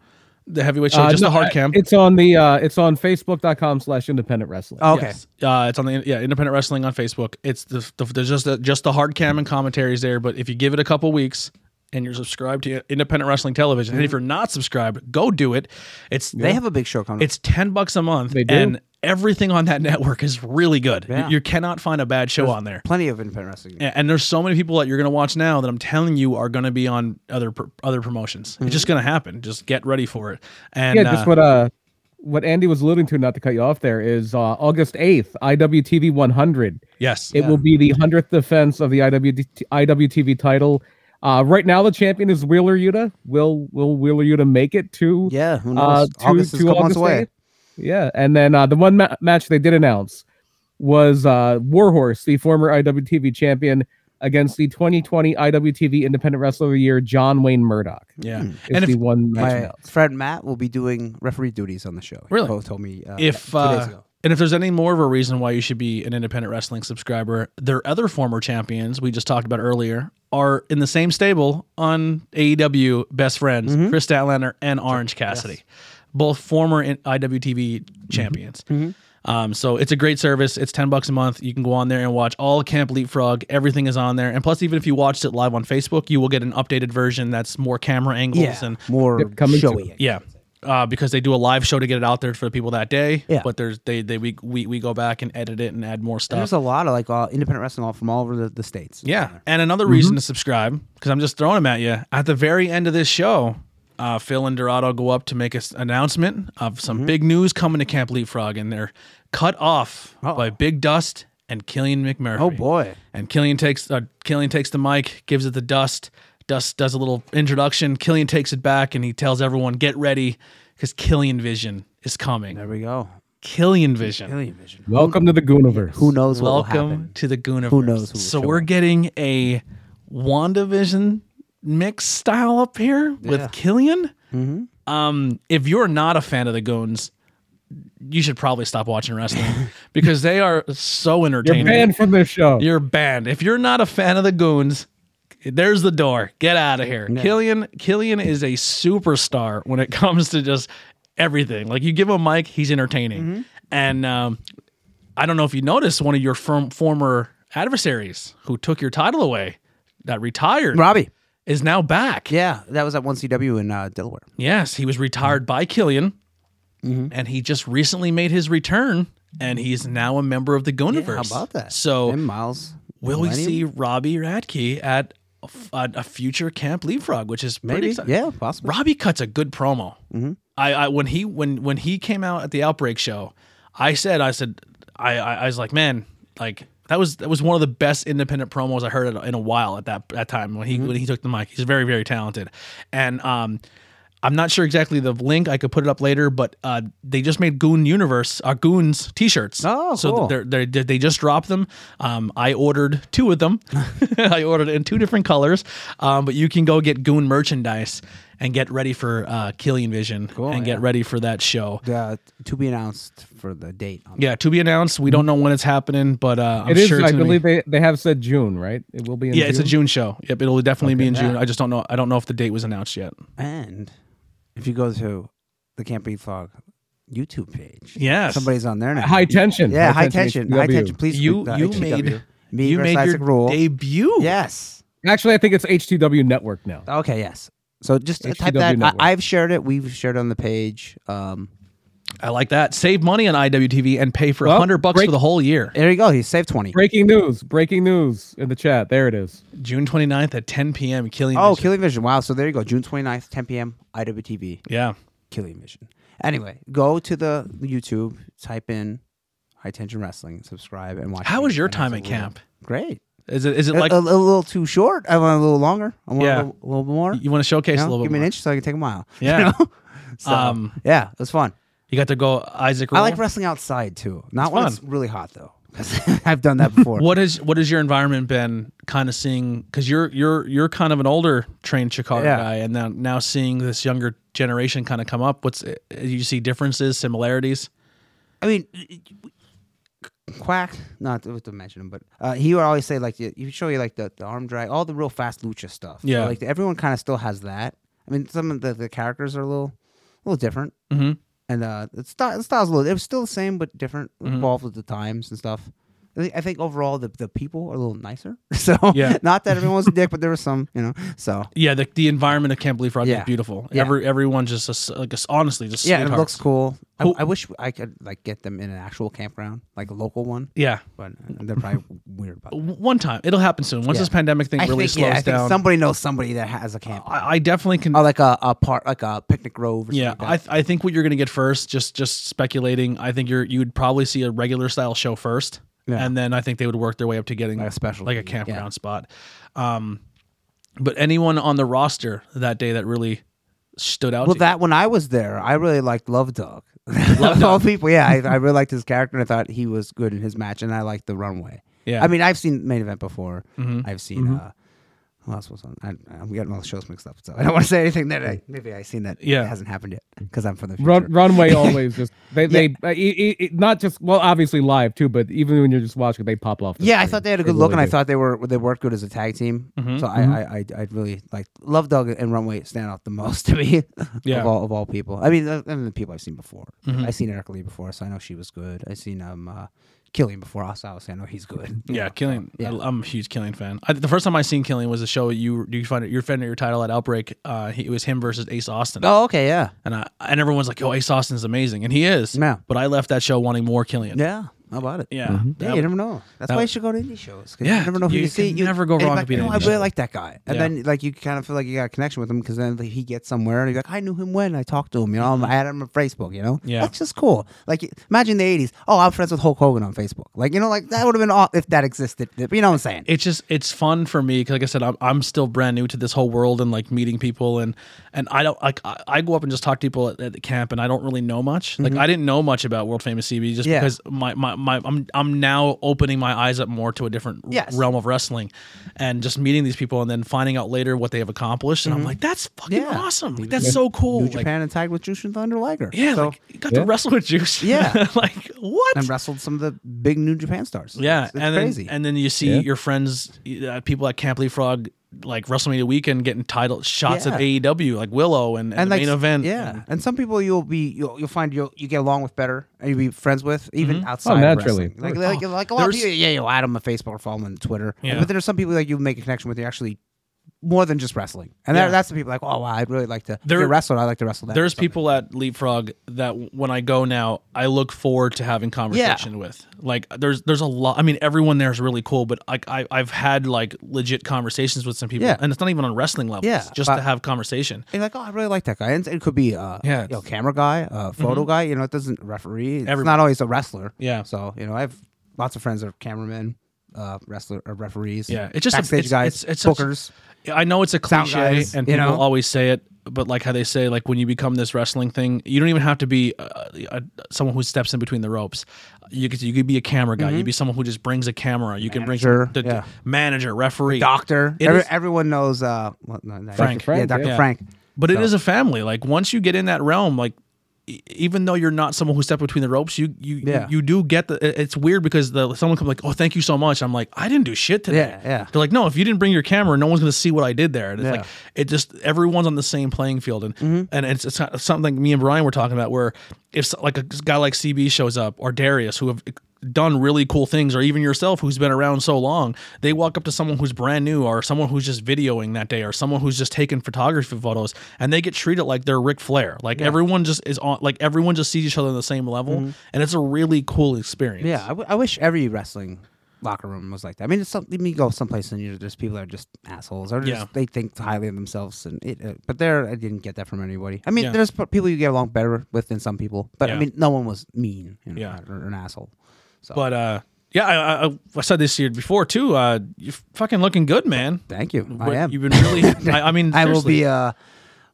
A: the heavyweight show,
C: Uh,
A: just
C: no,
A: the hard cam.
C: It's on the uh, it's on Facebook.com slash independent wrestling.
B: Oh, okay.
A: Yes. Uh, it's on the yeah independent wrestling on Facebook. It's the, the there's just the, just the hard cam and commentaries there. But if you give it a couple weeks and you're subscribed to independent wrestling television,
C: Mm-hmm.
A: and if you're not subscribed, go do it. It's
B: They have a big show coming.
A: it's ten bucks a month,
C: Mm. They do.
A: and everything on that (laughs) network is really good.
B: Yeah.
A: You, you cannot find a bad show on there.
B: plenty of independent wrestling.
A: A- And there's so many people that you're going to watch now that I'm telling you are going to be on other pr- other promotions. It's just going to happen. Just get ready for it. And
C: Mm. yeah,
A: uh,
C: just what uh what Andy was alluding to, not to cut you off there, is uh, August eighth, IWTV one hundred.
A: yes,
C: It will be the hundredth defense of the IWD, IWTV title. Uh, right now, the champion is Wheeler Yuta. Will Will Wheeler Yuta make it to
B: Yeah, who
C: uh,
B: knows?
C: to,
B: August is
C: to
B: a couple months
C: August
B: away.
C: 8th? Yeah, and then uh, the one ma- match they did announce was uh, Warhorse, the former IWTV champion, against the 2020 IWTV Independent Wrestler of the Year, John Wayne Murdoch.
A: yeah.
C: Is the one match
B: My
C: announced.
B: friend Matt will be doing referee duties on the show. He
A: Really?
B: both told me uh,
A: if
B: yeah, two days
A: uh,
B: ago.
A: and if there's any more of a reason why you should be an independent wrestling subscriber, their other former champions we just talked about earlier are in the same stable on AEW Best Friends,
B: Mm-hmm.
A: Chris Statlander and Orange Cassidy, both former in- IWTV
B: Mm-hmm.
A: champions. Um, so it's a great service. It's ten bucks a month. You can go on there and watch all Camp Leapfrog. Everything is on there, and plus, even if you watched it live on Facebook, you will get an updated version that's more camera angles
B: yeah,
A: and
B: more
C: Yep, coming to
B: showy.
A: yeah. Uh, because they do a live show to get it out there for the people that day.
B: Yeah.
A: But there's they they we we, we go back and edit it and add more stuff.
B: There's a lot of like all independent wrestling all from all over the, the states.
A: yeah. And another reason
B: Mm-hmm.
A: to subscribe because I'm just throwing them at you. At the very end of this show, uh, Phil and Dorado go up to make an announcement of some
B: Mm-hmm.
A: big news coming to Camp Leapfrog, and they're cut off by Big Dust and Killian McMurphy.
B: Oh boy.
A: And Killian takes uh, Killian takes the mic, gives it the dust. Dust does a little introduction. Killian takes it back, and he tells everyone, "Get ready, because Killian Vision is coming."
B: There we go.
A: Killian Vision.
B: Alien Vision.
C: Welcome to the Gooniverse.
B: Who knows what will
A: Welcome
B: happen?
A: to the Gooniverse.
B: Who knows who will
A: so
B: show
A: we're getting a WandaVision mix style up here
B: Yeah. Mm-hmm.
A: with Killian. Um, if you're not a fan of the Goons, you should probably stop watching
B: (laughs)
A: wrestling because they are so
C: You're
A: entertaining.
C: banned from this show.
A: You're banned. If you're not a fan of the Goons, there's the door. Get out of here. Killian Killian is a superstar when it (laughs) comes to just everything. Like you give him a mic, he's entertaining.
B: Mm-hmm.
A: And um, I don't know if you noticed one of your firm, former adversaries who took your title away, that retired,
B: Robbie.
A: is now back.
B: Yeah, that was at one CW in uh, Delaware.
A: Yes, he was retired by Killian,
B: Mm-hmm.
A: and he just recently made his return, and he's now a member of the Gooniverse.
B: How about that?
A: So
B: and Miles.
A: Will we
B: Millennium?
A: see Robbie Radke at a, f- at a future Camp Leapfrog, which is pretty
B: Maybe.
A: exciting.
B: Yeah, Mm-hmm. possibly.
A: Robbie cuts a good promo. I, I when he when when he came out at the Outbreak show, I said I said I, I I was like man like that was that was one of the best independent promos I heard in a- in a while at that that time when
B: Mm-hmm.
A: he when he took the mic. He's very very talented, and um. I'm not sure exactly the link. I could put it up later, but uh, they just made Goon Universe, uh, Goons T-shirts.
B: Oh,
A: so
B: cool.
A: they're, they're, they they just dropped them. Um, I ordered two of them. (laughs) I ordered in two different colors. Um, but you can go get Goon merchandise and get ready for uh, Killian Vision and get ready for that show.
B: Uh, to be announced for the date. On
A: Yeah, to be announced. We don't know when it's happening, but uh, I'm
C: It is.
A: sure it's
C: I
A: gonna be-
C: believe they, they have said June, right? It will be. In
A: yeah, it's a June show. Yep, it'll definitely be in
B: Yeah.
A: June. I just don't know. I don't know if the date was announced yet.
B: And if you go to the Can't Be Fog YouTube page,
A: Yes.
B: somebody's on there now.
C: High tension.
B: yeah, high tension, high
C: HPW.
B: tension. Please,
A: You
B: uh,
A: you
C: E
B: HTW.
A: made
B: me
A: you
B: versus
A: made your
B: Isaac Rule.
A: debut.
B: Yes.
C: Actually, I think it's HTW Network now.
B: Okay. Yes. So just uh, type
C: HTW
B: that.
C: network.
B: I, I've shared it. We've shared it on the page. Um,
A: I like that. Save money on IWTV and pay for a
C: Well,
A: hundred bucks
C: break-
A: for the whole year.
B: there you go. He saved twenty.
C: Breaking news! Breaking news in the chat. There it is.
A: June 29th at 10 p.m. Killian.
B: Oh,
A: Vision.
B: Killing Vision. Wow. So there you go. June 29th, 10 p.m. IWTV.
A: yeah.
B: Killing Vision. Anyway, go to the YouTube, type in High Tension Wrestling. Subscribe and watch.
A: How
B: me.
A: was your
B: And
A: time at
B: absolutely.
A: camp?
B: Great.
A: Is it is it
B: A-
A: like
B: a, a little too short. I want a little longer. I want
A: Yeah.
B: a little, little more.
A: you want to showcase
B: You
A: a
B: know,
A: little
B: give
A: bit?
B: me an
A: more?
B: inch so I can take a mile. (laughs) you
A: Yeah.
B: know? So,
A: Um,
B: yeah, it was fun.
A: You got to go Isaac.
B: I like
A: Roll?
B: wrestling outside too. Not when
A: fun.
B: it's really hot though. 'Cause (laughs) I've done that before.
A: What is what has your environment been kind of seeing? Because you're you're you're kind of an older trained Chicago
B: Yeah.
A: guy, and now now seeing this younger generation kind of come up. What's uh, you see differences, similarities?
B: I mean, Quack, not to to mention him, but uh, he would always say like you you show you like the, the arm drag, all the real fast lucha stuff. So,
A: Yeah.
B: like everyone kind of still has that. I mean, some of the, the characters are a little, a little different,
A: Mm-hmm.
B: and uh, the, style, the style's a little. It was still the same, but different,
A: Mm-hmm.
B: evolved with the times and stuff. I think, I think overall the, the people are a little nicer. (laughs) So
A: Yeah.
B: not that everyone was a dick, but there was some, you know. So
A: Yeah, the, the environment of Camp Leaf Rock
B: Yeah.
A: is beautiful.
B: Yeah.
A: Every everyone's just a s like a s honestly just
B: yeah, and it
A: sweethearts.
B: looks cool. I,
A: Who-
B: I wish I could like get them in an actual campground, like a local one,
A: yeah.
B: but uh, (laughs) they're probably weird about. That.
A: W- One time it'll happen soon. Once
B: Yeah.
A: this pandemic thing
B: I
A: really
B: think,
A: slows
B: yeah, I
A: down, Uh,
B: Think somebody knows somebody that has a camp,
A: I, I definitely can.
B: or like a, a part, like a picnic grove. Or
A: Yeah,
B: something
A: I,
B: like
A: th- I think what you're going to get first, just just speculating. I think you're you'd probably see a regular style show first,
B: Yeah.
A: and then I think they would work their way up to getting
B: Like a specialty,
A: like a
B: yeah.
A: campground spot. Um, but anyone on the roster that day that really stood out,
B: that. well,
A: to
B: that when I was there, I really liked Love Dog. (laughs) Love all people, yeah, I, I really liked his character, and I thought he was good in his match, and I liked the runway.
A: you? yeah,
B: I mean, I've seen main event before.
A: Mhm.
B: I've seen. Uh, what else was on? I, I'm getting all the shows mixed up, so I don't want to say anything that I maybe I've seen that
A: Mm. Yeah.
B: hasn't happened yet because I'm from the future. (laughs)
C: Run, runway always just they they uh, e- e- e- not just well obviously live too, but even when you're just watching, they pop off. the
B: Yeah, I
C: screen.
B: thought they had a good
C: really
B: look, and I
C: do.
B: thought they were they worked good as a tag team. So I, I I I really like Love Dog and Runway stand out the (laughs) most to me
A: Yeah.
B: of all of all people. I mean, uh, I mean, the people I've seen before. I've seen Erica Lee before, so I know she was good. I've seen um uh, Killian before, so obviously I know he's good.
A: yeah, Killian.
B: yeah.
A: I, am a huge Killian fan. I, the first time I seen Killian was a show you you find it you defended your title at Outbreak. Uh, he, it was him versus Ace Austin,
B: Oh, okay, yeah,
A: and I and everyone's like, "Oh, Ace Austin's amazing," and he is.
B: Yeah.
A: But I left that show wanting more Killian.
B: yeah. How about it?
A: Yeah,
B: Yeah,
A: That-
B: you never know. That's why
A: that-
B: you should go to indie shows. 'cause
A: Yeah,
B: you never know who
A: you
B: you,
A: can
B: see. You
A: never go
B: and you're
A: wrong
B: like,
A: with being
B: you know,
A: an
B: I
A: indie
B: really
A: show."
B: like that guy, and
A: Yeah.
B: then like you kind of feel like you got a connection with him because then like, he gets somewhere and you're like, I knew him when I talked to him. You know, I'm, I had him on Facebook. You know,
A: Mm-hmm. Yeah.
B: that's just cool. Like imagine the '80s. Oh, I'm friends with Hulk Hogan on Facebook. Like you know, like that would have been aw- if that existed. You know what I'm saying?
A: it's just it's fun for me because like i said I'm, I'm still brand new to this whole world and like meeting people and and i don't like i, I go up and just talk to people at, at the camp and i don't really know much like i didn't know much about world famous cb just
B: Mm-hmm. Yeah.
A: because my, my my i'm i'm now opening my eyes up more to a different r-
B: Yes.
A: realm of wrestling and just meeting these people and then finding out later what they have accomplished and i'm like that's fucking
B: Mm-hmm. Yeah.
A: awesome like that's so cool
B: New
A: Like,
B: Japan and tagged with Jushin Thunder Liger.
A: yeah
B: so,
A: like you got
C: Yeah.
A: to wrestle with juice
B: Yeah.
A: (laughs) like what
B: and wrestled some of the big New Japan stars.
A: yeah,
B: it's, it's
A: and
B: crazy.
A: then and then you see
C: Yeah.
A: your friends, uh, people at Camp Leaf Frog, like WrestleMania weekend, getting title shots at
B: Yeah.
A: AEW, like Willow and, and, the main
B: s-
A: event. Mm-hmm.
B: Yeah,
A: and-
B: and, some people you'll be you'll, you'll find you'll you get along with better and you'll be friends with even
A: Mm-hmm.
B: outside. of
C: naturally.
B: wrestling. like, like, like a lot of
A: there's-
B: people. Yeah, you'll add them on Facebook or follow them on Twitter.
A: Yeah.
B: But there are some people that you make a connection with. You actually more than just wrestling, and that,
A: Yeah.
B: that's the people like, oh wow, I'd really like to.
A: There-
B: There, if you're a wrestler, I like to wrestle. That
A: there's people at Leapfrog that w- when I go now, I look forward to having conversation with. Like there's there's a lot. I mean, everyone there is really cool, but like I I've had like legit conversations with some people,
B: Yeah.
A: and it's not even on wrestling level.
B: Yeah,
A: it's just
B: but-
A: to have conversation.
B: And you're like, oh, I really like that guy. And it could be uh,
A: Yeah,
B: you know,
A: it's-
B: camera guy, uh, photo guy. You know, it doesn't referee. It's
A: Everybody.
B: not always a wrestler.
A: Yeah.
B: So you know, I have lots of friends that are cameramen, uh, wrestler, or referees.
A: Yeah, it's just a-
B: backstage
A: it's-
B: guys,
A: it's- it's such-
B: bookers.
A: I know it's a
B: Sound
A: cliche,
B: guys,
A: and people
B: you know?
A: always say it, but like how they say, like when you become this wrestling thing, you don't even have to be uh, uh someone who steps in between the ropes. You could you could be a camera guy. You could be someone who just brings a camera. You
B: Mm-hmm. Manager,
A: can bring the
B: yeah.
A: manager, referee,
B: doctor.
A: It
B: Every,
A: is-
B: everyone knows uh, well, no, no,
A: Frank.
B: Dr. Yeah,
C: Frank,
B: Dr.
A: yeah.
B: Frank.
A: But it is a family. Like once you get in that realm, like e- even though you're not someone who stepped between the ropes, you you
B: Yeah.
A: you, you do get the. it- It's weird because the someone comes like, "Oh, thank you so much." I'm like, "I didn't do shit today."
B: Yeah, yeah.
A: They're like, "No, if you didn't bring your camera, no one's gonna see what I did there." And it's
B: Yeah.
A: like it just everyone's on the same playing field, and and it's, it's not- something me and Brian were talking about where if so- like a guy like CB shows up or Darius who have e, done really cool things or even yourself who's been around so long they walk up to someone who's brand new or someone who's just videoing that day or someone who's just taking photography photos and they get treated like they're Ric Flair like everyone just is on like everyone just sees each other on the same level and it's a really cool experience
B: Yeah, I, w- I wish every wrestling locker room was like that. I mean, it's something you go someplace and you there's people that are just assholes or just
A: Yeah.
B: they think highly of themselves. And it, uh, but there, I didn't get that from anybody. I mean,
A: Yeah.
B: there's p- people you get along better with than some people, but
A: Yeah.
B: I mean, no one was mean, you know,
A: Yeah.
B: or, or an asshole. So
A: But uh, yeah, I, I, I said this year before too. Uh, you're fucking looking good, man.
B: thank you.
A: What-
B: I am.
A: You've been
B: (laughs)
A: really. I, I mean,
B: I will
A: seriously.
B: be. Uh,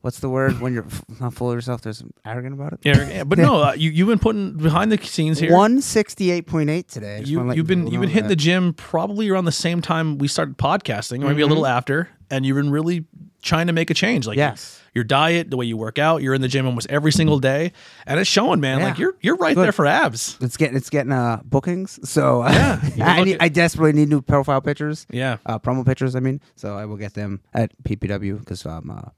B: what's the word when you're f- not full of yourself? There's arrogant about it.
A: Yeah, yeah, but no,
B: (laughs)
A: uh, you you've been putting behind the scenes here.
B: One sixty eight point eight today. I just wanna
A: you
B: let
A: you've been
B: people
A: you've been
B: know
A: hitting the
B: that.
A: gym probably around the same time we started podcasting, or
B: Mm-hmm.
A: maybe a little after, and you've been really trying to make a change. Like
B: Yes.
A: your diet, the way you work out, you're in the gym almost every single day, and it's showing, man. Like
B: Yeah.
A: you're you're right
B: Good.
A: there for abs.
B: It's getting it's getting uh bookings. So uh, (laughs)
A: you
B: I
A: look
B: need,
A: at-
B: I desperately need new profile pictures.
A: Yeah.
B: Uh, promo pictures. I mean, so I will get them at PPW because um uh,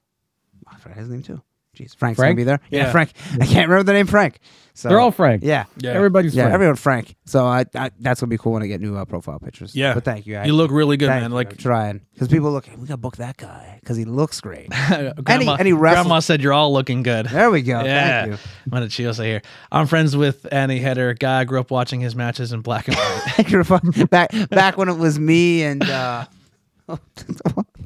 B: I forgot his name too. Jeez, Frank's
C: Frank?
B: gonna be there. Yeah,
A: Yeah.
B: Frank. I can't remember the name Frank. So
C: They're all Frank.
B: Yeah.
A: Yeah.
C: Everybody's
B: Yeah,
C: Frank.
B: everyone Frank. So I, I that's gonna be cool when I get new uh, profile pictures.
A: Yeah.
B: but thank you. I,
A: You look really good,
B: thank
A: man.
B: you,
A: Like (laughs)
B: I'm trying because people look. We gotta book that guy because he looks
A: (laughs)
B: great.
A: grandma,
B: and he wrestled-
A: grandma said, you're all looking good.
B: there we go.
A: yeah,
B: Thank you.
A: I'm gonna chill say here. I'm friends with Annie Header, a guy I grew up watching his matches in black and white.
B: microphone (laughs) back back when it was me and uh (laughs)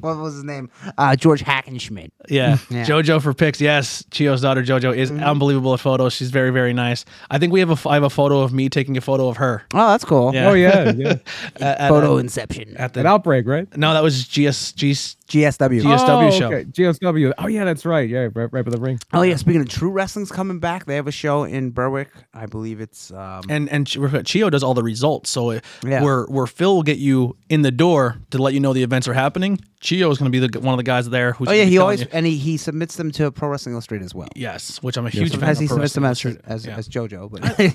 B: what was his name uh george hackenschmidt
A: Yeah.
B: Yeah. Mm-hmm.
A: JoJo for pics. Yes. Chio's daughter JoJo is unbelievable at photos. She's very, very nice. I think we have a, f- I have a photo of me taking a photo of her.
B: oh that's cool
A: Yeah.
C: Oh yeah,
B: (laughs)
C: yeah.
A: At, at- um,
B: photo inception
A: at
C: An
A: the,
C: outbreak, right?
A: no, that was GS, GS
B: gsw
A: GS
B: oh.
A: GSW
C: oh,
A: show.
C: okay. GSW. Oh yeah, that's right. Yeah, right, right by the
A: (laughs)
C: ring.
B: Oh, yeah speaking of true wrestling's coming back they have a show in berwick i believe it's um
A: and and Ch- Chio does all the results. So it-
B: Yeah.
A: where where Phil will get you in the door to let you know the events are happening, Chio is going to be the, one of the guys there. Who's
B: oh yeah
A: gonna be
B: he
A: telling
B: always
A: you-
B: and he, he submits them to pro wrestling illustrated as well
A: yes, which I'm a huge fan.
B: Sometimes
A: of
B: he
A: Pro
B: submits them as,
A: Wrestling Illustrated.
B: as,
A: Yeah.
B: as JoJo,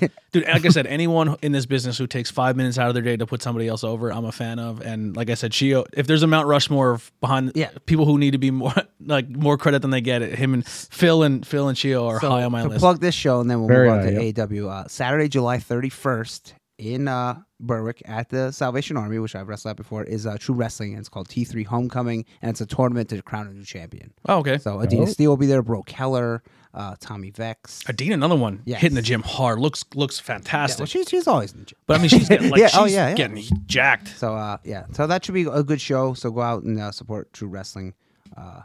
A: (laughs)
B: but (laughs)
A: Dude, like I said, anyone in this business who takes five minutes out of their day to put somebody else over, I'm a fan of. And like I said, Chio, if there's a Mount Rushmore of behind
B: Yeah.
A: people who need to be more (laughs) like more credit than they get, him and Phil and Phil and Chio are high on my
B: to
A: list.
B: plug this show, and then we'll
C: Very
B: move on
C: high,
B: to AEW. Uh, Saturday, July 31st in uh, Berwick at the Salvation Army, which I've wrestled at before, is uh, True Wrestling, and it's called T3 Homecoming, and it's a tournament to crown a new champion.
A: oh, okay.
B: So Adina Steele will be there, Bro Keller, uh, Tommy Vex.
A: Adina, another one,
B: Yes.
A: hitting the gym hard. Looks looks
B: Yeah, well,
A: fantastic.
B: she's, she's always in the gym.
A: but I mean, she's
B: (laughs)
A: getting like
B: Yeah,
A: she's
B: oh, yeah, yeah.
A: getting jacked.
B: So uh, yeah, so that should be a good show. So go out and uh, support True Wrestling uh,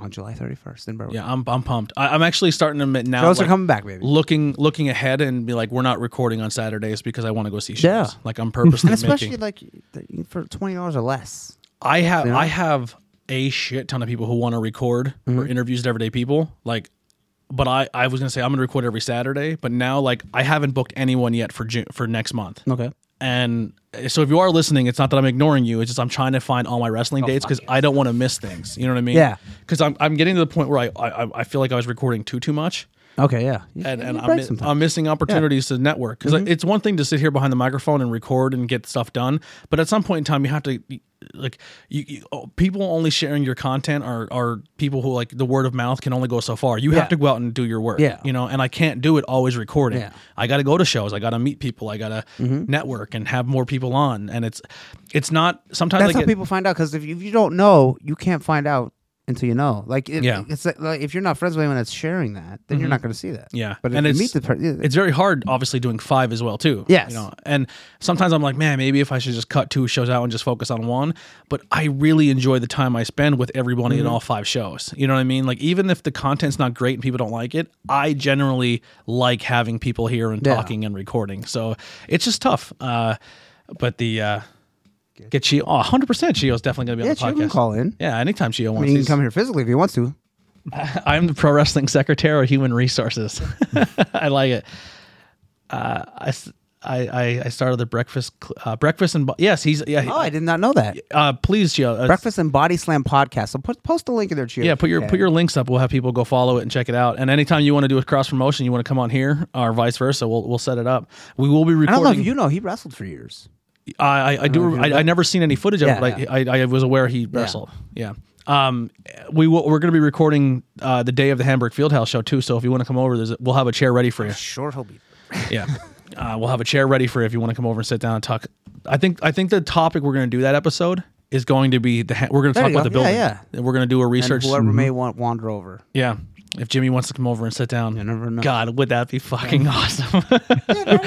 B: on July 31st in Berwick.
A: Yeah, I'm I'm pumped. I, I'm actually starting to admit now.
B: Shows are
A: like,
B: coming back, baby.
A: Looking looking ahead and be like, we're not recording on Saturdays because I want to go see shows.
B: Yeah.
A: Like I'm purposely
B: And (laughs) especially
A: making.
B: like th- for twenty dollars or less.
A: I have I have a shit ton of people who want to record
B: Mm-hmm.
A: or interviews with everyday people. Like, but I I was gonna say I'm gonna record every Saturday, but now like I haven't booked anyone yet for June for next month.
B: Okay.
A: And uh, so if you are listening, it's not that I'm ignoring you. It's just I'm trying to find all my wrestling dates because I don't want to miss things. You know what I mean?
B: Yeah.
A: Because I'm I'm getting to the point where I I, I- I feel like I was recording too too much
B: Okay. Yeah.
A: and, and I'm,
B: break
A: mi-
B: sometimes. Mm-hmm.
A: I'm missing opportunities to network because it's one thing to sit here behind the microphone and record and get stuff done but at some point in time you have to like you, you oh, people only sharing your content are are people who like the word of mouth can only go so far you
B: Yeah.
A: have to go out and do your work
B: Yeah.
A: you know and i can't do it always recording
B: Yeah. Mm-hmm.
A: i gotta go to shows i gotta meet people i gotta network and have more people on and it's it's not sometimes
B: That's
A: I
B: how
A: get-
B: people find out because if you, if you don't know, you can't find out until you know. Like, it,
A: Yeah. Mm-hmm.
B: it's like, like if you're not friends with anyone that's sharing that, then you're not going to see that.
A: Yeah.
B: but
A: And
B: if you
A: it's-
B: meet the person,
A: it's very hard obviously doing five as well too
B: Yes.
A: you know and sometimes i'm like man maybe if i should just cut two shows out and just focus on one but i really enjoy the time i spend with everybody
B: Mm-hmm.
A: in all five shows you know what i mean like even if the content's not great and people don't like it i generally like having people here and
B: Yeah.
A: talking and recording so it's just tough uh but the uh get Chio. Oh, 100% Chio's definitely going to be
B: yeah,
A: on
B: sure, you
A: the
B: can
A: podcast.
B: call in.
A: Yeah, anytime Chio
B: I
A: wants.
B: mean, you can
A: He's-
B: come here physically if he wants to.
A: I'm the pro wrestling secretary of human
B: (laughs)
A: resources. (laughs) I like it. Uh, I, s- I- I- I started the breakfast cl- uh, breakfast and bo- yes he's yeah
B: Oh, I did not know that.
A: uh, please Gio, uh,
B: Breakfast and Body Slam podcast. So put, post a link in there, Cheer.
A: yeah put your put your links up we'll have people go follow it and check it out and anytime you want to do a cross promotion you want to come on here or vice versa we'll we'll set it up we will be
B: I
A: recording
B: don't know if you know he wrestled for years.
A: I, I, I do. I, I never seen any footage of
B: Yeah,
A: it. but I, I, I was aware he wrestled. Yeah. Um, we will, we're going to be recording uh, the day of the Hamburg Fieldhouse show too. So if you want to come over, there's a, we'll have a chair ready for you.
B: Sure, he'll be.
A: Yeah. Uh, we'll have a chair ready for you if you want to come over and sit down and talk. I think I think the topic we're going to do that episode is going to be the ha- we're going to
B: There
A: talk
B: you
A: about the
B: go. Yeah,
A: building.
B: yeah.
A: And we're going to do a
B: And
A: research.
B: whoever may want
A: (laughs)
B: wander over.
A: yeah. If Jimmy wants to come over and sit down,
B: You never know.
A: God, would that be fucking awesome? (laughs)
B: I'm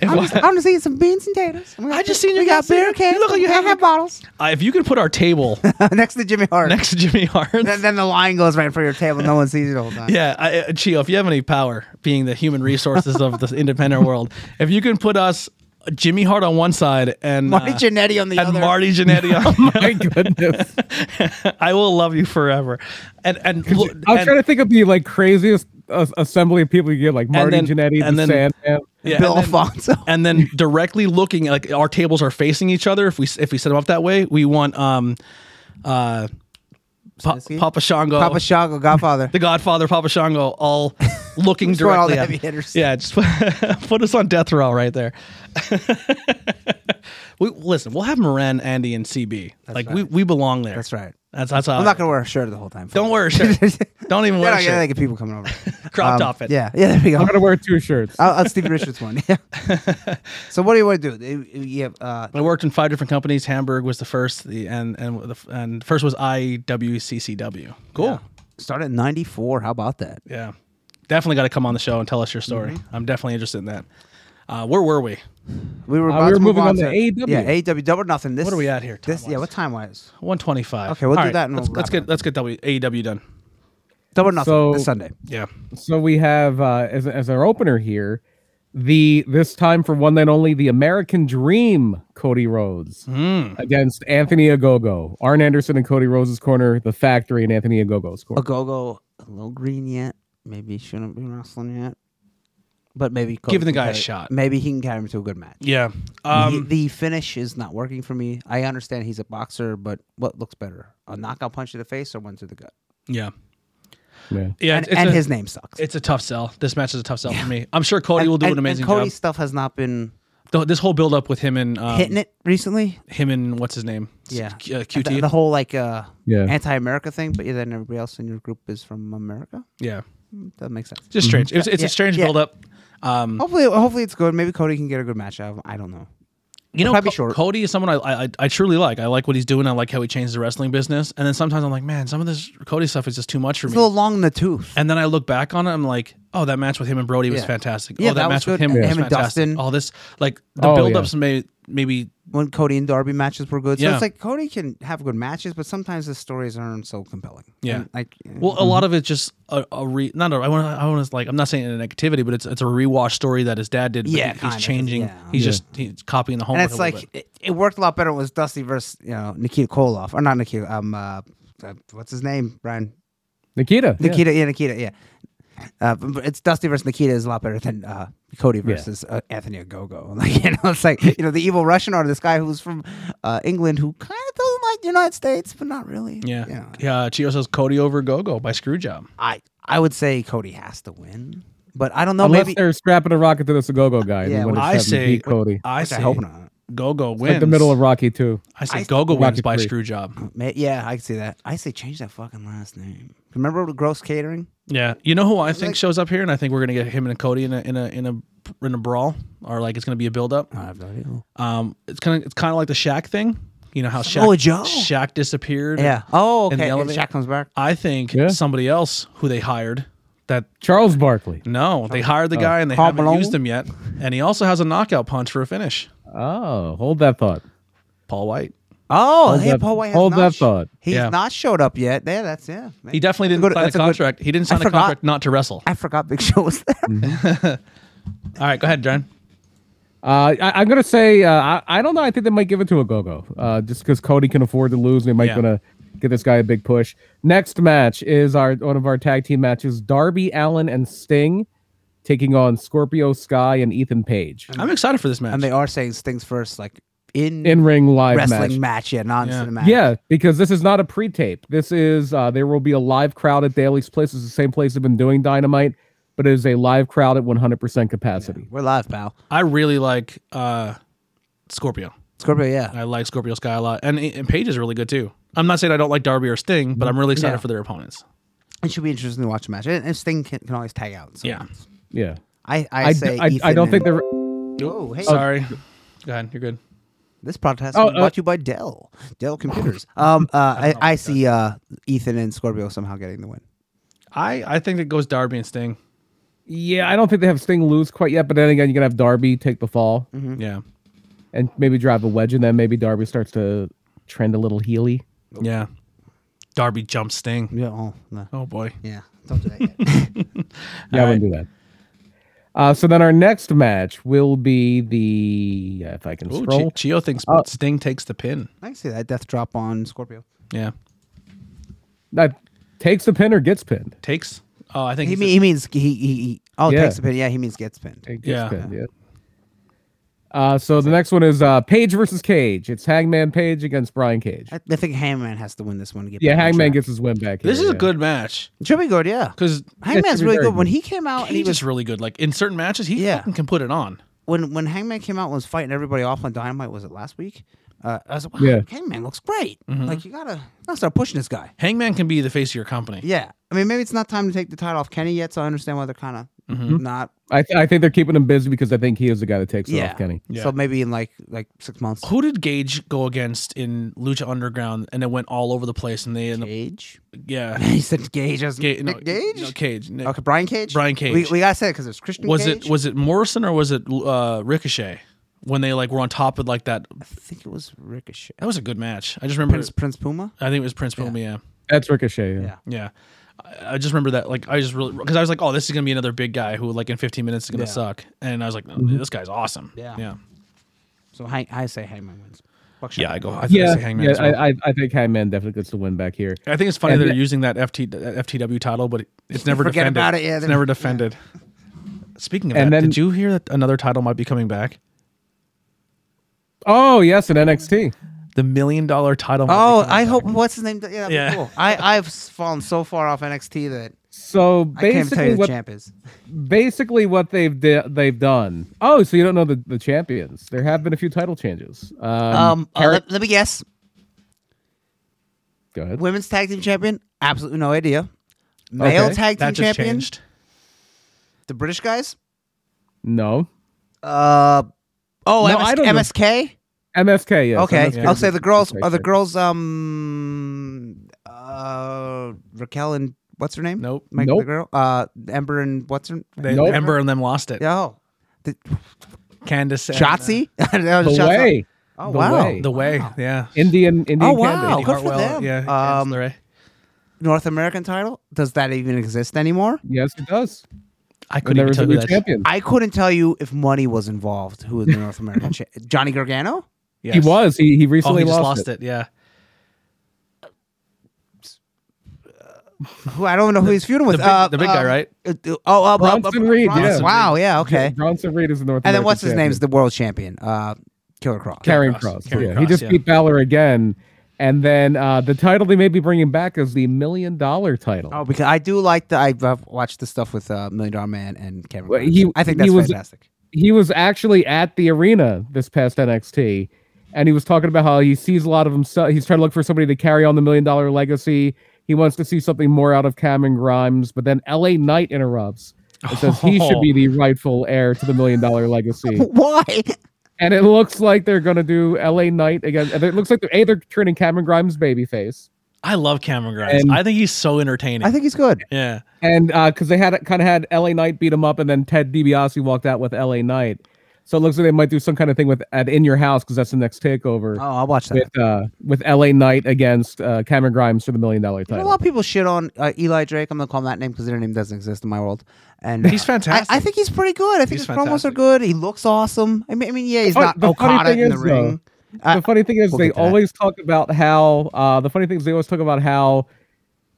B: just, I'm just eating some beans and taters. We got-
A: I just seen you
B: We
A: guys
B: got beer
A: eating-
B: cans.
A: you look like you
B: and
A: have-
B: half bottles (laughs)
A: uh, if you can put our table (laughs)
B: next to Jimmy Hart.
A: next to Jimmy Hart.
B: then, then the line goes right in front of your table. No one sees it the whole time.
A: Yeah, I,
B: (laughs)
A: uh, Chio, if you have any power, being the human resources of the independent world, if you can put us Jimmy Hart on one side and
B: Marty
A: uh,
B: Jannetty on the
A: and
B: other.
A: Marty Jannetty
B: (laughs)
A: on. (laughs)
C: My goodness.
A: I will love you forever. And and
C: I was
A: look- and-
C: trying to think of the like craziest uh, assembly of people you get, like Marty
A: then-
C: Jannetty,
A: and
C: the
A: then-
C: Sandman.
A: yeah,
B: Bill
A: and then- (laughs)
B: Alfonso.
A: and then directly looking like our tables are facing each other if we if we set them up that way we want um uh Pa-
B: Krasinski?
A: papa shango
B: Papa Shago, Godfather.
A: Oh. the godfather papa shango
B: (laughs)
A: all looking
B: Just want all
A: directly
B: the
A: at-
B: heavy hitters.
A: yeah just put (laughs) us on death row right there (laughs) we listen we'll have Moran, andy and cb like we we belong there
B: That's right.
A: that's that's how
B: I'm not gonna wear a shirt the whole time.
A: don't
B: (laughs)
A: wear a shirt don't even wear
B: Yeah,
A: a
B: yeah,
A: shirt
B: they get people coming over.
A: (laughs) crop
B: Um,
A: top it
B: Yeah, yeah. There we go.
A: (laughs)
C: I'm gonna wear two shirts.
B: I'll, I'll Steve Richards one. Yeah. so what do you want to do? You- You have uh,
A: I worked in five different companies. Hamburg was the first, the and and the and the first was IWCCW. Cool.
B: start at '94. How about that?
A: Yeah. Definitely got to come on the show and tell us your story.
B: Mm-hmm.
A: I'm definitely interested in that. Uh, where were we?
B: We were
C: Uh,
B: about
C: we were
B: to move
C: moving on
B: to
C: to AEW.
B: Yeah, AEW double or nothing. This,
A: E What are we at here,
B: This, yeah,
A: time-wise?
B: what time
A: 125.
B: wise? Okay, we'll do that and
A: Let's,
B: we'll
A: let's
B: wrap
A: get
B: up.
A: let's get W AEW done.
B: Double or nothing.
C: So-
B: this Sunday.
A: Yeah.
C: So we have uh, as as our opener here, the this time for one night only, the American Dream, Cody Rhodes against Anthony Agogo, Arn Anderson and Cody Rhodes' corner, the Factory and Anthony Agogo's corner.
B: A go go a little green yet. Maybe shouldn't be wrestling yet. But maybe Cody
A: Give the
B: can
A: guy a
B: carry-
A: shot.
B: Maybe he can carry him to a good match.
A: Yeah.
B: He-
A: Um,
B: the finish is not working for me. I understand he's a boxer, but what looks better? A knockout punch to the face or one to the gut?
A: yeah.
C: Yeah.
A: Yeah.
B: and
A: it's,
B: and
A: a,
B: his name sucks.
A: It's a tough sell. This match is a tough sell for me. I'm sure Cody
B: and,
A: will do
B: and-
A: an amazing
B: and Cody's
A: job.
B: stuff has not been
A: Th- This whole build up with him and um,
B: hitting it recently.
A: him and what's his name?
B: Yeah.
A: Q- uh,
B: And
A: QT.
B: The, the whole like uh,
C: Yeah.
B: anti-America thing, but yeah, then everybody else in your group is from America. Hmm,
A: yeah.
B: That makes sense.
A: Just strange. It's, it's
B: Mm-hmm. Yeah,
A: a strange
B: yeah.
A: build up. Um,
B: Hopefully, hopefully it's good. Maybe Cody can get a good match out of him. I don't know.
A: You know,
B: Probably
A: Co-
B: short.
A: Cody is someone I, I I truly like. I like what he's doing. I like how he changed the wrestling business. And then sometimes I'm like, man, some of this Cody stuff is just too much for
B: It's
A: me.
B: a little long in the tooth.
A: and then I look back on it, I'm like, oh, that match with him and Brody was
B: Yeah.
A: fantastic.
B: Yeah,
A: oh, that,
B: that
A: match
B: was
A: with
B: good.
A: him,
B: Yeah.
A: was
B: Him and
A: fantastic.
B: Dustin.
A: All this, like the
C: Oh,
A: buildups, may maybe
B: when Cody and Darby matches were good, so
A: Yeah.
B: it's like Cody can have good matches, but sometimes the stories aren't so compelling.
A: Yeah.
B: And, like
A: well,
C: Mm-hmm.
A: a lot of it's just a, a re. Not a, I want to. I want to like. I'm not saying in a negativity, but it's it's a rewash story that his dad did. but
B: Yeah,
A: he-
B: kinda,
A: he's changing.
B: yeah.
A: He's
C: Yeah.
A: just he's copying the home.
B: and it's like it, it worked a lot better. when It was Dusty versus you know Nikita Koloff or not Nikita. Um, uh, uh, what's his name? Brian
C: Nikita. yeah.
B: Nikita. Yeah, Nikita. Yeah. Uh, but but it's Dusty versus Nikita is a lot better than uh, Cody versus uh, Anthony Agogo. (laughs) Like you know, it's like you know the evil Russian or this guy who's from uh, England who kind of doesn't like the United States, but not really.
A: yeah,
B: You know,
A: yeah. Chio says Cody over Gogo by Screwjob.
B: I I would say Cody has to win, but I don't know.
C: Unless
B: maybe
C: they're strapping a rocket to this Agogo guy. and
B: Yeah,
C: he would
B: which
C: have
A: I
C: had to
A: say-
C: beat Cody.
A: I
B: which
A: say
B: I hope not.
A: Gogo wins.
C: Like the middle of Rocky too.
A: I say
B: I-
A: Gogo wins
C: Rocky
A: by
C: three.
A: Screwjob.
B: Ma- Yeah, I can see that. I say change that fucking last name. Remember the Gross Catering?
A: Yeah, you know who I think
B: like-
A: shows up here, and I think we're gonna get him and Cody in a in a in a in a brawl, or like it's gonna be a build up.
B: I have no idea.
A: Um, it's kind of it's kind of like the Shaq thing, you know how Shaq
B: Oh, Joe.
A: Shaq disappeared.
B: Yeah. Oh,
A: In the
B: okay. And
A: elevator?
B: Shaq comes back.
A: I think
C: Yeah.
A: somebody else who they hired that
C: Charles Barkley.
A: no, they hired the guy and they
B: Karl
A: haven't
B: Malone?
A: used him yet, and he also has a knockout punch for a finish.
C: Oh, hold that thought.
A: Paul White.
B: Oh,
C: Hold
B: hey,
C: that-
B: Paul White has
C: hold
B: not
C: that
B: sh-
C: thought.
B: He's
A: Yeah.
B: not showed up yet. Yeah, that's yeah.
A: He definitely didn't
B: good-
A: sign a
B: that's a good-
A: contract. he didn't
B: I
A: sign a
B: forgot.
A: contract not to wrestle.
B: I forgot Big Show was there.
C: Mm.
A: All right, go ahead, John.
C: Uh, I, I'm gonna say uh, I, I don't know. I think they might give it to a go-go, uh, just because Cody can afford to lose. They might
A: Yeah.
C: gonna give this guy a big push. Next match is our one of our tag team matches: Darby Allen and Sting taking on Scorpio Sky and Ethan Page
A: I'm excited for this match.
B: And they are saying Sting's first, like in,
C: in ring live
B: wrestling match.
C: match.
B: Yeah, non
A: Yeah.
B: cinematic.
C: Yeah, because this is not a pre-tape. This is uh, there will be a live crowd at Daly's place. It's the same place they've been doing Dynamite, but it is a live crowd at 100% capacity.
B: We're live, pal.
A: I really like uh, Scorpio.
B: Scorpio, yeah.
A: I like Scorpio Sky a lot, and and Paige is really good too. I'm not saying I don't like Darby or Sting, but I'm really excited
B: Yeah.
A: for their opponents.
B: It should be interesting to watch a match. And and Sting can, can always tag out. So
A: Yeah.
C: Yeah,
B: I, I,
C: I, d-
B: say
C: I, I
B: Ethan
C: don't think
B: and-
C: they're.
B: Oh, hey.
A: Sorry. Go ahead. You're good.
B: This podcast
C: Oh,
B: is
C: uh,
B: brought to you by Dell. Dell
C: (laughs)
B: Computers. um, uh, I, I see uh, Ethan and Scorpio somehow getting the win.
A: I, I think it goes Darby and Sting.
C: Yeah, I don't think they have Sting lose quite yet, but then again, you can have Darby take the fall
B: Mm-hmm.
A: Yeah.
C: and maybe drive a wedge, and then maybe Darby starts to trend a little heely.
A: Yeah. Darby jumps Sting.
B: Yeah. Oh, no.
A: Oh boy.
B: Yeah. Don't do that yet.
C: Yeah, I wouldn't do that. Uh, so then our next match will be the if I can
A: Ooh,
C: scroll.
A: Chi- Chio thinks
B: Oh.
A: Sting takes the pin.
B: I can see that death drop on Scorpio.
A: Yeah,
C: that uh, takes the pin or gets pinned.
A: takes. Oh, I think
B: He,
A: he's-
B: mean, he means he, he, he oh
C: Yeah.
B: takes a pin. Yeah, he means gets pinned.
C: It gets
A: Yeah.
C: pinned, yeah. Uh, so the next one is uh, Page versus Cage. It's Hangman Page against Brian Cage.
B: I, I think Hangman has to win this one to get.
C: Yeah,
B: back on
C: Hangman
B: track.
C: gets his win back.
A: this
C: here,
A: is a
C: yeah.
A: good match
B: It should be good. Yeah,
A: because
B: Hangman's
C: should be
B: really
C: very
B: good. When
C: good.
B: he came out and he
A: Cage
B: was
A: is really good. Like in certain matches, he
B: Yeah.
A: fucking can put it on.
B: when when Hangman came out and was fighting everybody off on Dynamite, was it last week? Uh, I was like, wow,
C: Yeah. Mm-hmm.
B: Hangman looks great. Like you gotta, gotta start pushing this guy.
A: Hangman can be the face of your company.
B: Yeah, I mean maybe it's not time to take the title off Kenny yet, so I understand why they're kind of
C: Mm-hmm.
B: not.
C: I, th- I think they're keeping him busy because I think he is the guy that takes it
B: Yeah.
C: off Kenny.
A: Yeah.
B: So maybe in like like six months.
C: (laughs)
A: Who did Gage go against in Lucha Underground, and it went all over the place? And they, ended up,
B: Cage.
A: yeah,
B: (laughs) he said Gage. I was
A: Ga- no,
B: Nick Gage.
A: no, Cage. Nick-
B: Okay, Brian Cage.
A: Brian
B: We,
A: Cage.
B: we gotta say it because it's Christian.
A: was
B: Cage.
A: it was it Morrison or was it uh, Ricochet when they like were on top of like that?
B: I think it was Ricochet. Oh,
A: That was a good match. I just remember.
B: Prince Prince Puma.
A: I think it was Prince Puma. Yeah.
C: That's Ricochet. Yeah.
B: Yeah.
A: Yeah. I I just remember that, like, I just really because I was like, "Oh, this is gonna be another big guy who, like, in 15 minutes is gonna
B: Yeah.
A: suck," and I was like, no, "This guy's awesome."
B: Yeah.
A: yeah,
B: So Hang, I say Hangman wins. Buckshot.
A: yeah. I go. I think
C: Yeah,
A: it's Hangman.
C: yeah,
A: as well. I,
C: I, I, I think Hangman definitely gets the win back here.
A: think it's funny
C: and
A: they're
C: the-
A: using that FT that FTW title, but it's never
B: Forget
A: defended.
B: about it, yeah,
A: it's
B: they're-
A: never defended. Speaking of
C: And
A: that,
C: then-
A: did you hear that another title might be coming back?
C: Oh yes, in NXT.
A: The million dollar title. might be
B: Oh,
A: coming
B: I
A: back.
B: hope what's his name? Yeah, that'd be
A: Yeah.
B: cool. I I've s- fallen so far off NXT that
C: So
B: I can't even tell you
C: basically,
B: who the
C: what
B: champ is.
C: basically what they've di- they've done. Oh, so you don't know the, the champions? There have been a few title changes. Um,
B: Um, uh,
C: Eric-
B: let, let me guess.
C: go ahead.
B: Women's tag team champion? Absolutely no idea. Male
C: Okay,
B: tag team
A: that just
B: champion?
A: changed.
B: The British guys?
C: No,
B: Uh oh,
C: No,
B: MS-
C: I don't know.
B: MSK.
C: MSK. Yes.
B: okay,
C: MSK
B: I'll
C: is
B: say
C: a-
B: the girls.
C: okay,
B: Are the
C: sure.
B: girls? Um, uh, Raquel and what's her name?
A: Nope.
B: Mike,
C: Nope.
B: The girl. Uh, Ember and what's her?
A: They,
C: Nope.
A: Ember and them lost it.
B: Yeah. Oh, the,
A: Candace. and, uh,
B: Shotzi. (laughs) I don't know,
C: The
B: Shotzi.
C: way.
B: Oh
C: The
B: wow.
C: way.
A: the way.
B: Wow.
A: Yeah.
C: Indian. Indian.
B: Oh,
C: Candy.
B: wow.
A: Indy
B: good for them.
A: Yeah.
B: Um,
A: Candice LeRae.
B: North American title? Does that even exist anymore?
C: Yes, it does.
A: I
C: And
A: couldn't
C: there
A: even
C: was a
A: tell you
C: new
A: that.
C: champion.
B: I couldn't tell you if money was involved. Who was the
A: (laughs)
B: North American cha- Johnny Gargano?
A: Yes.
C: He was. He he recently
A: oh, he
C: lost,
A: just lost
C: it.
A: it. Yeah.
B: Who I don't know who he's feuding with.
A: the big-
B: uh,
A: the big guy,
B: um,
A: right?
B: uh, uh, oh, uh,
C: Bronson
B: uh,
C: Reed,
B: Bronson-
C: yeah.
B: Wow. Yeah. Okay.
C: Yeah, Bronson Reed is the North.
B: and then
C: American
B: what's his
C: champion.
B: name's the world champion? Uh, Killer Croc.
C: Carrying
A: Cross.
C: Cross.
A: Karrion
C: yeah. he
A: Kross,
C: just
A: yeah.
C: beat Balor again, and then uh, the title they may be bringing back is the million dollar title.
B: Oh, because I do like the I've, I've watched the stuff with uh, Million Dollar Man and Cameron.
C: Well,
B: Crowe.
C: he-
B: I think
C: he
B: that's
C: was-
B: fantastic.
C: he was actually at the arena this past NXT, and he was talking about how he sees a lot of himself. He's trying to look for somebody to carry on the million dollar legacy. He wants to see something more out of Cameron Grimes, but then LA Knight interrupts and says he should be the rightful heir to the million dollar legacy.
B: Why?
C: And it looks like they're going to do LA Knight again. And It looks like they're, A, they're turning Cameron Grimes babyface.
A: I love Cameron Grimes.
C: And-
A: I think he's so entertaining.
B: I think he's good.
A: yeah.
C: And because they had kind of had LA Knight beat him up, and then Ted DiBiase walked out with LA Knight. So it looks like they might do some kind of thing with at In Your House because that's the next takeover.
B: Oh, I'll watch that.
C: with uh with LA Knight against uh Cameron Grimes for the million dollar
B: You know, a
C: title.
B: lot of people shit on uh, Eli Drake. I'm gonna call him that name because their name doesn't exist in my world. And
A: He's
B: uh,
A: fantastic.
B: I, I think he's pretty good. I think
A: He's
B: his promos are
A: fantastic.
B: good. He looks awesome. I mean, I mean yeah, he's
C: The
B: not
C: fu- the funny
B: Okada
C: thing
B: in the
C: is,
B: ring. Uh,
C: the funny thing is
B: we'll
C: they
B: get to that.
C: always talk about how uh the funny thing is they always talk about how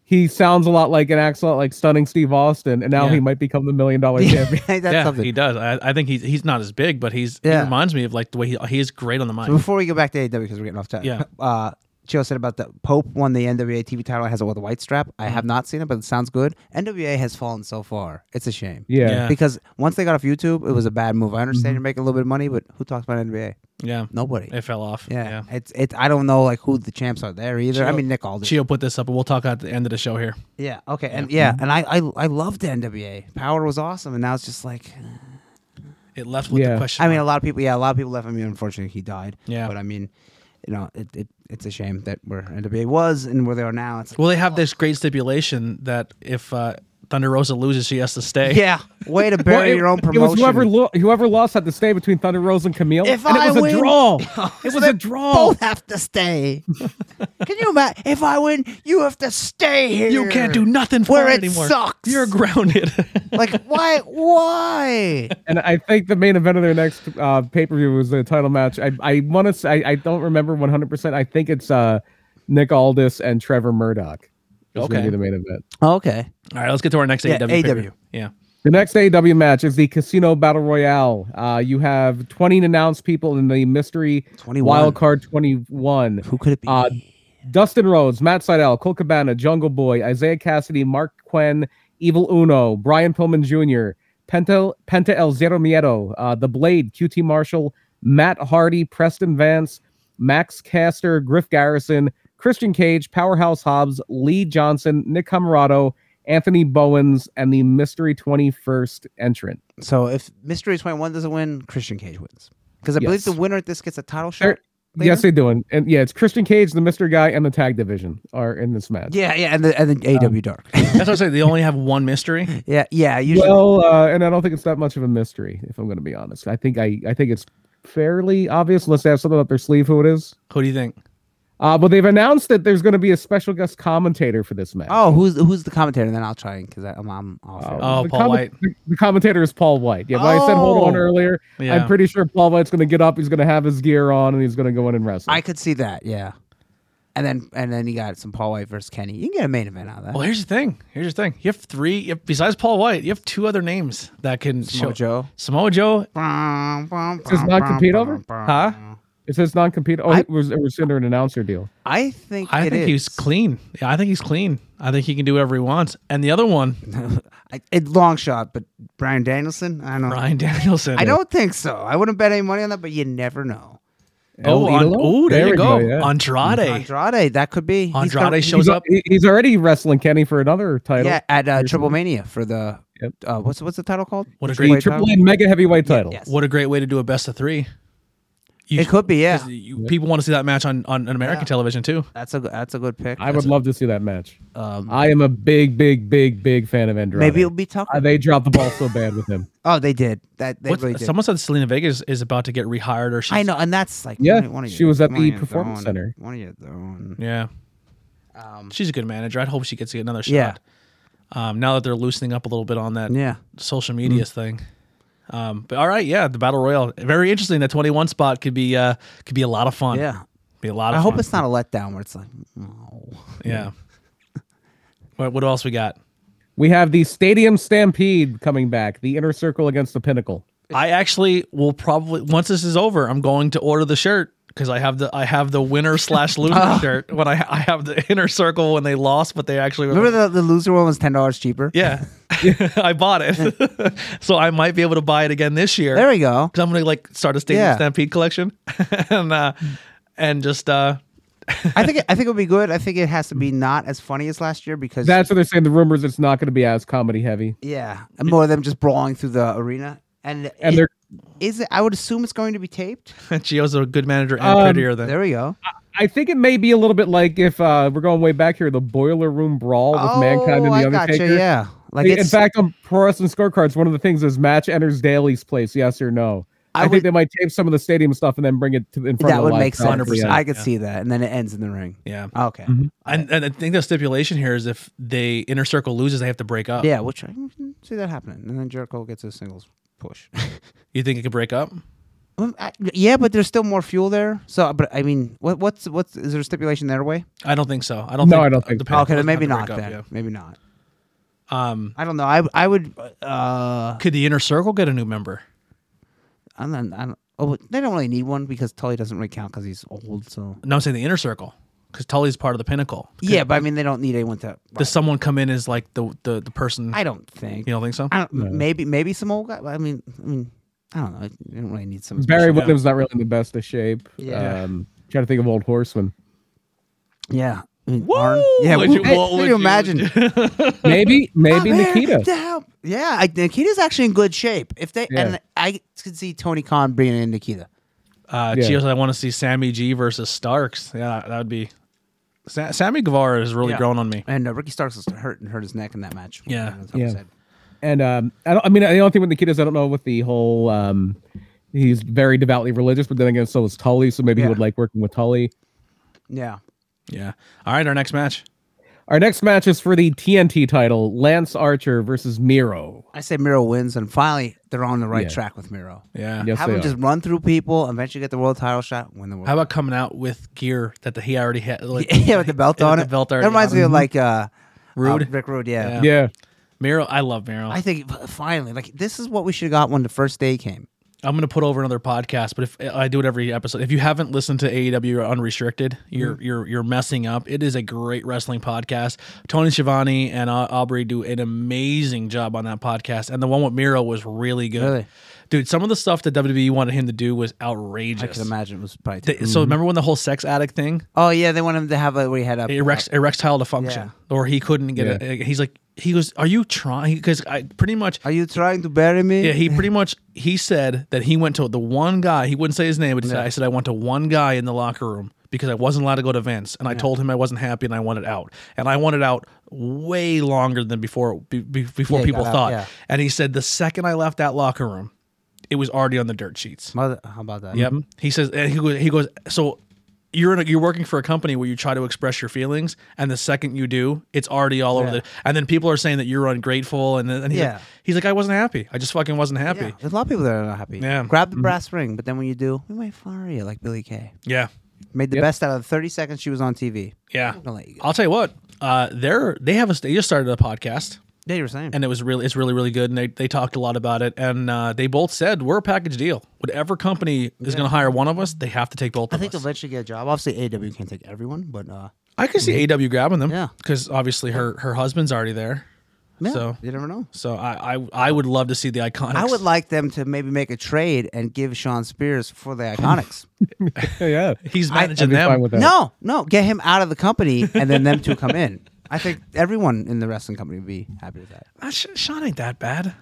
C: he sounds a lot like an acts a lot like stunning Steve Austin, and now
A: Yeah.
C: he might become the million
B: (laughs)
C: dollar
B: Yeah, (laughs)
C: champion.
B: that's
A: yeah,
B: something.
A: he does. I, I think he's he's not as big, but he's he
B: Yeah.
A: reminds me of like the way he, he is great on the mic.
B: So before we go back to AEW because we're getting off track.
A: Yeah.
B: (laughs) Uh, Chio said about the Pope won the NWA TV title. Has it with a white strap? I have not seen it, but it sounds good. NWA has fallen so far. It's a shame.
C: Yeah.
A: Yeah.
B: Because once they got off YouTube, it was a bad move. I understand you're making a little bit of money, but who talks about NBA?
A: yeah,
B: Nobody.
A: it fell off.
B: yeah. It's it's. I don't know like who the champs are there either. I
A: Chio-
B: mean Nick Aldis.
A: Chio put this up, and we'll talk at the end of the show here.
B: Yeah. Okay. And yeah, and I, I I loved the NWA. Power was awesome, and now it's just like
A: It left with
C: Yeah.
A: the question.
B: I mean, a
A: mark.
B: lot of people. Yeah, a lot of people left. I mean, unfortunately, he died.
A: Yeah.
B: But I mean, you know, it, it it's a shame that where NWA was and where they are now. It's like,
A: well, they have this great stipulation that if uh, Thunder Rosa loses, she has to stay.
B: Yeah, way to
C: (laughs) Well,
B: bury
C: it-
B: your own
C: It was
B: promotion.
C: whoever lo- whoever lost had to stay between Thunder Rose and Camille,
B: If
C: and it
B: I
C: was a
B: win- (laughs)
C: draw. It was
B: They
C: a draw.
B: Both have to stay. Can you imagine? If I win, you have to stay here.
A: You can't do nothing for
B: Where
A: it
B: it
A: anymore.
B: sucks.
A: You're grounded.
B: (laughs)
A: (laughs)
B: Like why? Why?
C: And I think the main event of their next uh, pay per view was the title match. I, I want to say, I, I don't remember 100%. I think it's uh, Nick Aldis and Trevor Murdoch. It's going
A: Okay.
C: to be the main event.
B: Okay.
A: All right, let's get to our next
B: Yeah,
A: AW. AEW. pay-per-view.
B: AEW.
A: Yeah.
C: The next AEW match is the Casino Battle Royale. Uh, you have 20 announced people in the mystery
B: 21.
C: wild card 21.
B: Who could it be?
C: Uh, Dustin Rhodes, Matt Seidel, Cole Cabana, Jungle Boy, Isaiah Cassidy, Mark Quinn, Evil Uno, Brian Pillman Jr., Penta, Penta El Zero Miedo, uh, The Blade, QT Marshall, Matt Hardy, Preston Vance, Max Caster, Griff Garrison, Christian Cage, Powerhouse Hobbs, Lee Johnson, Nick Camarado, Anthony Bowens, and the Mystery 21st entrant.
B: so if Mystery Twenty One doesn't win, Christian Cage wins because I believe
C: Yes.
B: the winner at this gets a title
C: Sure.
B: shot. later?
C: Yes, they do. And, and yeah, it's Christian Cage, the Mystery Guy, and the Tag Division are in this match.
B: Yeah, yeah, and the and the AW Dark.
A: That's what I say. They only have one mystery.
B: Oh. yeah, yeah. Usually,
C: Well, uh, and I don't think it's that much of a mystery, if I'm going to be honest. I think I, I think it's fairly obvious, unless they have something up their sleeve who it is.
A: Who do you think?
C: Uh, but they've announced that there's going to be a special guest commentator for this match.
B: oh, who's who's the commentator? And then I'll try because I'm I'm off.
C: Uh,
B: here.
A: Oh,
C: the
A: Paul White.
C: The, the commentator is Paul White. Yeah, but I said hold on
B: Oh.
C: earlier.
A: Yeah.
C: I'm pretty sure Paul White's going to get up. He's going to have his gear on, and he's going to go in and wrestle.
B: I could see that. Yeah, and then and then you got some Paul White versus Kenny. You can get a main event out of that.
A: Well, here's the thing. Here's the thing. You have three. You have, besides Paul White, you have two other names that can
B: Samoa
A: show.
B: Joe.
A: Samoa Joe.
B: Does
C: Does this not compete over?
A: Huh?
C: It says non-compete. Oh,
B: I-
C: it was it was under an announcer deal.
B: I think
A: I
B: it
A: think he's
B: is.
A: clean. Yeah, I think he's clean. I think he can do whatever he wants. And the other one,
B: (laughs) I, it long shot, but Brian Danielson. I don't.
A: Brian Danielson.
B: I don't think so. I wouldn't bet any money on that, but you never know.
A: Oh,
C: El
A: on,
C: Idolo?
A: oh there, you
C: we
A: go.
C: yeah.
A: Andrade.
B: Andrade, that could be. He's gonna-
A: Andrade
B: he-
A: shows
C: he's,
A: up.
C: he- he's already wrestling Kenny for another title.
B: Yeah, at uh,
C: There's
B: Triple Mania for the
C: Yep.
B: uh, what's what's the title called?
A: What a
C: the
A: great
C: Triple A mega heavyweight title.
B: Yes.
A: What a great way to do a best of three. You-
B: It could be. Yeah,
A: 'cause you- people want to see that match on, on an American
B: Yeah.
A: television too.
B: that's a go- that's a good pick.
C: I would love to see that match.
B: Um,
C: I am a big, big, big, big fan of Andrade.
B: maybe it'll be Tucker.
C: Uh, they dropped the ball so bad with him.
B: oh, they did that. They
A: What's-
B: really did.
A: someone said Selena Vega is, is about to get rehired or she's,
B: I know, and that's like
C: Yeah,
B: one, of- one of
C: she
B: your-
C: was at
B: one of
C: the
B: your
C: Performance
B: zone-
C: Center.
B: One of your zone.
A: Yeah,
B: Um,
A: she's a good manager. I hope she gets another shot.
B: Yeah.
A: Um, now that they're loosening up a little bit on that
B: yeah. Mm.
A: social medias thing. Um, but all right, yeah, the battle royal, very interesting. That twenty one spot could be uh, could be a lot of fun.
B: Yeah.
A: be a lot. Of
B: I hope
A: fun.
B: it's not a letdown where it's like, oh.
A: yeah. (laughs) what, what else we got?
C: We have the Stadium Stampede coming back. The Inner Circle against the Pinnacle.
A: I actually will probably once this is over, I'm going to order the shirt because I have the I have the winner
B: (laughs)
A: slash
B: Oh.
A: loser shirt when I I have the (laughs) inner circle when they lost, but they actually
B: Remember the, the loser one was ten dollars cheaper.
A: yeah. (laughs) I bought it, (laughs) so I might be able to buy it again this year.
B: There we go.
A: because I'm gonna like start a Stadium
B: Yeah.
A: Stampede collection, (laughs) and uh, and just uh, (laughs)
B: I think it, I think it would be good. I think it has to be not as funny as last year because
C: That's what they're saying. The rumors it's not going to be as comedy heavy,
B: yeah, and more of them just brawling through the arena. And,
C: and
B: it-
C: they're.
B: is it? I would assume it's going to be taped.
A: Gio's a good manager and
C: Um,
A: prettier than
B: There we go.
C: I think it may be a little bit like if uh, we're going way back here, the Boiler Room Brawl with Mankind and the
B: Oh, I
C: Undertaker.
B: gotcha. Yeah, like
C: in
B: it's
C: fact, on pro wrestling scorecards, one of the things is match enters Daly's place, yes or no.
B: I
C: I, think
B: would-
C: they might tape some of the stadium stuff and then bring it to, in front
B: that
C: of the
B: would
C: live
B: make
C: crowd
B: sense.
C: at the end.
B: I could
A: yeah.
B: see that, and then it ends in the ring.
A: yeah.
B: Okay.
C: Mm-hmm.
A: And, and I think the stipulation here is if the inner circle loses, they have to break up.
B: Yeah, which I can see that happening, and then Jericho gets a singles
A: (laughs)
B: push.
A: You think it could break up?
B: Um, I- yeah, but there's still more fuel there. So, but I mean, what, what's what's is there a stipulation their way?
A: I don't think so. I don't.
C: No,
A: think,
C: I don't think
A: the
C: so.
A: Pinnacle
B: okay, then
A: doesn't have
B: maybe
A: to
B: not.
A: break
B: Then
A: up,
B: maybe not.
A: yeah. Um,
B: I don't know. I I would. Uh,
A: could the inner circle get a new member?
B: I don't. I don't oh, they don't really need one because Tully doesn't really count because he's old. So
A: No, I'm saying the inner circle because Tully's part of the pinnacle. Could-
B: yeah, but I mean, they don't need anyone to.
A: Does someone come in as like the the, the person?
B: I don't think.
A: you don't think so?
B: I don't. Maybe maybe some old guy. I mean, I mean, I don't know. You don't really need some.
C: (laughs) Barry
B: special-
C: Windham's not really in the best of shape.
B: Yeah.
C: Um, trying to think of old horsemen.
B: Yeah. I mean,
A: Woo!
B: Arn- Yeah.
A: Would
B: woo-
A: you-
B: hey,
A: what
B: can
A: would
B: you
A: you-
B: imagine?
A: (laughs)
C: Maybe,
A: Oh,
C: maybe
B: I'm here
C: Nikita.
B: to help. Yeah, I, Nikita's actually in good shape. If they
C: Yeah.
B: and I could see Tony Khan bringing in Nikita.
A: Uh,
C: Yeah.
A: Gio said, I want to see Sammy G versus Starks. Yeah, that would be. Sa- Sammy Guevara has really
C: Yeah.
A: grown on me.
B: And uh, Ricky Starks was hurt and hurt his neck in that match.
A: Yeah.
B: That's what I
C: Yeah.
B: said.
C: And um, I, don't, I mean, the only thing with the kid is I don't know with the whole. Um, he's very devoutly religious, but then again, so is Tully. So maybe
B: Yeah.
C: he would like working with Tully.
B: Yeah.
A: Yeah. All right, our next match.
C: Our next match is for the TNT title: Lance Archer versus Miro.
B: I say Miro wins, and finally they're on the right
C: Yeah.
B: track with Miro.
A: Yeah.
C: Yes,
B: Have
C: they
B: him
C: are.
B: just run through people, eventually get the world title shot, win the world.
A: How about coming out with gear that the, he already had? Like, (laughs)
B: (laughs) yeah, with the belt
A: with
B: on
A: the
B: it.
A: belt already
B: that reminds
A: on
B: me
A: it.
B: of like uh,
A: Rude.
B: uh, Rick Rude. Yeah.
A: Yeah.
C: yeah.
A: Miro, I love Miro.
B: I think f- finally, like this is what we should have got when the first day came.
A: I'm gonna put over another podcast, but if I do it every episode, if you haven't listened to AEW Unrestricted, you're you're you're messing up. It is a great wrestling podcast. Tony Schiavone and Au- Aubrey do an amazing job on that podcast, and the one with Miro was really good,
B: Really?
A: dude. Some of the stuff that WWE wanted him to do was outrageous.
B: I can imagine it was probably.
A: They- So remember when the whole sex addict thing,
B: oh yeah, they want him to have a where he had a
A: erects, erectile dysfunction, or he couldn't get it. He's like, he was, are you trying? Because I pretty much
B: Are you trying to bury me?
A: Yeah, he pretty much he said that he went to the one guy. He wouldn't say his name, but he said, "I said I went to one guy in the locker room because I wasn't allowed to go to Vince, and I told him I wasn't happy and I wanted out, and I wanted out way longer than before be, be- before
B: Yeah, he
A: people
B: got out,
A: thought."
B: yeah.
A: And he said the second I left that locker room, it was already on the dirt sheets.
B: Mother, how about that?
A: Yep. He says, and he goes, he goes. So you're in a, you're working for a company where you try to express your feelings, and the second you do, it's already all over
B: Yeah.
A: the. And then people are saying that you're ungrateful, and then and he's
B: Yeah.
A: like, he's like, I wasn't happy. I just fucking wasn't happy.
B: Yeah, There's a lot of people that are not happy.
A: Yeah. Mm-hmm.
B: Grab the brass ring, but then when you do, we might fire you like Billy Kay.
A: Yeah.
B: Made the
C: Yep.
B: best out of the 30 seconds she was on TV.
A: Yeah.
B: Don't let you go.
A: I'll tell you what. Uh, they're they have a they just started a podcast
B: Yeah, you were saying.
A: and it was really it's really really good and they, they talked a lot about it and uh, they both said we're a package deal. Whatever company is going to hire one of us, they have to take both
B: I
A: of
B: think they'll
A: us.
B: eventually get a job. Obviously, AW can't take everyone, but uh,
A: I could see AW grabbing them.
B: Yeah.
A: because obviously her her husband's already there.
B: yeah,
A: So
B: you never know.
A: so I, I I would love to see the iconics.
B: I would like them to maybe make a trade and give Sean Spears
A: (laughs)
B: for the Iconics.
C: yeah.
A: He's
C: I'd
A: managing
C: be fine
A: them.
C: with that.
B: no, no, get him out of the company and then them two come in.
A: (laughs)
B: I think everyone in the wrestling company would be happy with that.
A: Ah, Sh- Sean ain't that bad.
B: I'm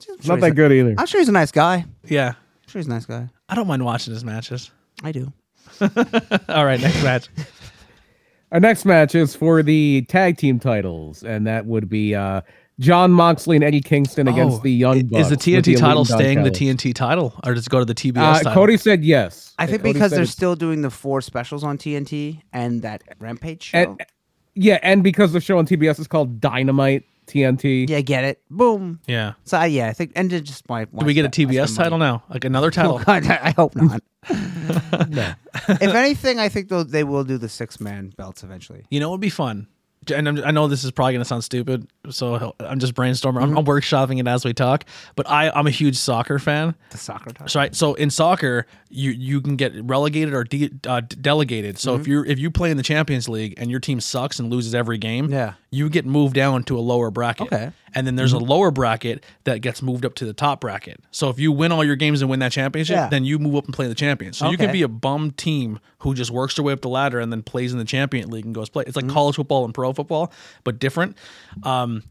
B: sure
C: not
B: he's
C: that
B: a-
C: good either.
B: I'm sure he's a nice guy. I'm
A: Yeah,
B: sure he's a nice guy.
A: I don't mind watching his matches.
B: I do.
A: All right, next match.
C: Our next match is for the tag team titles, and that would be uh, John Moxley and Eddie Kingston
A: Oh,
C: (laughs) against the Young Bucks.
A: Is the
C: with the
A: TNT title
C: Elite Don
A: staying the
C: Callis.
A: TNT title, or does it go to the TBS
C: Uh,
A: title?
C: Cody said yes.
B: I think
C: Cody
B: because
C: said
B: they're
C: it's-
B: still doing the four specials on TNT and that Rampage show.
C: and, yeah, and because the show on TBS is called Dynamite TNT.
B: yeah, get it. Boom.
A: yeah.
B: So I yeah, I think and it just my.
A: Do we get a TBS title now? Like (laughs) another title?
B: Oh, God, (laughs) I
A: (laughs)
B: hope not. if anything, I think though they will do the six man belts eventually.
A: You know, it would be fun. And I'm, I know this is probably going to sound stupid, so I'm just brainstorming.
C: Mm-hmm.
A: I'm, I'm workshopping it as we talk. But I, I'm a huge soccer fan.
B: The soccer title.
A: So, I, so in soccer, you you can get relegated or de- uh, d- delegated. So
B: Mm-hmm.
A: if you if you play in the Champions League and your team sucks and loses every game,
B: Yeah.
A: you get moved down to a lower bracket.
B: Okay. Mm-hmm.
A: And then there's a lower bracket that gets moved up to the top bracket. So if you win all your games and win that championship,
B: Yeah.
A: then you move up and play in the champions. So you can
B: Okay.
A: be a bum team who just works their way up the ladder and then plays in the champion league and goes play. It's like
B: Mm-hmm.
A: college football and pro football, but different. Um,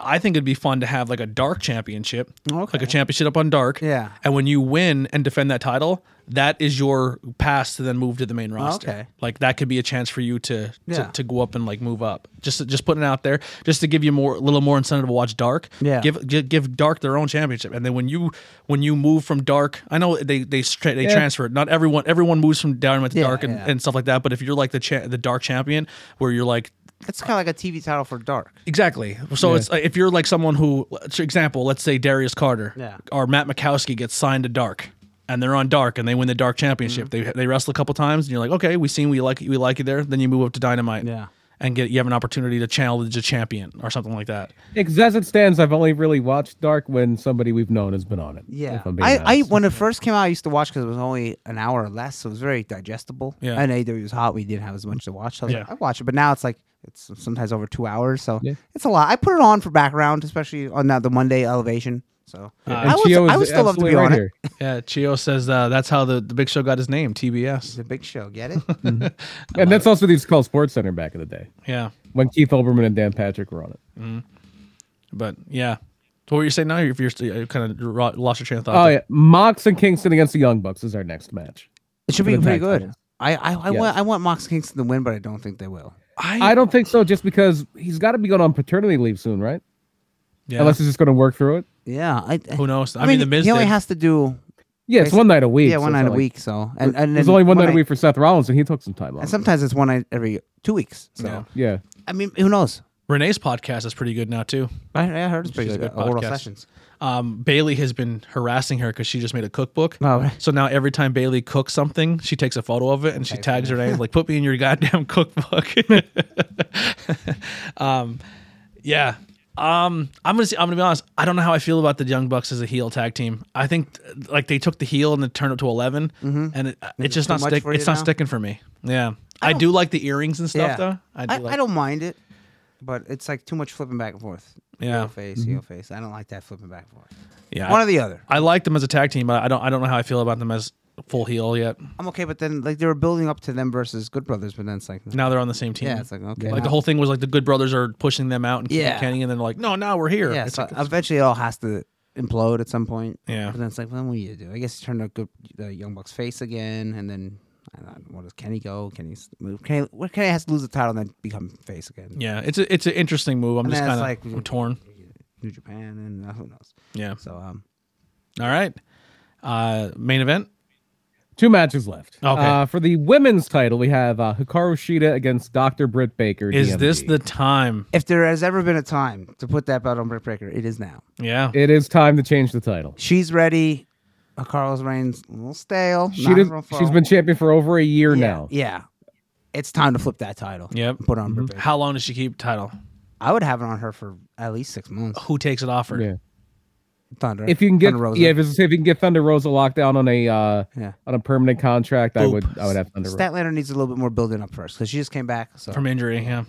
A: I think it'd be fun to have like a dark championship, like
B: Okay.
A: a championship up on dark.
B: Yeah.
A: And when you win and defend that title, that is your pass to then move to the main roster.
B: Oh, okay.
A: Like that could be a chance for you to,
B: Yeah.
A: to to go up and like move up. Just just putting it out there, just to give you more a little more incentive to watch Dark.
B: Yeah.
A: Give gi- give Dark their own championship, and then when you when you move from Dark, I know they they stra- they
C: Yeah.
A: transfer it. Not everyone everyone moves from Dynamite to
B: Yeah,
A: Dark and,
B: yeah.
A: and stuff like that. But if you're like the cha- the Dark champion, where you're like
B: It's kind of like a TV title for Dark.
A: Exactly. So it's like if you're like someone who, for example, let's say Darius Carter
B: Yeah.
A: or Matt Mikowski gets signed to Dark, and they're on Dark and they win the Dark Championship. They they wrestle a couple times, and you're like, okay, we seen we like we like you there. Then you move up to Dynamite,
B: Yeah.
A: and get you have an opportunity to challenge a champion or something like that.
C: Ex- As it stands, I've only really watched Dark when somebody we've known has been on it.
B: Yeah,
C: if I'm being
B: I, I
C: honest.
B: when it first came out, I used to watch because it was only an hour or less, so it was very digestible.
A: Yeah.
B: and AW was hot; we didn't have as much to watch. So I was like,
A: Yeah.
B: I watch it, but now it's like it's sometimes over two hours, so
C: Yeah.
B: it's a lot. I put it on for background, especially on uh, the Monday elevation. So
C: And
B: I, would,
C: Chio
B: I
C: is
B: would still love to
C: absolutely
B: be
C: right
B: on
C: here.
B: it.
A: Yeah, Chio says uh, that's how the, the Big Show got his name,
B: It's
A: TBS.
B: a big show. Get
C: (laughs)
B: it?
C: And that's also these called Sports Center back in the day
A: Yeah,
C: when Keith Olbermann and Dan Patrick were on it.
A: but yeah. So what were you saying now? If you're, you kind of lost your train of thought.
C: Oh
A: there.
C: yeah, Mox and Kingston against the Young Bucks is our next match.
B: it should be
C: the
B: pretty
C: tag
B: good.
C: titles.
B: I I, I
C: Yes.
B: want I want Mox Kingston to win, but I don't think they will.
A: I,
C: I don't think so, just because he's got to be going on paternity leave soon, right?
A: yeah.
C: Unless he's just going to work through it.
B: Yeah, I, I-
A: who knows? I, mean, the Miz.
B: he only
A: did.
B: has to do
C: Yeah, it's
B: Basically-
C: one night a week.
B: yeah
C: so
B: one
C: it's
B: night
C: not
B: a
C: like-
B: week. So and and
C: There's
B: then
C: only one night a
B: night-
C: week for Seth Rollins, and he took some time
B: And
C: off.
B: sometimes it's one night every two weeks. So
A: Yeah.
C: Yeah,
B: I mean, who knows?
A: Renee's podcast is pretty good now too.
B: I, I heard it's pretty
A: She's a
B: good.
A: good
B: Uh, Oral
A: podcast.
B: sessions.
A: Um, Bailey has been harassing her because she just made a cookbook.
B: Oh, right.
A: So now every time Bailey cooks something, she takes a photo of it and she tags her name, like, put me in your goddamn (laughs) cookbook. um, yeah. Um, I'm gonna see, I'm gonna be honest. I don't know how I feel about the Young Bucks as a heel tag team. I think like they took the heel and then turned it to 11 and it, it's just
B: Mm-hmm.
A: not
B: too much
A: stick,
B: for you
A: It's not
B: now?
A: sticking for me. Yeah. I, do like the earrings and stuff
B: Yeah.
A: though.
B: I,
A: do
B: I,
A: like,
B: don't mind it, but it's like too much flipping back and forth.
A: Yeah.
B: Heel face, heel face. I don't like that flipping back and forth.
A: yeah.
B: One or the other.
A: I like them as a tag team, but I don't I don't know how I feel about them as full heel yet.
B: I'm okay, but then like they were building up to them versus Good Brothers, but then it's like
A: Now they're on the same team.
B: yeah, it's like okay.
A: Like the
B: now-
A: whole thing was like the Good Brothers are pushing them out and kicking
B: Yeah.
A: Kenny, and then like, no, now we're here.
B: yeah.
A: It's
B: So
A: like-
B: eventually, it all has to implode at some point.
A: Yeah.
B: But then it's like, well, then what do you do? I guess you turn to Good the Young Bucks face again, and then I don't know, where does Kenny go? Kenny's move. Kenny, where Kenny has to lose the title and then become face again?
A: yeah, it's a, it's an interesting move. I'm
B: And
A: just
B: then
A: kind of
B: it's
A: like,
B: like-
A: I'm torn.
B: New Japan and uh, who knows.
A: Yeah.
B: So um,
A: All right. Uh, main event.
C: two matches left.
A: Okay.
C: Uh, for the women's title, we have uh, Hikaru Shida against Dr. Britt Baker.
A: Is
C: DMD.
A: this the time?
B: if there has ever been a time to put that belt on Britt Baker, it is now.
A: Yeah.
C: It is time to change the title.
B: She's ready. Uh, Carlos Reigns a little stale.
C: She
B: not
C: did,
B: real full.
C: she's been champion for over a year
B: yeah,
C: now.
B: Yeah. It's time to flip that title.
A: Yep.
B: Put it on Britt Baker.
A: How long does she keep title?
B: I would have it on her for at least six months.
A: Who takes it off her?
C: Yeah.
B: Thunder.
C: If you can get
B: Thunder Rosa.
C: yeah, if, it's- if you can get Thunder Rosa locked down on a uh,
B: Yeah.
C: on a permanent contract, I
A: Boop.
C: would I would have Thunder Rosa.
B: Statlander needs a little bit more building up first because she just came back. So
A: From injury. Yeah.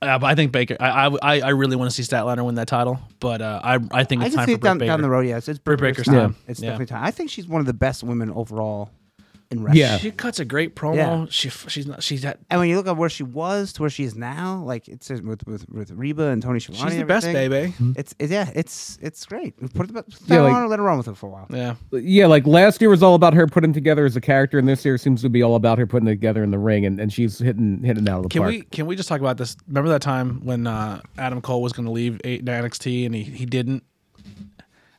A: Uh, but I think Baker. I I, I really want to see Statlander win that title, but uh, I I think
B: I
A: it's
B: can
A: time
B: see
A: for
B: it
A: Britt
B: down,
A: Baker.
B: down the road. Yeah, it's, it's
A: Britt
B: Baker's
A: Baker's time.
B: It's
A: Yeah.
B: definitely time. I think she's one of the best women overall in wrestling.
C: Yeah.
A: She cuts a great promo.
B: Yeah.
A: She f- she's not she's at,
B: And when you look at where she was to where she is now, like it's with with, with Reba and Tony Schiavone,
A: she's the
B: and
A: best
B: everything,
A: baby.
B: It's it, yeah, it's it's great. Put the put
C: Yeah,
B: that
C: like-
B: on her, let her run with it for a while.
A: Yeah.
C: Yeah, like last year was all about her putting together as a character, and this year seems to be all about her putting together in the ring, and, and she's hitting hitting it out of the
A: Can
C: park.
A: we can we just talk about this? Remember that time when uh, Adam Cole was going to leave A- NXT and he, he didn't,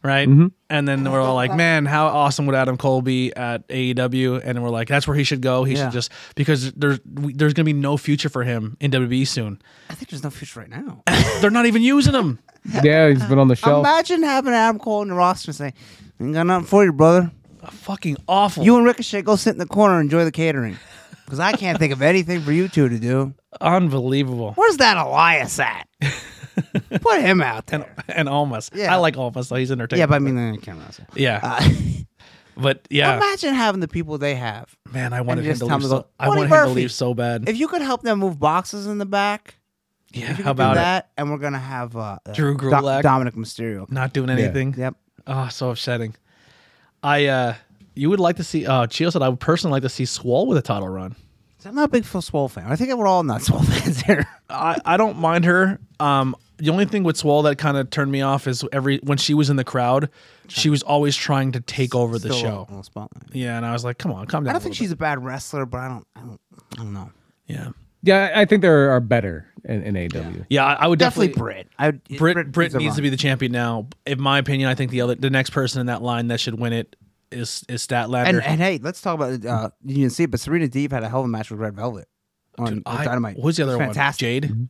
A: right?
B: Mm-hmm.
A: And then we're all like, man, how awesome would Adam Cole be at AEW? And we're like, that's where he should go. He
B: Yeah.
A: should just because there's we, there's going to be no future for him in WWE soon.
B: I think there's no future
A: (laughs)
B: right now.
A: They're not even using him.
C: Yeah, he's been on the shelf.
B: Imagine having Adam Cole in the roster and saying, "Ain't got nothing for you, brother.
A: Fucking awful.
B: You and Ricochet go sit in the corner and enjoy the catering, because I can't think of anything for you two to do."
A: Unbelievable. (laughs)
B: Where's that Elias at? Put him out there.
A: And Almas.
B: Yeah.
A: I like Almas. though. He's entertaining.
B: Yeah, but I mean, I can't wrestle.
A: yeah.
B: Uh,
A: (laughs) but yeah,
B: Imagine having the people they have.
A: man, I wanted him
B: just
A: to
B: tell
A: leave.
B: him to
A: So,
B: go,
A: I
B: "Buddy
A: wanted him to
B: Murphy."
A: leave so bad.
B: If you could help them move boxes in the back,
A: yeah.
B: you
A: How
B: could do
A: about it?
B: that, and we're gonna have uh, uh,
A: Drew
B: Do-
A: Gulak.
B: Dominic Mysterio.
A: Not doing anything.
B: Yep.
A: Oh, so upsetting. I uh you would like to see uh Chio said I would personally like to see Swole with a title run.
B: So I'm not a big Phil Swole fan. I think we're all not (laughs) Swole fans here.
A: I, I don't mind her. Um the only thing with Swole that kind of turned me off is every when she was in the crowd, she was always trying to take over the
B: Still
A: show.
B: a little spotlight.
A: Yeah, and I was like, come on, calm down.
B: I
A: a
B: don't think
A: little
B: she's a bad wrestler, but I don't, I don't, I don't know.
A: bit. Yeah.
C: Yeah, I I think there are better in, in AW.
A: Yeah, I, I would
B: Definitely,
A: definitely,
B: Britt. I would,
A: Britt
B: Britt
A: Britt,
B: is a
A: needs to
B: run.
A: be the champion now. In my opinion, I think the other the next person in that line that should win it is is Statlander.
B: And, and hey, let's talk about. Uh, you didn't see it, but Serena Deeb had a hell of a match with Red Velvet on with
A: I-
B: Dynamite.
A: Who's the
B: It was
A: other
B: Fantastic. Mm-hmm.
A: one?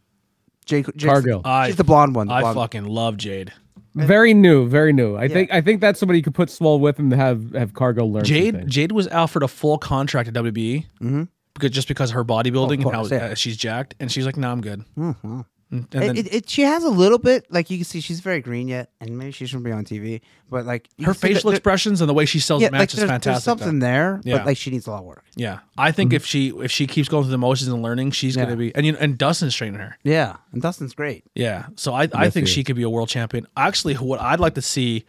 A: Jade.
B: Jade, Jade's
C: Cargill.
B: The,
A: I-
B: she's the blonde one. The
A: I
B: blonde
A: fucking love Jade.
C: Very new, very new. I think I think that's somebody you could put Swole with and have have Cargo learn. some
A: Jade
C: things.
A: Jade was offered a full contract at WWE because just because of her bodybuilding and how
B: Mm-hmm. course, yeah. Mm,
A: uh, she's jacked, and she's like, "No, I'm good." And
B: It-
A: then
B: it, it, she has a little bit, like you can see, she's very green yet, and maybe she shouldn't be on TV. But like you
A: her
B: can see that
A: facial
B: there-
A: expressions and the way she sells
B: yeah, like
A: matches
B: there's,
A: is fantastic.
B: there's something there,
A: Yeah.
B: but like she needs a lot of work.
A: though. Yeah, I think if she if she keeps going through the motions and learning, she's
B: Yeah.
A: gonna be and you know, and Dustin's training her.
B: Yeah, and Dustin's great.
A: Yeah, so I I think she could be a world champion. Actually, what I'd like to see.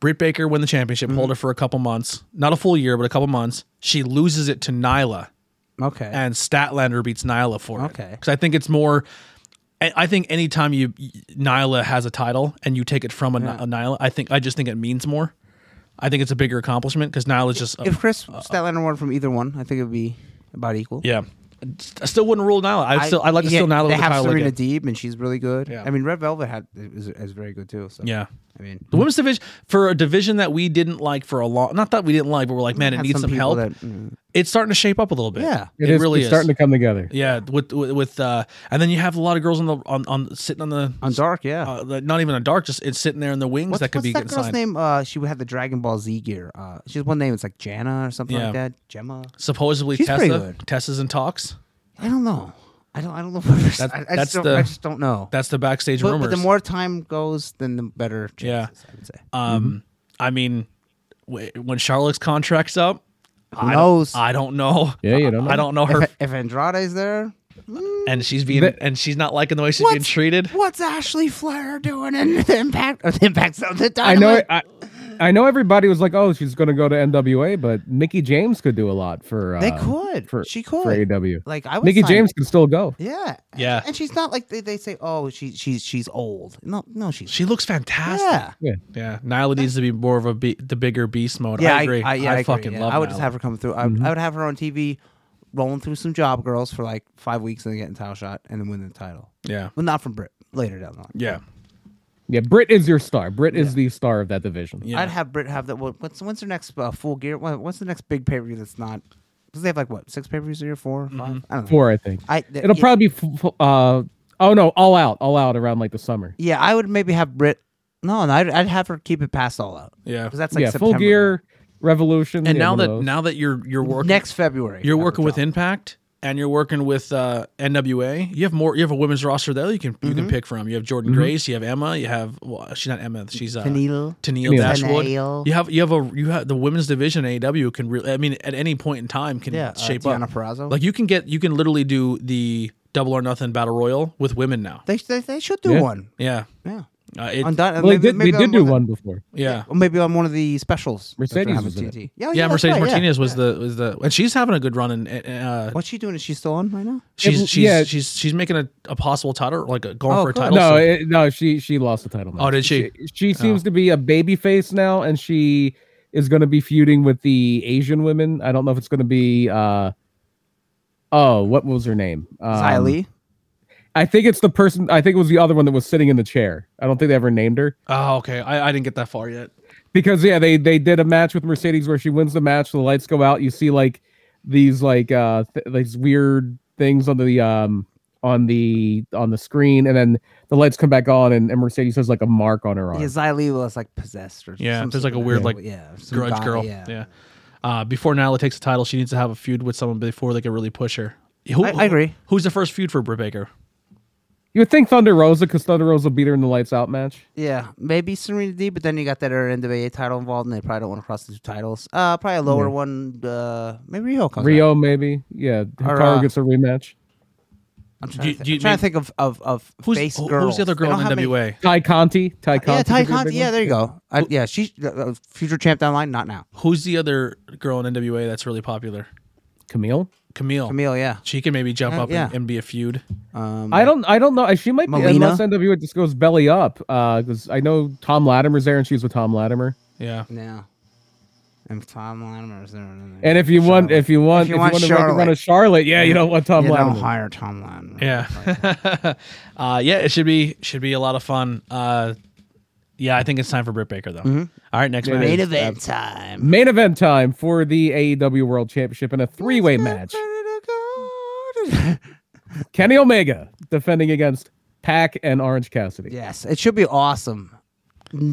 A: Britt Baker win the championship,
B: Mm-hmm.
A: hold her for a couple months, not a full year, but a couple months. She loses it to Nyla,
B: Okay,
A: and Statlander beats Nyla for it.
B: Okay.
A: Because I think it's more. I I think anytime you Nyla has a title and you take it from a, Ni- a Nyla, I think I just think it means more. I think it's a bigger accomplishment because Nile is just. a-
B: If Chris Statlander won from either one, I think it would be about equal.
A: yeah. I still wouldn't rule Nile. I still. I'd like to
B: yeah,
A: still Nile
B: They
A: with
B: have
A: Kyle
B: Serena
A: Liggett.
B: Deeb, and she's really good.
A: Yeah.
B: I mean, Red Velvet had is, is very good too. So
A: Yeah.
B: I mean,
A: The women's division for a division that we didn't like for a long. Not that we didn't like, but we're like, man, it
B: had
A: needs some, help.
B: people that- mm.
A: it's starting to shape up a little bit.
B: Yeah.
A: it,
C: is-
A: really
C: it's
A: is.
C: starting to come together.
A: yeah, with with, with uh, and then you have a lot of girls on the on, on sitting on the
B: on Dark, yeah.
A: uh, the- not even a dark, just it's sitting there in the wings
B: what's
A: that could
B: what's
A: be
B: that
A: getting
B: girl's
A: signed.
B: name? Uh, she had the Dragon Ball Z gear. Uh, she has one name. It's like Jana or something
A: Yeah.
B: like that. Gemma.
A: Supposedly
B: She's pretty
A: Tessa,
B: good.
A: Tessa's in talks.
B: I don't know. I don't. I don't know. If
A: That-
B: I, I,
A: that's
B: just don't,
A: the-
B: I just don't know.
A: That's the backstage
B: But,
A: rumors.
B: but the more time goes, then the better.
A: Yeah.
B: Chances, I would say.
A: um, I mean, w- when Charlotte's contract's up,
B: Who
A: Uh, I
B: knows?
A: Don't, I don't know.
C: Yeah, you don't know.
A: (laughs) I don't know her,
B: If, E, if Andrade's there,
A: and she's being
C: That-
A: and she's not liking the way she's being treated.
B: What's Ashley Flair doing in the impact? (laughs) Or the impact of the
C: I know.
B: dynamite?
C: I, I know everybody was like, "Oh, she's going to go to NWA," but Mickey James could do a lot for. Uh,
B: They could.
C: For,
B: She
C: for
B: could.
C: AEW.
B: Like I would
C: Mickey
B: sign-
C: James can still go.
B: Yeah.
A: Yeah.
B: And she's not like they, they say. Oh, she she's she's old. No, no, she's
A: She looks fantastic.
B: yeah.
C: Yeah.
A: Yeah, Nyla needs to be more of a be- the bigger beast mode.
B: Yeah,
A: I agree. I,
B: yeah, agree,
A: fucking
B: yeah.
A: love.
B: I would just
A: Nyla.
B: have her come through. I, would- I would have her on TV, rolling through some job girls for like five weeks and then getting title shot and then winning the title.
A: yeah,
B: Well, not from Brit. Later down the line.
A: yeah,
C: Yeah, Britt is your star. Britt is the star of that division.
A: yeah.
B: I'd have Brit have that. what- What's when's their next uh, full gear? what- What's the next big pay per view that's not? Because they have like what six pay per views a year, four,
A: Mm-hmm.
B: five? I don't know.
C: Four, I think.
B: I th-
C: It'll
B: yeah,
C: probably be. F- f- uh, oh no, all out, all out around like the summer.
B: yeah. I would maybe have Brit. No, no, I'd, I'd have her keep it past all out.
A: Yeah.
B: because that's like
C: yeah,
B: September.
C: full gear revolution.
A: and
C: yeah,
A: now
C: one of
A: that
C: those.
A: now that you're you're working
B: next February.
A: you're
B: I would
A: working with
B: drop.
A: Impact and you're working with uh, NWA, you have more. You have a women's roster there you can you
B: Mm-hmm.
A: can pick from. You have Jordan Grace, you have Emma, you have well, she's not Emma, she's uh,
B: Tennille.
A: Tennille
C: Tennille.
A: Dashwood.
B: Tennille.
A: You have you have a you have the women's division in AEW can really. I mean, at any point in time can
B: Yeah, uh,
A: shape
B: Deonna
A: up.
B: Purrazzo.
A: Like you can get you can literally do the double or nothing battle royal with women now.
B: They, they, they should do
C: Yeah.
B: one.
A: Yeah,
B: Yeah.
A: uh, it,
B: On Dyn-
C: Well, they
B: maybe-
C: did, they
B: maybe
C: did do
B: of the-
C: one before.
A: yeah.
B: Or maybe on one of the specials. that they're
C: Mercedes
B: having
C: was in it.
B: TNT. Yeah,
A: Yeah,
B: that's
A: Mercedes
B: right, yeah.
A: Martinez was the was the and she's having a good run and uh,
B: What's she doing? Is she still on right now?
A: she's
C: It-
A: she's,
C: yeah.
A: she's she's making a, a possible title like a, going
B: Oh,
A: for a
B: good.
A: title.
C: No,
A: so-
C: it, no, she she lost the title.
A: Oh,
C: match.
A: did she?
C: She, she seems to be a baby face now, and she is going to be feuding with the Asian women. I don't know if it's going to be. uh Oh, what was her name? Um,
B: Xylee.
C: I think it's the person. I think it was the other one that was sitting in the chair. I don't think they ever named her
A: oh, okay. I, I didn't get that far yet.
C: because yeah, they they did a match with Mercedes where she wins the match. The lights go out. You see like these like uh th- these weird things on the um on the on the screen, and then the lights come back on, and, and Mercedes has like a mark on her arm.
B: Yeah, Xylee was like possessed or
A: Yeah,
B: some
A: there's like
B: sort
A: a
B: of-
A: weird,
B: yeah,
A: like,
B: yeah, some
A: Grudge
B: guy,
A: girl. Yeah. Uh, before Nyla takes the title, she needs to have a feud with someone before they can really push her. Who,
B: I- I agree.
A: Who's the first feud for Britt Baker?
C: You would think Thunder Rosa, because Thunder Rosa beat her in the lights out match.
B: Yeah, maybe Serena D, but then you got that other NWA title involved, and they probably don't want to cross the two titles. Uh, probably a lower one. Uh, maybe Rio comes. back.
C: Rio, maybe. Yeah,
B: Or,
C: Hikaru
B: uh,
C: gets a rematch.
B: I'm trying,
A: Do-
B: to, thi-
A: do you
B: I'm trying to
A: mean-
B: think of of of
A: Who's
B: face
A: who-
B: girls.
A: who's the other
B: They
A: girl
B: don't
A: in
B: have many-
A: NWA?
C: Ty Conti. Ty Conti.
B: Uh, yeah,
C: could be
B: Ty
C: a big
B: Conti. Yeah,
C: one.
B: there you go. Uh, yeah, she's uh, uh, future champ down the line. Not now.
A: Who's the other girl in NWA that's really popular?
C: Camille.
A: Camille.
B: Camille. Yeah.
A: She can maybe jump
B: Uh,
A: up
B: yeah.
A: and, and be a feud.
B: Um,
C: I don't. I don't know. She might be
B: Melina?
C: unless NWA just goes belly up. Because I know Tom Latimer's there, and she's with Tom Latimer.
A: Yeah.
B: Yeah. And Tom Latimer is there.
C: And if you want, if you want, if you want, to run a Charlotte, yeah, you don't want Tom
B: you don't
C: Latimer.
B: hire Tom Latimer.
A: Yeah. (laughs) uh, yeah, it should be should be a lot of fun. Uh, yeah, I think it's time for Britt Baker though.
B: Mm-hmm.
A: All right, next
B: Main
A: minute.
B: event time.
C: Main event time for the AEW World Championship in a three-way match. Kenny Omega defending against Pac and Orange Cassidy.
B: (laughs) yes, it should be awesome.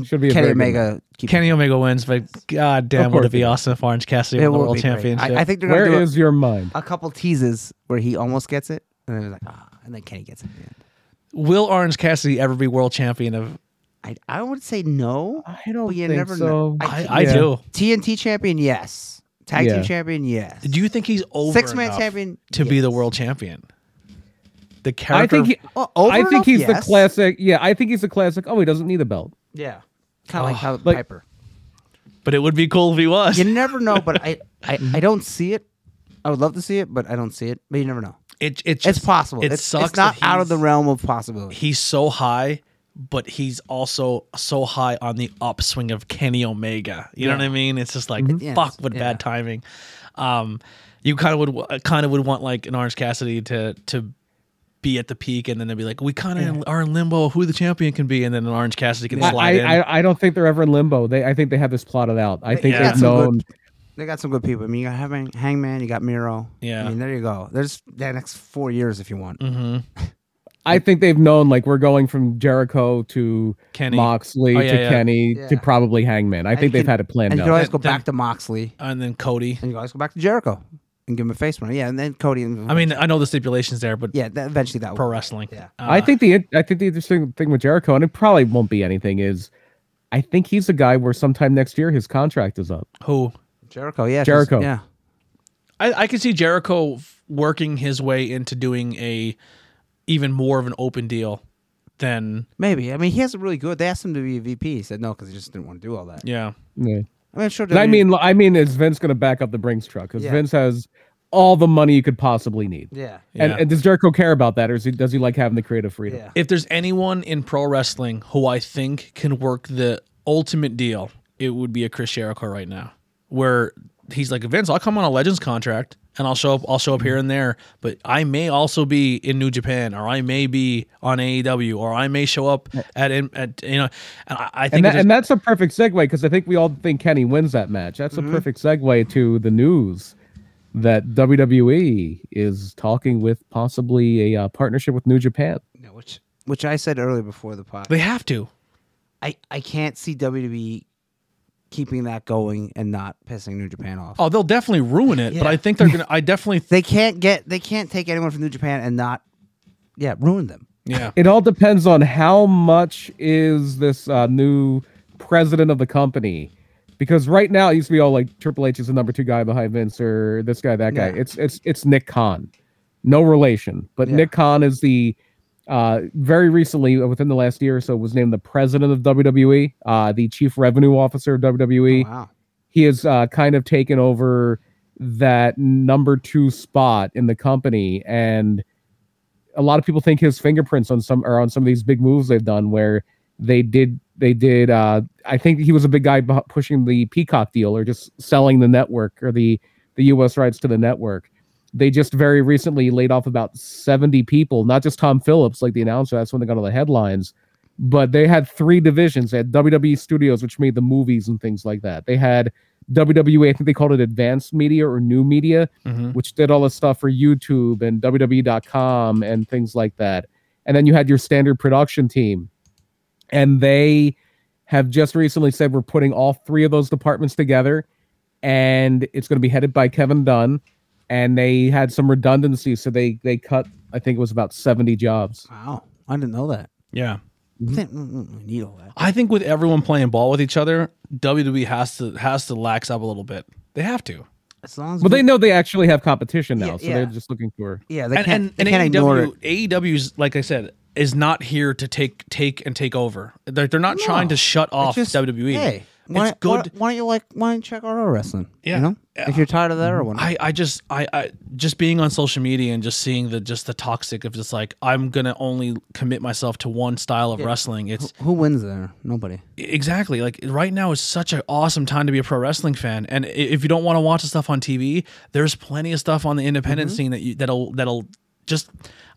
C: Should be a
B: Kenny
C: very good
B: Omega. Keep
A: Kenny Omega wins, but god damn,
C: Of
A: would
C: course
A: it be
C: it
A: awesome if Orange Cassidy won the
B: will
A: World
B: be great.
A: Championship?
B: I, I think they're
C: Where
B: gonna do
C: is your mind?
B: a, a couple teases where he almost gets it, and then he's like, ah, and then Kenny gets it. at the end.
A: Will Orange Cassidy ever be world champion of?
B: I I would say no.
C: I don't
B: But you
C: think
B: never
C: so.
B: know.
A: I,
B: I-
A: I
C: Yeah.
A: do.
B: TNT champion, yes. Tag
C: Yeah.
B: team champion, yes.
A: Do you think he's over
B: Six man
A: enough
B: champion
A: to be the
B: yes.
A: world champion? The
C: I
A: character.
C: think he,
B: Oh, over
C: I
B: and
C: think
B: up,
C: he's the
B: yes.
C: classic. Yeah, I think he's the classic. Oh, he doesn't need a belt.
B: Yeah.
A: Oh,
B: Kind of like how
C: like-
B: Piper.
A: but it would be cool if he was.
B: You never know, but I, I,
A: Mm-hmm.
B: I don't see it. I would love to see it, but I don't see it. But you never know.
A: it, it's
B: It's
A: just-
B: possible.
A: It
B: it's,
A: sucks.
B: it's not
A: that
B: out of the
A: he's-
B: realm of possibility.
A: He's so high, but he's also so high on the upswing of Kenny Omega. You know what I mean? It's just like
C: Mm-hmm.
B: Yes,
A: fuck with
B: yeah.
A: bad timing. Um, you kind of would kind of would want like an Orange Cassidy to to be at the peak, and then they'd be like, we kind of are in limbo of who the champion can be, and then an Orange Cassidy can
C: I,
A: slide in.
C: I, I, I don't think they're ever in limbo. They I think they have this plotted out. I think
A: Yeah.
C: they've
B: That's a good-
C: known.
B: They got some good people. I mean, you got Hang- Hangman, you got Miro.
A: Yeah.
B: I mean, there you go. There's the next four years if you want.
A: Mm-hmm.
C: I think they've known like we're going from Jericho to
A: Kenny.
C: Moxley
A: Oh, yeah,
C: to
A: yeah.
C: Kenny to
B: Yeah.
C: probably Hangman. I
B: And
C: think
B: you
C: they've
B: can-
C: had it
B: And
C: planned
B: you can
C: out.
B: always go
A: Then-
B: back to Moxley,
A: and then Cody.
B: and you can always go back to Jericho and give him a face run. Yeah, and then Cody. And,
A: I mean, I know the stipulations there, but
B: yeah, that, eventually that
A: pro
B: will.
A: wrestling. Uh,
B: Yeah.
C: I think the I think the interesting thing with Jericho, and it probably won't be anything, is I think he's a guy where sometime next year his contract is up.
A: who
B: Jericho, yeah. 'cause-
C: Jericho.
B: Yeah.
A: I, I could see Jericho f- working his way into doing a even more of an open deal than
B: Maybe. I mean, he has a really good. They asked him to be a VP. He said no because he just didn't want to do all that.
A: yeah.
C: Yeah.
B: I mean, sure.
C: I mean, I mean, is Vince going to back up the Brinks truck? Because
B: Yeah.
C: Vince has all the money you could possibly need.
B: yeah,
C: And,
A: Yeah.
C: and does Jericho care about that, or is he, does he like having the creative freedom?
B: yeah.
A: If there's anyone in pro wrestling who I think can work the ultimate deal, it would be a Chris Jericho right now, where he's like Vince, I'll come on a Legends contract and I'll show up, I'll show up here and there, but I may also be in New Japan or I may be on AEW or I may show up at at you know, and I, I think if
C: And, that,
A: there's-
C: and that's a perfect segue because I think we all think Kenny wins that match. That's a perfect segue to the news that WWE is talking with possibly a uh, partnership with New Japan.
B: No, which which I said earlier before the pod.
A: they have to.
B: I I can't see WWE keeping that going and not pissing New Japan off.
A: Oh, they'll definitely ruin it, but
B: Yeah.
A: I think they're gonna. I definitely, th-
B: They can't get. They can't take anyone from New Japan and not, yeah, ruin them.
A: yeah.
C: It all depends on how much is this uh, new president of the company. Because right now it used to be all like Triple H is the number two guy behind Vince or this guy, that guy.
B: Yeah.
C: It's it's it's Nick Khan. No relation. But
B: Yeah.
C: Nick Khan is the uh, very recently, within the last year or so, was named the president of WWE, uh, the chief revenue officer of E. WWE
B: Oh, Wow.
C: he has uh, kind of taken over that number two spot in the company and a lot of people think his fingerprints on some are on some of these big moves they've done where they did they did uh, i think he was a big guy beh- pushing the peacock deal or just selling the network or the the us rights to the network they just very recently laid off about 70 people not just tom phillips like the announcer that's when they got all the headlines but they had three divisions. They had WWE Studios, which made the movies and things like that. They had WWE, E, I think they called it Advanced Media or New Media,
A: Mhm.
C: which did all the stuff for YouTube and WWE.com and things like that. And then you had your standard production team. And they have just recently said we're putting all three of those departments together and it's going to be headed by Kevin Dunn. And they had some redundancy, so they they cut I think it was about seventy jobs.
B: Wow. I didn't know that.
A: yeah.
B: Didn't- mm, mm, mm, Need all that.
A: I think with everyone playing ball with each other, WWE has to has to lax up a little bit. They have to.
B: As long as
C: But
B: we-
C: they know they actually have competition now,
B: Yeah,
C: so they're
B: yeah.
C: just looking for.
B: yeah, they
A: and
B: can't.
A: and,
B: they
A: and E
B: can't ignore it.
A: AEW, AEW's like I said is not here to take take and take over. They're, they're not trying to shut off
B: Just,
A: WWE.
B: Hey, why,
A: it's good.
B: Why, why don't you like? Why don't you check out our wrestling?
A: Yeah.
B: You know, if you're tired of that or whatnot.
A: I, I just I, I just being on social media and just seeing the just the toxic of just like I'm gonna only commit myself to one style of wrestling. It's
B: Who wins there? Nobody.
A: Exactly. Like right now is such an awesome time to be a pro wrestling fan. And i- if you don't want to watch the stuff on TV, there's plenty of stuff on the
B: Mm-hmm.
A: independent scene that you that'll that'll just.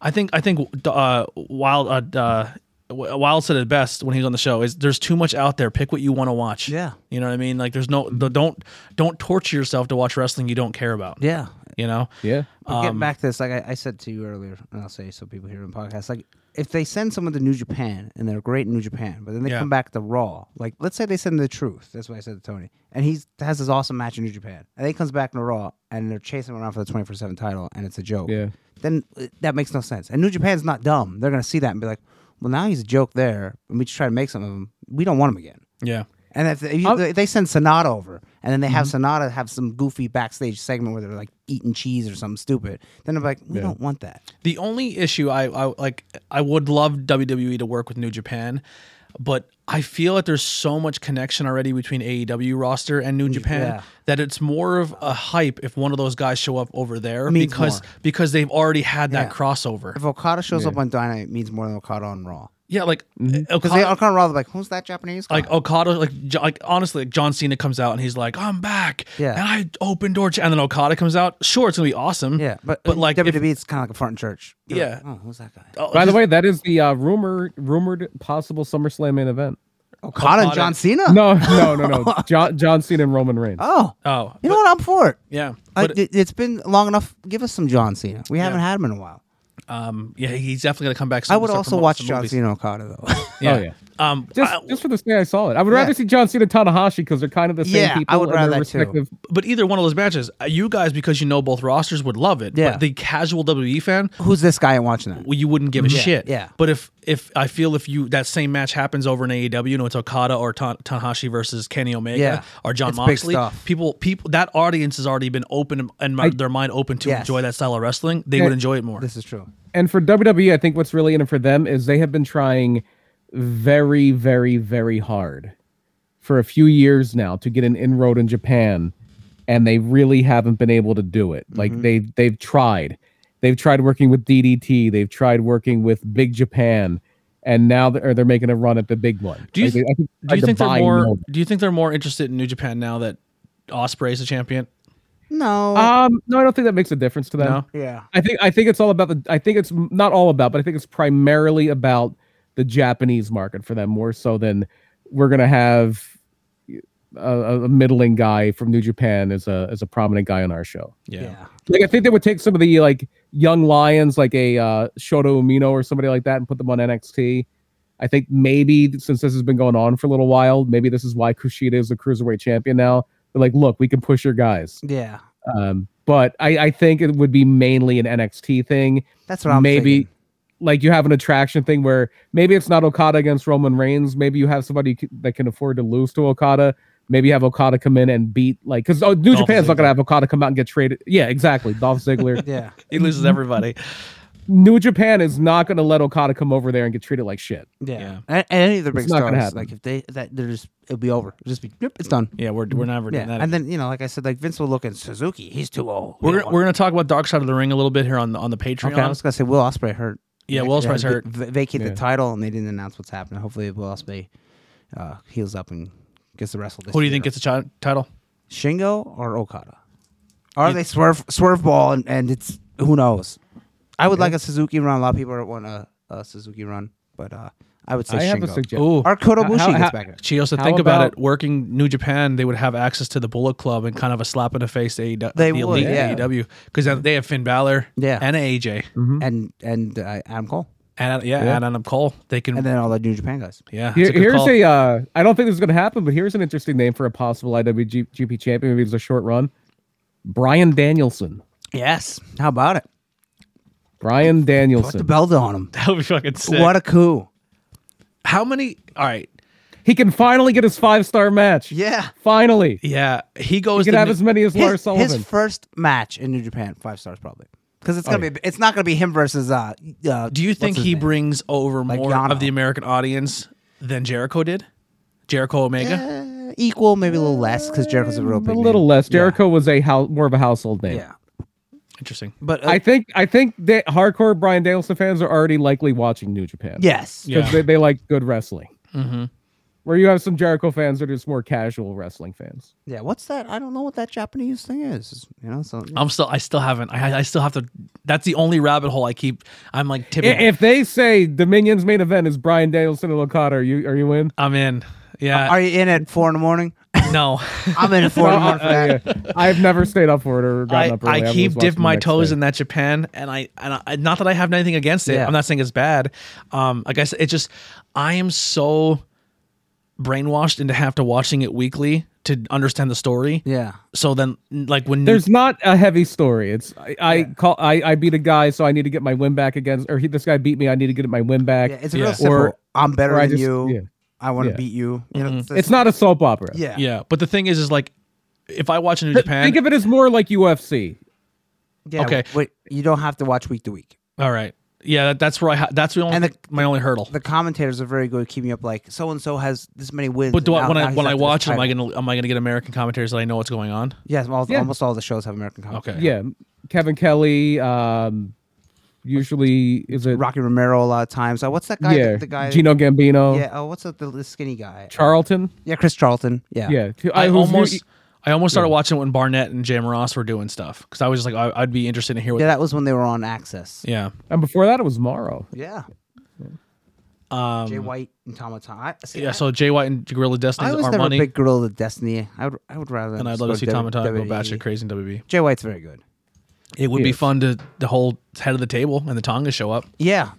A: I think I think uh, Wild uh, uh, W- Wild said it best when he was on the show. Is there's too much out there. Pick what you want to watch.
B: Yeah.
A: You know what I mean? Like there's no the, don't don't torture yourself to watch wrestling you don't care about.
B: Yeah.
A: You know.
C: Yeah.
B: But getting back to this, like I, I said to you earlier, and I'll say so people hear in the podcast, like if they send someone to New Japan and they're great in New Japan, but then they
A: Yeah.
B: come back to Raw, like let's say they send the Truth, that's what I said to Tony, and he has this awesome match in New Japan, and then he comes back to Raw and they're chasing him around for the twenty four seven title, and it's a joke.
C: Yeah.
B: Then uh, that makes no sense. And New Japan's not dumb; they're gonna see that and be like, well, now he's a joke there, and we just try to make some of him. We don't want him again.
A: Yeah.
B: And if if
A: Oh.
B: you,
C: I'll-
B: they- they send Sonata over, and then they have
A: Mm-hmm.
B: Sonata have some goofy backstage segment where they're like eating cheese or something stupid. Then they're like, we don't want that.
A: The only issue I, I like I would love WWE to work with New Japan, but I feel that there's so much connection already between AEW roster and New Japan
B: yeah.
A: that it's more of a hype if one of those guys show up over there
B: Means
A: because
B: more.
A: because they've already had that
B: Yeah.
A: crossover.
B: If Okada shows up on Dynamite, it means more than Okada on Raw.
A: yeah, like
B: Because Mm-hmm. they
A: Okada,
B: are kind of rather like, who's that Japanese guy?
A: like Okada, like Jo- like honestly, like John Cena comes out and he's like, "I'm back,"
B: Yeah.
A: and I open door, ch-" and then Okada comes out. Sure, it's gonna be awesome.
B: yeah, but
A: but like, if-
B: WWE, it's kind of like a front church. They're
A: Yeah.
B: like, oh, who's that guy?
A: oh,
C: By the way, that is the uh, rumor rumored possible SummerSlam main event.
B: Okada and
A: Okada.
B: John Cena.
C: No, no, no,
B: (laughs)
C: no. John, John Cena and Roman Reigns.
B: Oh,
A: oh,
B: you know what? I'm for it.
A: yeah,
B: I-
A: but
B: it, has been long enough. Give us some John Cena. We haven't had him in a while.
A: um, yeah, he's definitely gonna come back. Soon
B: I
A: to
B: would
A: start
B: also
A: promoting
B: watch
A: some
B: John
A: movies.
B: Cena and Okada though. (laughs)
A: Yeah.
C: Oh, yeah.
A: Um,
C: Just,
A: I-
C: just for the say I saw it. I would rather
B: Yeah.
C: see John Cena and Tanahashi because they're kind of the same
B: Yeah, I
C: people.
B: would
C: and
B: rather
C: their
B: that too.
C: respective-
A: but either one of those matches, uh, you guys, because you know both rosters, would love it.
B: Yeah.
A: But the casual WWE fan,
B: who's this guy? I'm watching that.
A: well, you wouldn't give a shit.
B: yeah.
A: But if if I feel if you that same match happens over in E AEW, and it's Okada or Ta- Tanahashi versus Kenny Omega
B: Yeah.
A: or John
B: It's big
A: Moxley,
B: stuff.
A: people people that audience has already been open and mi- their mind open to
B: Yes.
A: enjoy that style of wrestling. They would enjoy it more.
B: This is true.
C: and for WWE, I think what's really in it for them is they have been trying very, very, very hard for a few years now to get an inroad in Japan, and they really haven't been able to do it. Like
A: Mm-hmm.
C: they they've tried, they've tried working with DDT, they've tried working with Big Japan, and now they're they're making a run at the big one.
A: Do you
C: Like,
A: th-
C: I think,
A: do
C: tried
A: you
C: to
A: think they're
C: buy
A: more?
C: Nolan.
A: Do you think they're more interested in New Japan now that Osprey is a champion?
B: No.
A: Uh,
C: Um, no, I don't think that makes a difference to them.
A: No?
B: yeah.
C: I think I think it's all about the. I think it's m- not all about, but I think it's primarily about the Japanese market for them more so than we're gonna have a, a middling guy from New Japan as a as a prominent guy on our show.
B: Yeah.
C: Like I think they would take some of the like young lions, like a uh, Shoto Umino or somebody like that, and put them on NXT. I think maybe since this has been going on for a little while, maybe this is why Kushida is the cruiserweight champion now. They're like, look, we can push your guys.
B: Yeah.
C: Um, but I, I think it would be mainly an NXT thing.
B: That's what I'm
C: maybe
B: thinking.
C: like you have an attraction thing where maybe it's not Okada against Roman Reigns. Maybe you have somebody c- that can afford to lose to Okada. Maybe have Okada come in and beat like because oh, New
A: Dolph
C: Japan's not
A: Ziggler.
C: gonna have Okada come out and get traded. Yeah, exactly.
A: (laughs)
C: Dolph Ziggler.
B: Yeah.
A: He
B: (laughs)
A: loses everybody.
C: New Japan is not gonna let Okada come over there and get treated like shit.
B: Yeah.
A: Yeah.
B: And, and any of the big
C: not gonna
B: stars,
C: happen.
B: like if they that they're just it'll be over. It'll just be yep, it's done.
A: Yeah, we're we're never
B: Yeah.
A: doing that.
B: And then you know, like I said, like Vince will look at Suzuki. He's too old. We
A: We're,
B: don't
A: we're gonna talk about Dark Side of the Ring a little bit here on the on the Patreon.
B: want- okay. I was gonna say Will Osprey hurt.
A: Yeah, Will Ospreay's
B: v-
A: hurt.
B: v- vacate
C: Yeah.
B: the title, and they didn't announce what's happening. Hopefully, Will Osprey uh, heals up and gets the wrestle. This
A: Who do you
B: year.
A: think gets the chi- title?
B: Shingo or Okada? Or they swerve swerve ball and, and it's who knows. I would like a Suzuki run. A lot of people want a, a Suzuki run, but uh, I would say
C: I
B: Shingo.
C: have a suggestion.
A: Ooh,
B: Or Kotobushi
C: How-
B: gets
C: how-
B: back. in.
A: Chio, so
C: How
A: think about,
C: about-
A: it. Working New Japan, they would have access to the Bullet Club and kind of a slap in the face to AEW,
B: They
A: the
B: would,
A: elite E
B: yeah.
A: AEW because they have Finn Balor,
B: Yeah. Mm-hmm.
A: and AJ,
C: Mm-hmm.
B: And and uh, Adam Cole,
A: and yeah, and Adam Cole. They can,
B: and then all the New Japan guys.
A: yeah. it's
C: Here,
A: a good
C: here's
A: call.
C: a uh, I don't think this is gonna happen, but here's an interesting name for a possible IWGP champion. Maybe it's a short run. Brian Danielson.
B: Yes. How about it?
C: Brian
B: Put the
C: Danielson.
B: belt on him.
A: (laughs) that would be fucking sick.
B: What a coup.
A: How many? All right,
C: He can finally get his five star match.
B: Yeah.
C: Finally.
A: yeah. He
C: He
A: goes.
C: can
A: to
C: have
A: New-
C: as many as Lars
B: His, his
C: Sullivan.
B: first match in New Japan, five stars probably, because it's
C: Oh,
B: gonna be it's not gonna be him versus uh. uh
A: do you think
B: his
A: he
B: name?
A: brings over more
B: Yano.
A: of the American audience than Jericho did? Jericho Omega.
B: Uh, equal, maybe a little less, because Jericho's a real
C: Mm, a
B: big name.
C: little less. Jericho was a hou- more of a household name.
B: Yeah.
A: Interesting.
B: But uh,
C: I think I think that hardcore Brian Danielson fans are already likely watching New Japan.
B: yes.
A: Yeah.
C: They, they like good wrestling. Mm-hmm. Where you have some Jericho fans that are just more casual wrestling fans.
B: Yeah, what's that? I don't know what that Japanese thing is. It's- You know, so
A: I'm still. I still haven't. I, I still have to. That's the only rabbit hole I keep. I'm like
C: I-
A: tipping.
C: If they say Dominion's main event is Brian Danielson and Okada, are you are
A: (laughs)
C: you in?
A: I'm in. Yeah.
B: are you in at four in the morning?
C: (laughs)
A: no.
B: I'm in at four in the morning for
C: Uh,
B: that.
C: yeah. I've never stayed up for it or gotten
A: I,
C: up early.
A: I
C: I've
A: keep
C: always watched
A: dipping
C: the
A: my
C: next
A: toes
C: day.
A: in that Japan, and I and I not that I have anything against it.
B: Yeah.
A: I'm not saying it's bad. Um, like I said, it just I am so brainwashed into have to watching it weekly to understand the story.
B: Yeah.
A: So then, like when
C: There's not a heavy story. It's I, I call I, I beat a guy, so I need to get my win back against, or he, this guy beat me, I need to get my win back.
B: Yeah, it's
A: Yeah.
B: real simple.
C: Or-
B: I'm better
C: or I
B: than
C: just-
B: you.
C: yeah.
B: I want to
C: Yeah.
B: beat you. You know, it's,
C: it's not a soap opera.
B: Yeah.
A: yeah, but the thing is, is like if I watch a New
C: Th-
A: Japan,
C: Think of it as more like UFC.
B: Yeah,
A: Okay.
B: Wait, you don't have to watch week to week.
A: all right, yeah, that, that's where I ha- that's the only
B: And the-
A: my only hurdle.
B: The commentators are very good at keeping up. Like so and so has this many wins.
A: but do
B: and
A: I
B: now-
A: when
B: now
A: I
B: he's
A: when
B: up
A: I
B: to this
A: watch it, am I
B: title.
A: gonna am I gonna get American commentators that I know what's going on?
B: Yes, all,
C: Yeah.
B: almost all the shows have American commentators.
A: Okay,
C: Yeah, Kevin Kelly, um, usually is it
B: Rocky Romero a lot of times. Uh, what's that guy?
C: yeah
B: The, the guy.
C: Gino Gambino,
B: Yeah. Oh, what's the, the skinny guy?
C: Charlton.
B: Yeah, Chris Charlton. Yeah.
C: Yeah, Who-
A: I
C: who's-
A: almost I almost started watching it when Barnett and Jam Ross were doing stuff because I was just like I, I'd be interested to hear what.
B: Yeah, that was when they were on Access.
A: yeah.
C: and before that it was Morrow.
B: Yeah.
A: Um,
B: Jay White and Tama Tom. I, see,
A: yeah, so Jay White and Gorilla Destiny
B: I, I was
A: are
B: never
A: money,
B: a big girl of Destiny. I would, I would rather.
A: and I'd
B: just
A: love to
B: go
A: see
B: to
A: Tom and Tom go
B: WWE.
A: batshit crazy in WB.
B: Jay White's very good.
A: It would be
C: Yes.
A: fun to the whole head of the table and the Tonga show up.
B: Yeah.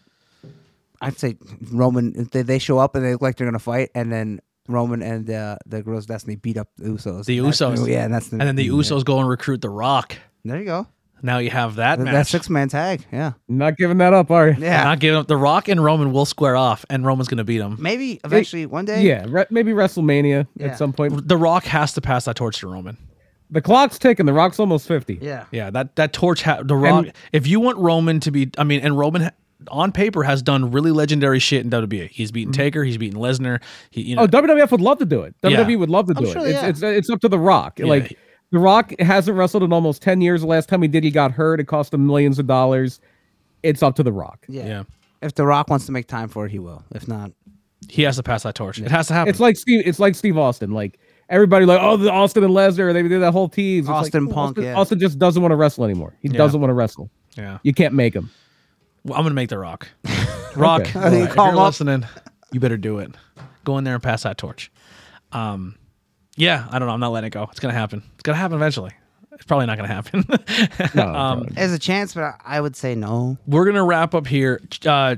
B: I'd say Roman. They, they show up and they look like they're gonna fight, and then Roman and uh, the girls of Destiny beat up the Usos.
A: The
B: That's
A: Usos.
B: new. yeah, that's the,
A: And then the Usos go and recruit The Rock.
B: There you go.
A: Now you have that
B: Th-
A: match.
B: That six man tag. Yeah.
C: Not giving that up, are you?
B: Yeah.
A: Not giving up. The Rock and Roman will square off, and Roman's going to beat him.
B: Maybe eventually one day.
C: (laughs) Yeah, re- maybe WrestleMania
B: Yeah.
C: at some point.
A: The Rock has to pass that torch to Roman.
C: The clock's ticking. The Rock's almost fifty.
B: Yeah.
A: Yeah, that that torch. Ha- the Rock.
C: And-
A: if you want Roman to be, I mean, and Roman ha- on paper has done really legendary shit in WWE. He's beaten Taker. He's beaten Lesnar. He, you know,
C: Mm-hmm. Oh, WWF would love to do it. WWE
A: Yeah.
C: would love to do
B: sure,
C: it. It's,
B: yeah.
C: it's it's up to The Rock. Like The Rock hasn't wrestled in almost ten years. The last time he did, he got hurt. It cost him millions of dollars. It's up to The Rock.
B: Yeah.
A: yeah,
B: If The Rock wants to make time for it, he will. If not,
A: he has to pass that torch. It has to happen.
C: It's like Steve. It's like Steve Austin. Like everybody, like oh, the Austin and Lesnar. They did that whole tease. It's like,
B: Austin
C: no,
B: Punk,
C: Austin,
B: yeah.
C: Austin just doesn't want to wrestle anymore. He
A: Yeah.
C: doesn't want to wrestle.
A: yeah,
C: You can't
A: (laughs)
C: make him.
A: Well, I'm gonna make the
C: (laughs)
A: Rock. (laughs) Rock,
C: Okay.
A: all right, if
B: call
A: you're
B: him up.
A: listening, you better do it. Go in there and pass that torch. Um, yeah, I don't know. I'm not letting it go. It's gonna happen. It's gonna happen eventually. It's probably not gonna happen. (laughs)
C: No,
A: Um,
B: there's a chance, but I, I would say no.
A: we're gonna wrap up here. Uh,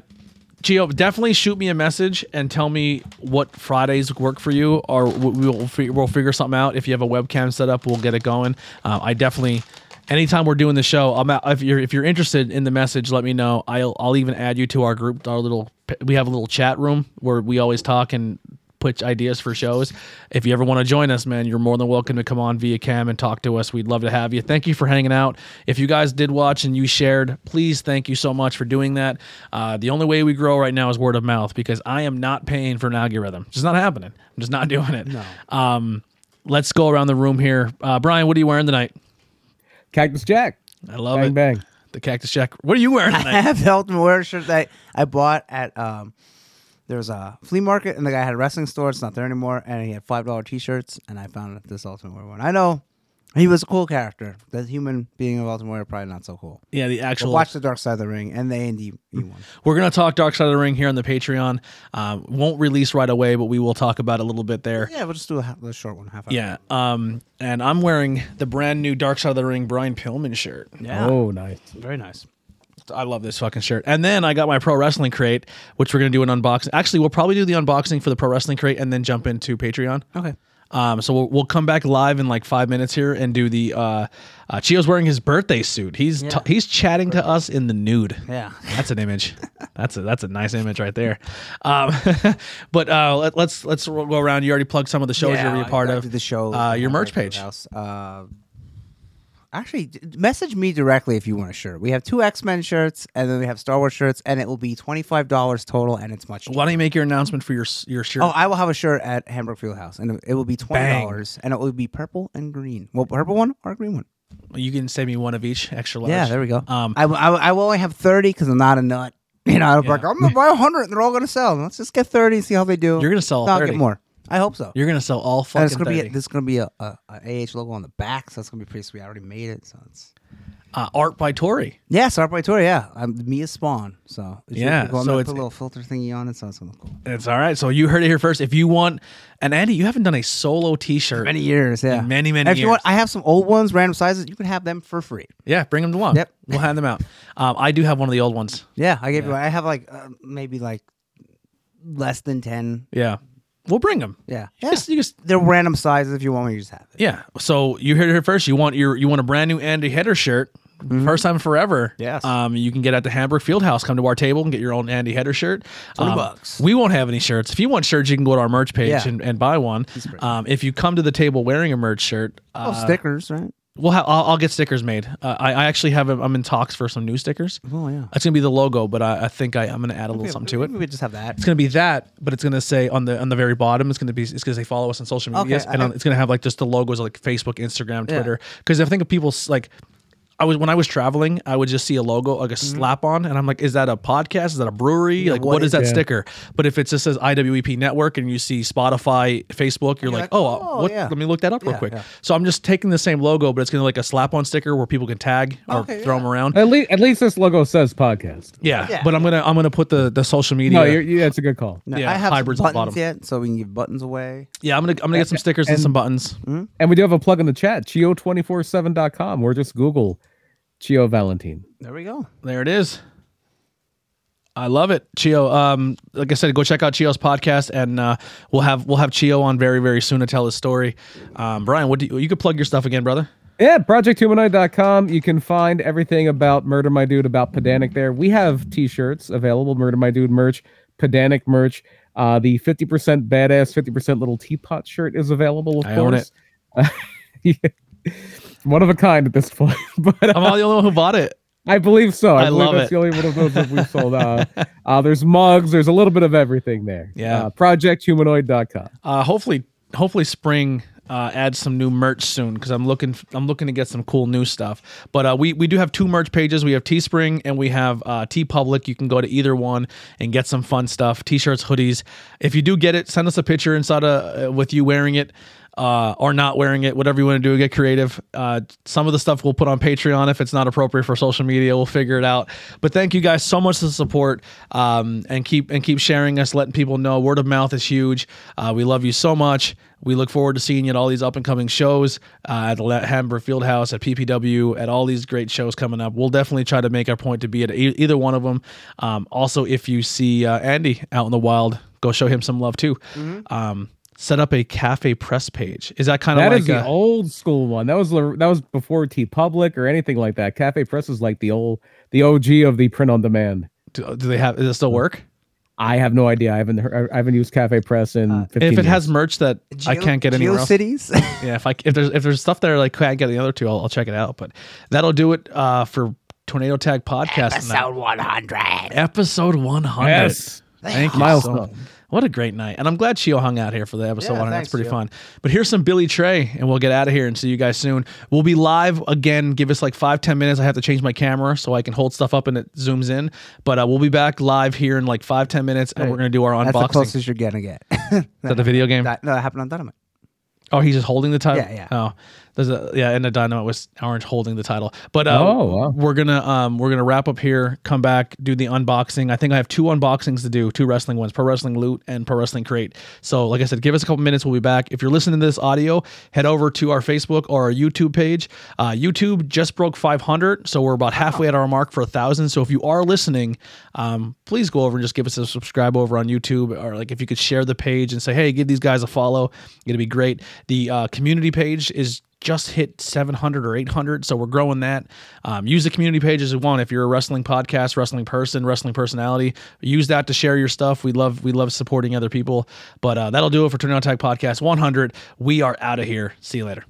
A: Gio, definitely shoot me a message and tell me what Fridays work for you, or we- we'll fi- we'll figure something out. If you have a webcam set up, we'll get it going. Um, I definitely. Anytime we're doing the show, I'm out, if you're if you're interested in the message, let me know. I'll I'll even add you to our group, our little we have a little chat room where we always talk and put ideas for shows. If you ever want to join us, man, you're more than welcome to come on via cam and talk to us. We'd love to have you. Thank you for hanging out. If you guys did watch and you shared, please thank you so much for doing that. Uh, the only way we grow right now is word of mouth because I am not paying for an algorithm. It's just not happening. I'm just not (laughs) doing it. Um, let's go around the room here. Uh, Brian, what are you wearing tonight?
C: Cactus Jack.
A: I love
C: Bang
A: it.
C: bang.
A: The cactus jack. What are you wearing
B: I
A: tonight?
C: (laughs)
B: have the Ultimate Warrior shirt that I bought at um, there was a flea market, and the guy had a wrestling store. It's not there anymore, and he had five dollar T-shirts, and I found this Ultimate Warrior one. I know he was a cool character. The human being of Ultimate Warrior probably not so cool.
A: yeah, the actual.
B: Watch the Dark Side of the Ring and the Andy one.
A: We're gonna talk Dark Side of the Ring here on the Patreon. Um, won't release right away, but we will talk about it a little bit there.
B: Yeah, we'll just do a, ha- a short one, half hour.
A: Yeah. Um, and I'm wearing the brand new Dark Side of the Ring Brian Pillman shirt.
B: yeah,
C: Oh, nice.
B: very nice.
A: I love this fucking shirt. And then I got my pro wrestling crate, which we're gonna do an unboxing. Actually, we'll probably do the unboxing for the pro wrestling crate and then jump into Patreon.
B: Okay.
A: Um, so we'll, we'll come back live in like five minutes here and do the. Uh, uh, Chio's wearing his birthday suit. He's t-
B: Yeah.
A: he's chatting to us in the nude.
B: Yeah.
A: That's an image. That's a that's a nice image right there. Um, (laughs) but uh, let, let's let's go around. You already plugged some of the shows you're
B: Yeah,
A: a part
B: I
A: of.
B: did The show,
A: Uh, your
B: uh,
A: merch
B: Breaking
A: page.
B: House. Uh, actually, d- message me directly if you want a shirt. We have two X Men shirts, and then we have Star Wars shirts, and it will be twenty five dollars total, and it's much. cheaper.
A: Why don't you make your announcement for your s- your shirt?
B: Oh, I will have a shirt at Hamburg Field House, and it will be twenty dollars, and it will be purple and green. Well, purple one or green one.
A: You can send me one of each extra large.
B: Yeah, there we go.
A: Um,
B: I, w- I w- I will only have thirty because I'm not a nut. (laughs) You know, I'm like I'm gonna buy hundred, and they're all gonna sell. Let's just get thirty and see how they do.
A: You're gonna sell all
B: No, I'll
A: 30.
B: get more. I hope so.
A: You're gonna sell all
B: and
A: fucking
B: it's gonna be
A: thirty.
B: a, there's gonna be a, a, a AH logo on the back, so that's gonna be pretty sweet. I already made it, so it's
A: uh, art by Tori.
B: yeah, Star Boy Tour, yeah. I'm Mia Spawn, so it's really
A: Yeah,
B: cool. I'm
A: so
B: gonna
A: it's-
B: put a little filter thingy on it, so it's gonna look cool.
A: It's all right. So you heard it here first. If you want, and Andy, you haven't done a solo T-shirt.
B: Many years, yeah,
A: many, many
B: And if you want,
A: years.
B: I have some old ones, random sizes. You can have them for free.
A: yeah, bring them along.
B: Yep.
A: we'll hand them out. Um, I do have one of the old ones.
B: Yeah, I gave you. I have like uh, maybe like less than ten.
A: Yeah, we'll bring them.
B: Yeah,
A: You
B: yeah.
A: just- you just-
B: They're random sizes. If you want, we just have it.
A: yeah. So you heard it here first. You want your you want a brand new Andy Header shirt. First time forever.
B: Mm-hmm. Yes.
A: Um, you can get at the Hamburg Fieldhouse. Come to our table and get your own Andy Header shirt.
B: 20
A: Um,
B: bucks.
A: We won't have any shirts. If you want shirts, you can go to our merch page
B: Yeah.
A: and, and buy one. Um, if you come to the table wearing a merch shirt,
B: Oh,
A: uh,
B: stickers, right?
A: We'll ha- I'll, I'll get stickers made. Uh, I, I actually have. I'm in talks for some new stickers.
B: Oh yeah.
A: That's gonna be the logo, but I, I think I, I'm gonna add a little something to it.
B: Maybe we just have that.
A: It's gonna be that, but it's gonna say on the on the very bottom. It's gonna be it's gonna say follow us on social media,
B: Okay,
A: and
B: I-
A: on, it's gonna have like just the logos of, like Facebook, Instagram, Twitter. Because I think of people s- like I was when I was traveling, I would just see a logo like a slap on, and I'm like, is that a podcast? Is that a brewery? like,
B: Mm-hmm. what
A: what is,
B: is
A: that
C: that?
A: sticker? But if it just says IWEP Network and you see Spotify, Facebook, you're, like,
B: like,
A: oh,
B: oh,
A: what?
B: yeah.
A: Let me look that up real
B: Yeah,
A: quick.
B: yeah.
A: So I'm just taking the same logo, but it's gonna like a slap on sticker where people can tag or
B: Okay,
A: throw
B: yeah.
A: them around.
C: At least, at least this logo says podcast.
A: Yeah,
B: Yeah.
A: but I'm gonna I'm gonna put the the social media.
C: No, you're, you, that's a good call.
B: No,
A: Yeah,
B: I have
A: hybrids at the
B: buttons
A: bottom.
B: yet, so we can give buttons away.
A: yeah, I'm gonna I'm gonna get some stickers and, Mm-hmm.
C: And-
A: some buttons.
C: And we do have a plug in the chat, chio247.com, or just Google Chio Valentine.
B: There we go.
A: There it is. I love it, Chio. Um, like I said, go check out Chio's podcast, and uh, we'll have we'll have Chio on very very soon to tell his story. Um, Brian, what do you, you could plug your stuff again, brother?
C: Yeah, projecthumanoid.com. You can find everything about Murder My Dude, about Pedanic there. We have t shirts available, Murder My Dude merch, Pedanic merch. Uh, the 50% badass, 50% little teapot shirt is available, of
A: I own
C: course. (laughs) Yeah. One of a kind at this point, (laughs) but
A: I'm
C: uh,
A: all the only one who bought it.
C: I believe so. I,
A: I
C: believe
A: love
C: that's
A: it.
C: the only one of those that we've
A: (laughs)
C: sold. Uh, uh, there's mugs, there's a little bit of everything there.
A: Yeah.
C: Uh, projecthumanoid.com.
A: Uh, hopefully, hopefully spring uh, adds some new merch soon because I'm looking I'm looking to get some cool new stuff. But uh, we we do have two merch pages. We have Teespring and we have uh, Tee Public. You can go to either one and get some fun stuff: t-shirts, hoodies. If you do get it, send us a picture inside uh, with you wearing it. Uh, or not wearing it, whatever you want to do, get creative. Uh, some of the stuff we'll put on Patreon if it's not appropriate for social media. We'll figure it out. But thank you guys so much for the support um, and keep and keep sharing us, letting people know. Word of mouth is huge. Uh, we love you so much. We look forward to seeing you at all these up and coming shows uh, at the La- Hamburg Fieldhouse, at PPW, at all these great shows coming up. We'll definitely try to make our point to be at e- either one of them. Um, also, if you see uh, Andy out in the wild, go show him some love too. Um, set up a cafe press page. Is that kind of
C: That
A: like uh,
C: is the
A: a-
C: old school one. That was the- that was before T Public or anything like that. Cafe Press is like the old the OG of the print on demand.
A: do, do they have? Does it
C: Hmm.
A: still work?
C: I have no idea. I haven't heard, I haven't used Cafe Press in 15
A: Uh, If it
C: years.
A: has merch that I
B: Geo-
A: can't get anywhere else,
B: GeoCities. (laughs)
A: yeah. If I if there's if there's stuff there like can't get the other two, I'll, I'll check it out. But that'll do it uh, for Tornado Tag Podcast tonight.
B: Episode 100.
A: episode 100.
C: Yes.
A: Thank you.
C: Milestone.
A: So, what a great night. And I'm glad Chio hung out here for the episode
B: Yeah,
A: 100. That's
B: thanks,
A: pretty
B: Chio.
A: fun. But here's some Billy Trey, and we'll get out of here and see you guys soon. We'll be live again. Give us like five, 10 minutes. I have to change my camera so I can hold stuff up and it zooms in. But uh, we'll be back live here in like five, 10 minutes, and we're going to do our unboxing.
B: That's the closest you're gonna get. (laughs)
A: Is that the video game?
B: that, no, that happened on Dynamite.
A: Oh, he's just holding the title.
B: Yeah, yeah.
A: Oh, there's a yeah, and the dynamite was orange holding the title. But uh,
C: Oh, wow.
A: we're gonna um we're gonna wrap up here. Come back, do the unboxing. I think I have two unboxings to do, two wrestling ones, pro wrestling loot and pro wrestling crate. So like I said, give us a couple minutes. We'll be back. If you're listening to this audio, head over to our Facebook or our YouTube page. Uh, YouTube just broke 500, so we're about halfway at our mark for a thousand. So if you are listening, um, please go over and just give us a subscribe over on YouTube, or like if you could share the page and say, hey, give these guys a follow, it'd be great. The uh, community page is just hit 700 or 800 so we're growing that um, use the community page as you want if you're a wrestling podcast wrestling person wrestling personality use that to share your stuff we love we love supporting other people but uh, that'll do it for turn on tag podcast 100 we are out of here see you later